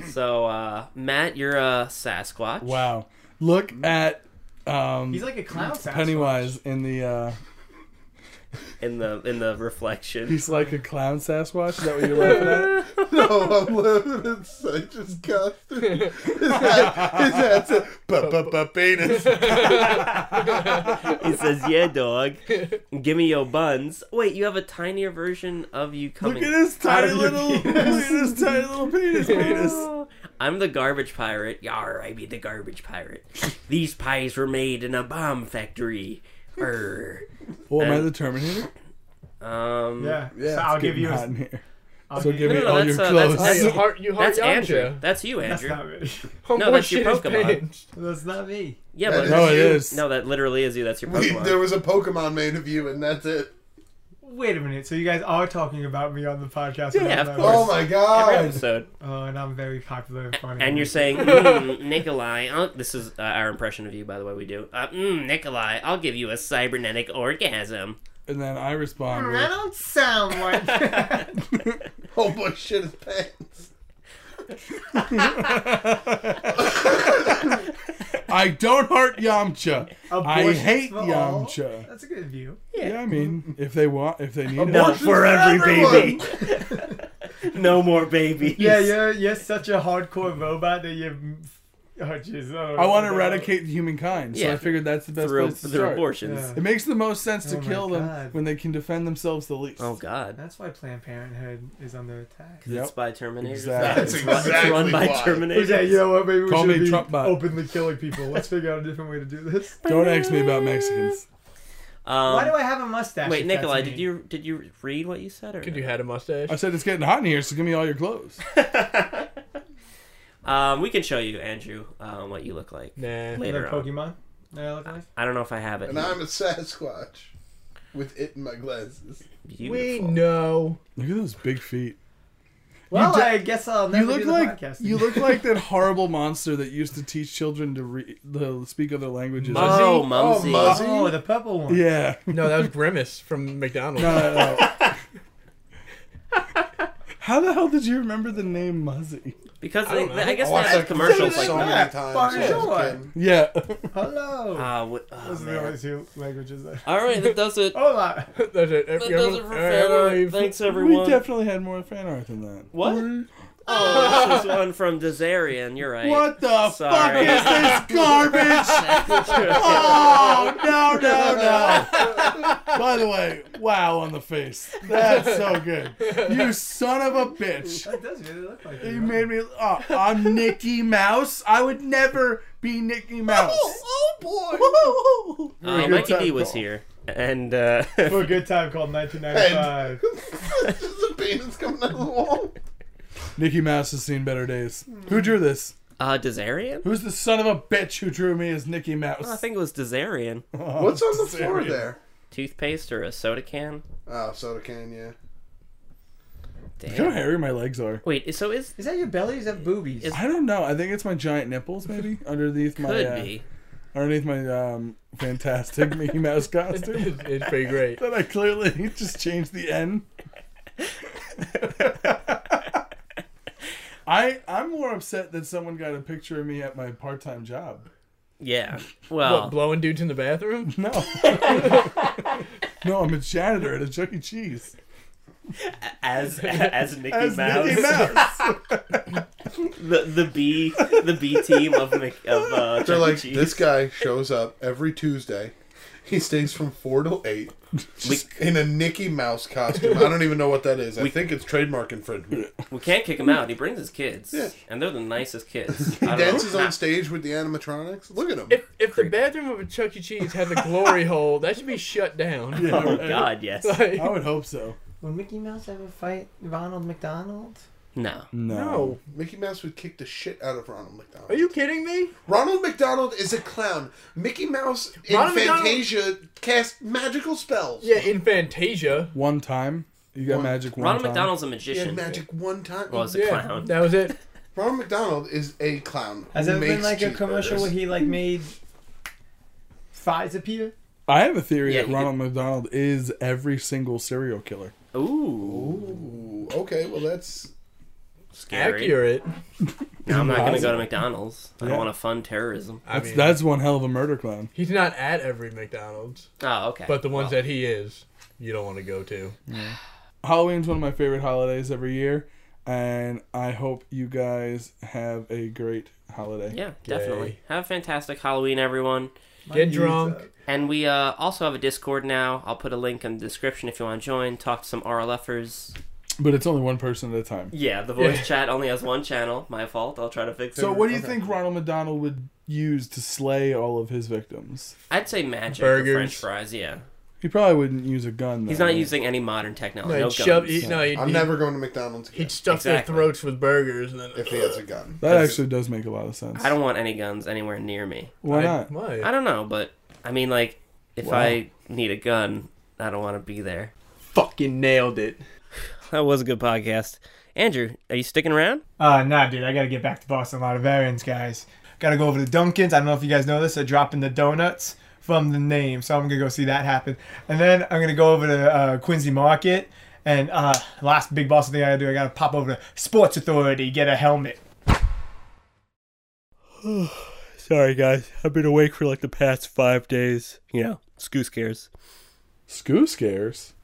S1: So, uh, Matt, you're a Sasquatch.
S4: Wow. Look at um,
S2: He's like a clown. Sasquatch.
S4: Pennywise in the. Uh,
S1: In the in the reflection.
S4: he's like a clown Sasquatch. Is that what you're laughing at?
S3: No, I'm living in such disgust. His hat, his hat's a bu- bu- bu- penis.
S1: he says, "Yeah, dog, give me your buns." Wait, you have a tinier version of you
S4: Look
S1: coming.
S4: at his tiny
S2: your
S4: little. Look at his tiny little penis. penis.
S1: Oh, I'm the garbage pirate. Yar, I be the garbage pirate. These pies were made in a bomb factory. Err.
S4: Well, am I
S1: And-
S4: the Terminator?
S1: Um,
S2: Yeah.
S3: Yeah,
S2: so I'll
S4: It's
S2: give
S4: getting
S2: you.
S4: hot
S2: A,
S4: in here.
S2: I'll
S4: So
S2: give
S4: give
S1: No,
S4: me
S1: no, no,
S4: all
S1: that's,
S4: your
S1: uh, that's-
S4: clothes.
S6: Hey,
S1: that's-
S6: you heart, you heart
S1: That's
S6: Yamcha.
S1: Andrew. That's you,
S2: That's
S1: Andrew.
S2: not me.
S6: Homeboy
S1: No, that's
S6: shit
S1: your
S6: is
S1: Pokemon.
S6: pants.
S2: That's not me.
S1: Yeah,
S3: That
S1: but
S3: is
S4: No, it
S3: you.
S4: is.
S1: no, that literally is you. That's your
S3: We,
S1: Pokemon.
S3: there was a Pokemon made of you, and that's it.
S2: Wait a minute. So you guys are talking about me on the podcast?
S1: Yeah,
S2: and I'm
S1: of
S2: not-
S1: course.
S3: Oh my
S1: Every
S3: god!
S1: episode,
S2: Oh, and I'm very popular and funny.
S1: and you're saying, mm, Nikolai, I'll, this is uh, our impression of you, by the way, we do. Uh, mm, Nikolai, I'll give you a cybernetic orgasm.
S4: And then I respond.
S2: I
S4: With,
S2: don't sound like that.
S3: Oh boy, shit his pants.
S4: I don't heart Yamcha. I
S2: Abortions
S4: hate
S2: for all.
S4: Yamcha.
S2: That's a good view.
S4: Yeah, I mean, if they want, if they need
S1: Not
S4: it.
S3: Abortions for
S1: baby. no more babies.
S2: Yeah, you're you're such a hardcore robot that you. Oh jeez. don't
S4: I want
S2: know.
S4: to eradicate humankind, so
S1: Yeah.
S4: I figured that's the best
S1: Through,
S4: place to
S1: through
S4: start.
S1: abortions.
S2: Yeah.
S4: It makes the most sense to
S2: Oh my
S4: kill them
S2: God.
S4: when they can defend themselves the least.
S1: Oh, God.
S2: That's why Planned Parenthood is under attack.
S1: Because it's
S4: Yep.
S1: by Terminator.
S4: Exactly.
S3: That's
S1: It's run- it's
S3: exactly
S1: run by
S3: why.
S1: Terminator.
S2: Okay, you know what? Maybe we
S4: Call me
S2: should be
S4: Trump bot.
S2: openly killing people. Let's figure out a different way to do this.
S4: Don't ask me about Mexicans.
S1: Um,
S2: Why do I have a mustache?
S1: wait,
S2: if that's
S1: Nikolai,
S2: me?
S1: did you did you read what you said? Or
S6: Could
S1: no?
S6: you had a mustache?
S4: I said it's getting hot in here, so give me all your clothes.
S1: Um, we can show you, Andrew, um, what you look like
S6: Nah.
S1: later
S2: Like
S1: on.
S2: Pokemon? No, look like?
S1: I don't know if I have it.
S3: And I'm a Sasquatch. With it in my glasses.
S6: We
S1: Beautiful.
S6: know.
S4: Look at those big feet.
S2: Well,
S4: do-
S2: I guess I'll never
S4: You look
S2: do the
S4: like
S2: podcast.
S4: you
S2: again.
S4: look like that horrible monster that used to teach children to re- to speak other languages.
S1: Oh, Mumsy.
S3: Oh, Mumsy.
S2: Oh, the purple one.
S4: yeah.
S6: No, that was Grimace from McDonald's.
S4: No, no, no. How the hell did you remember the name Muzzy?
S1: Because
S6: I
S1: they,
S6: don't know.
S1: I guess
S3: I
S1: they
S3: watched
S1: have
S3: that
S1: commercials like
S3: so
S1: that.
S3: many times. when I was a
S2: Sure.
S3: kid.
S4: Yeah.
S2: Hello.
S1: Ah, what, oh,
S2: Those are
S1: man.
S2: the only two languages there.
S1: All right, that does it.
S2: Hola.
S6: That's it.
S1: That does it for Fedor. Thanks,
S4: we
S1: everyone.
S4: definitely had more fan art than that.
S1: What? Oh, This is one from Desarian. You're right.
S4: What the
S1: Sorry.
S4: fuck is this garbage? oh no no no! By the way, wow on the face. That's so good. You son of a bitch!
S2: That does really look like
S4: You
S2: it.
S4: made me. Oh, I'm Mickey Mouse. I would never be Mickey Mouse.
S3: oh,
S4: Oh, boy!
S1: Uh, Mikey D was here, and uh,
S2: For a good time called 1995.
S3: It's just a penis coming out of the wall.
S4: Mickey Mouse has seen better days. Who drew this?
S1: uh, Desarian.
S4: Who's the son of a bitch who drew me as Mickey Mouse?
S1: I think it was Desarian.
S6: Oh,
S3: What's on the floor there?
S1: Toothpaste or a soda can?
S3: Oh, soda can, yeah.
S1: Damn.
S4: Look how hairy my legs are.
S1: Wait, so is
S2: Is that your belly? Is that boobies?
S1: Is-
S4: I don't know. I think it's my giant nipples, maybe underneath my
S1: could
S4: uh,
S1: be.
S4: underneath my um, fantastic Mickey Mouse costume.
S6: It's, it's pretty great.
S4: That I clearly just changed the N. I I'm more upset that someone got a picture of me at my part-time job.
S1: Yeah.
S6: What,
S1: Well,
S6: blowing dudes in the bathroom?
S4: No, no, I'm a janitor at a Chuck E. Cheese.
S1: as as Mickey
S4: As
S1: Mouse,
S4: Mickey Mouse.
S1: the the B the B team of Mick, of uh, Chuck
S3: They're
S1: E.
S3: like,
S1: Cheese.
S3: this guy shows up every Tuesday. He stays from 4 till 8 just in a Mickey Mouse costume. I don't even know what that is. I think it's trademark infringement.
S1: We can't kick him out. He brings his kids,
S3: Yeah.
S1: and they're the nicest kids.
S3: He dances on stage with the animatronics. Look at him.
S6: If, if the bathroom of a Chuck E. Cheese had a glory hole, that should be shut down.
S1: Oh God, yes.
S6: Like,
S4: I would hope so.
S2: Will Mickey Mouse ever fight Ronald McDonald?
S1: No.
S6: no.
S3: Mickey Mouse would kick the shit out of Ronald McDonald.
S6: Are you kidding me?
S3: Ronald McDonald is a clown. Mickey Mouse in
S6: Ronald McDonald-
S3: Fantasia cast magical spells.
S6: Yeah, in Fantasia.
S4: One time, you got
S3: One-
S4: magic. One
S1: Ronald
S4: time.
S1: McDonald's a
S3: He
S1: magician.
S3: had magic one time.
S1: Well, it's a
S6: Yeah,
S1: clown.
S6: that was it.
S3: Ronald McDonald is a clown.
S2: Has
S3: who
S2: there been
S3: makes
S2: like a commercial
S3: cheeseburgers.
S2: where he like made thighs appear?
S4: I have a theory
S1: Yeah,
S4: that
S1: he
S4: Ronald McDonald is every single serial killer.
S1: Ooh,
S3: Ooh, okay, well that's
S1: scary.
S6: Accurate.
S1: No, I'm not gonna go
S4: Impossible.
S1: to McDonald's. I
S4: Yeah.
S1: don't want to fund terrorism.
S6: I
S4: That's,
S6: mean,
S4: that's one hell of a murder clown.
S6: he's not at every McDonald's,
S1: Oh, okay.
S6: but the ones
S1: Well,
S6: that he is, you don't want to go to.
S4: Halloween's one of my favorite holidays every year, and I hope you guys have a great holiday.
S1: yeah, definitely. Have a fantastic Halloween, everyone.
S6: Get drunk.
S1: And we uh, also have a Discord now. I'll put a link in the description if you want to join. Talk to some RLFers.
S4: But it's only one person at a time.
S1: Yeah, the voice
S6: Yeah.
S1: chat only has one channel. My fault. I'll try to fix it.
S4: So, what do you think Ronald McDonald would use to slay all of his victims?
S1: I'd say magic or
S6: Burgers.
S1: French fries. Yeah,
S4: He probably wouldn't use a gun. Though.
S1: he's not using any modern technology.
S6: No,
S1: No
S6: he'd shove.
S1: guns.
S6: He, no, he'd,
S3: I'm
S6: he'd,
S3: never going to McDonald's again
S6: he'd stuff
S1: Exactly.
S6: their throats with burgers and then.
S3: if he has a gun.
S4: That actually does make a lot of sense.
S1: I don't want any guns anywhere near me.
S4: Why not?
S6: Why?
S1: I don't know, but I mean, like, if I need a gun, I don't want to be there.
S6: fucking nailed it.
S1: That was a good podcast. Andrew, are you sticking around?
S2: Uh, nah, dude, I gotta get back to Boston. A lot of variants, guys. Gotta go over to Dunkin's. I don't know if you guys know this. They're dropping the donuts from the name, so I'm gonna go see that happen. And then I'm gonna go over to uh, Quincy Market. And uh, last big Boston thing I gotta do, I gotta pop over to Sports Authority, get a helmet.
S1: Sorry, guys. I've been awake for like the past five days. You know, Scoo Scares.
S4: Scoo scares.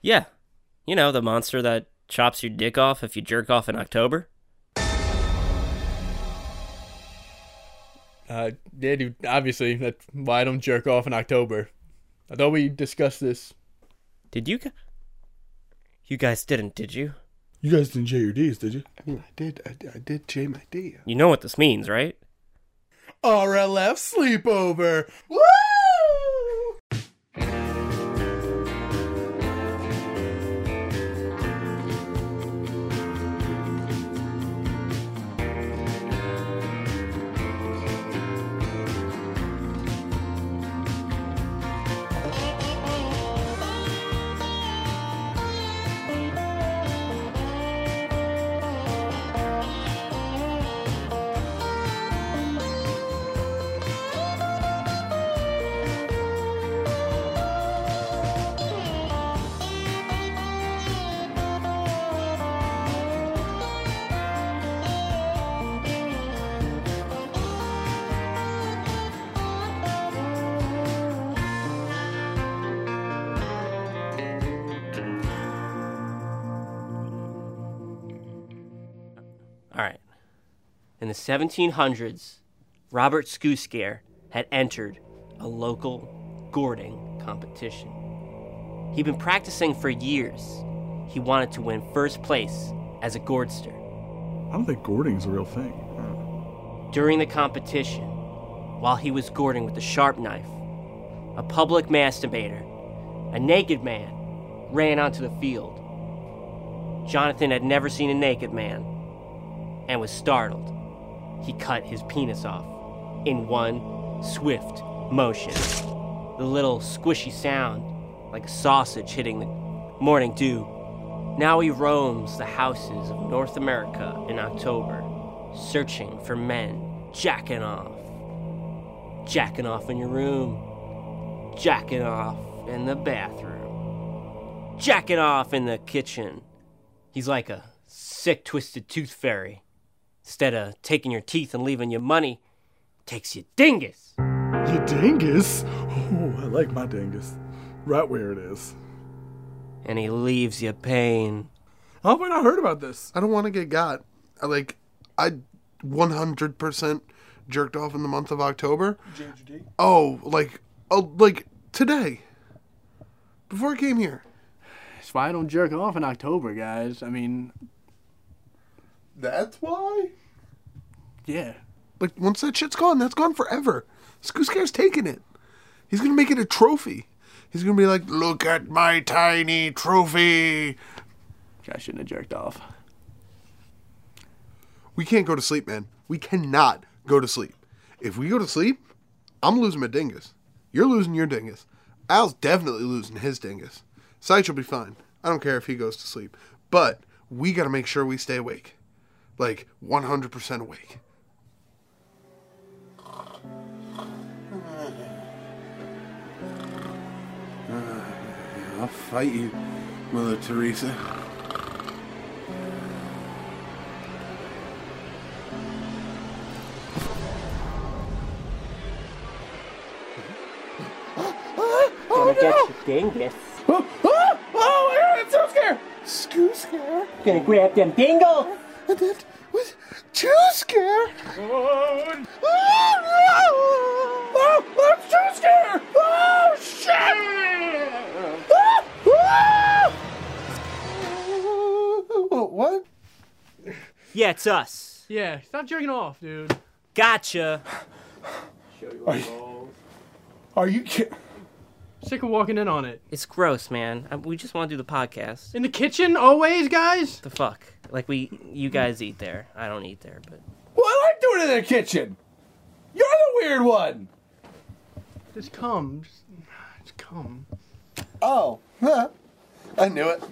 S1: Yeah. You know, the monster that chops your dick off if you jerk off in October.
S6: Uh, yeah, dude. Obviously, that's why I don't jerk off in October. I thought we discussed this.
S1: Did you. gu- You guys didn't, did you?
S4: You guys didn't J your D's, did you?
S3: I mean, I did, I, I did J my D.
S1: You know what this means, right?
S4: RLF sleepover. Woo!
S1: In the 1700s, Robert Skooskare had entered a local gourding competition. He'd been practicing for years. He wanted to win first place as a gourdster.
S7: I don't think gourding's a real thing.
S1: During the competition, while he was gourding with a sharp knife, a public masturbator, a naked man, ran onto the field. Jonathan had never seen a naked man and was startled. He cut his penis off in one swift motion. The little squishy sound, like a sausage hitting the morning dew. Now he roams the houses of North America in October, searching for men jacking off. Jacking off in your room, jacking off in the bathroom, jacking off in the kitchen. He's like a sick, twisted tooth fairy. Instead of taking your teeth and leaving your money, takes your dingus.
S7: You dingus? Oh, I like my dingus. Right where it is.
S1: And he leaves your pain.
S4: How have I not heard about this?
S3: I don't want to get got. I like I 100% jerked off in the month of October. Oh, like oh, like today. Before I came here.
S8: That's why I don't jerk off in October, guys. I mean,
S3: That's why.
S8: yeah.
S3: Like once that shit's gone, that's gone forever. Skooskare's taking it. He's gonna make it a trophy. He's gonna be like, look at my tiny trophy.
S8: I shouldn't have jerked off.
S3: We can't go to sleep, man. We cannot go to sleep. If we go to sleep, I'm losing my dingus. You're losing your dingus. Al's definitely losing his dingus. Sight will be fine. I don't care if he goes to sleep. But we got to make sure we stay awake. Like 100% awake.
S7: Uh, I'll fight you, Mother Teresa.
S1: Gonna get your dingus.
S7: Oh, oh, oh, yeah, it's so scare.
S3: Scoo scare?
S1: Gonna grab them dingles.
S3: And that was too scare.
S7: Oh, I'm too scared. Oh, shit. Oh, oh.
S3: What?
S1: Yeah, it's us.
S6: Yeah, stop jerking off, dude.
S1: Gotcha.
S7: Are you kidding?
S6: Sick of walking in on it.
S1: It's gross, man. I- We just want to do the podcast.
S6: In the kitchen, always, guys.
S1: The fuck? Like we, you guys eat there. I don't eat there, but
S7: Well, I like doing it in the kitchen. You're the weird one.
S6: Just come. Just, just come.
S3: Oh, huh. I knew it.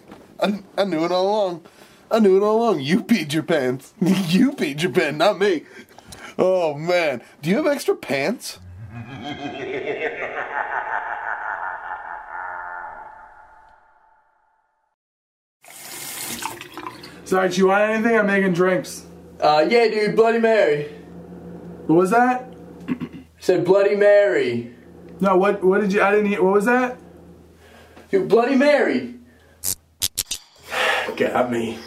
S3: I, I knew it all along. I knew it all along. You peed your pants. you peed your pants, not me. Oh, man. Do you have extra pants?
S4: Sorry, do you want anything? I'm making drinks.
S6: Uh, yeah, dude. Bloody Mary.
S4: What was that?
S6: Said Bloody Mary.
S4: No, what? What did you? I didn't hear. What was that?
S6: Dude, Bloody Mary.
S7: Got me.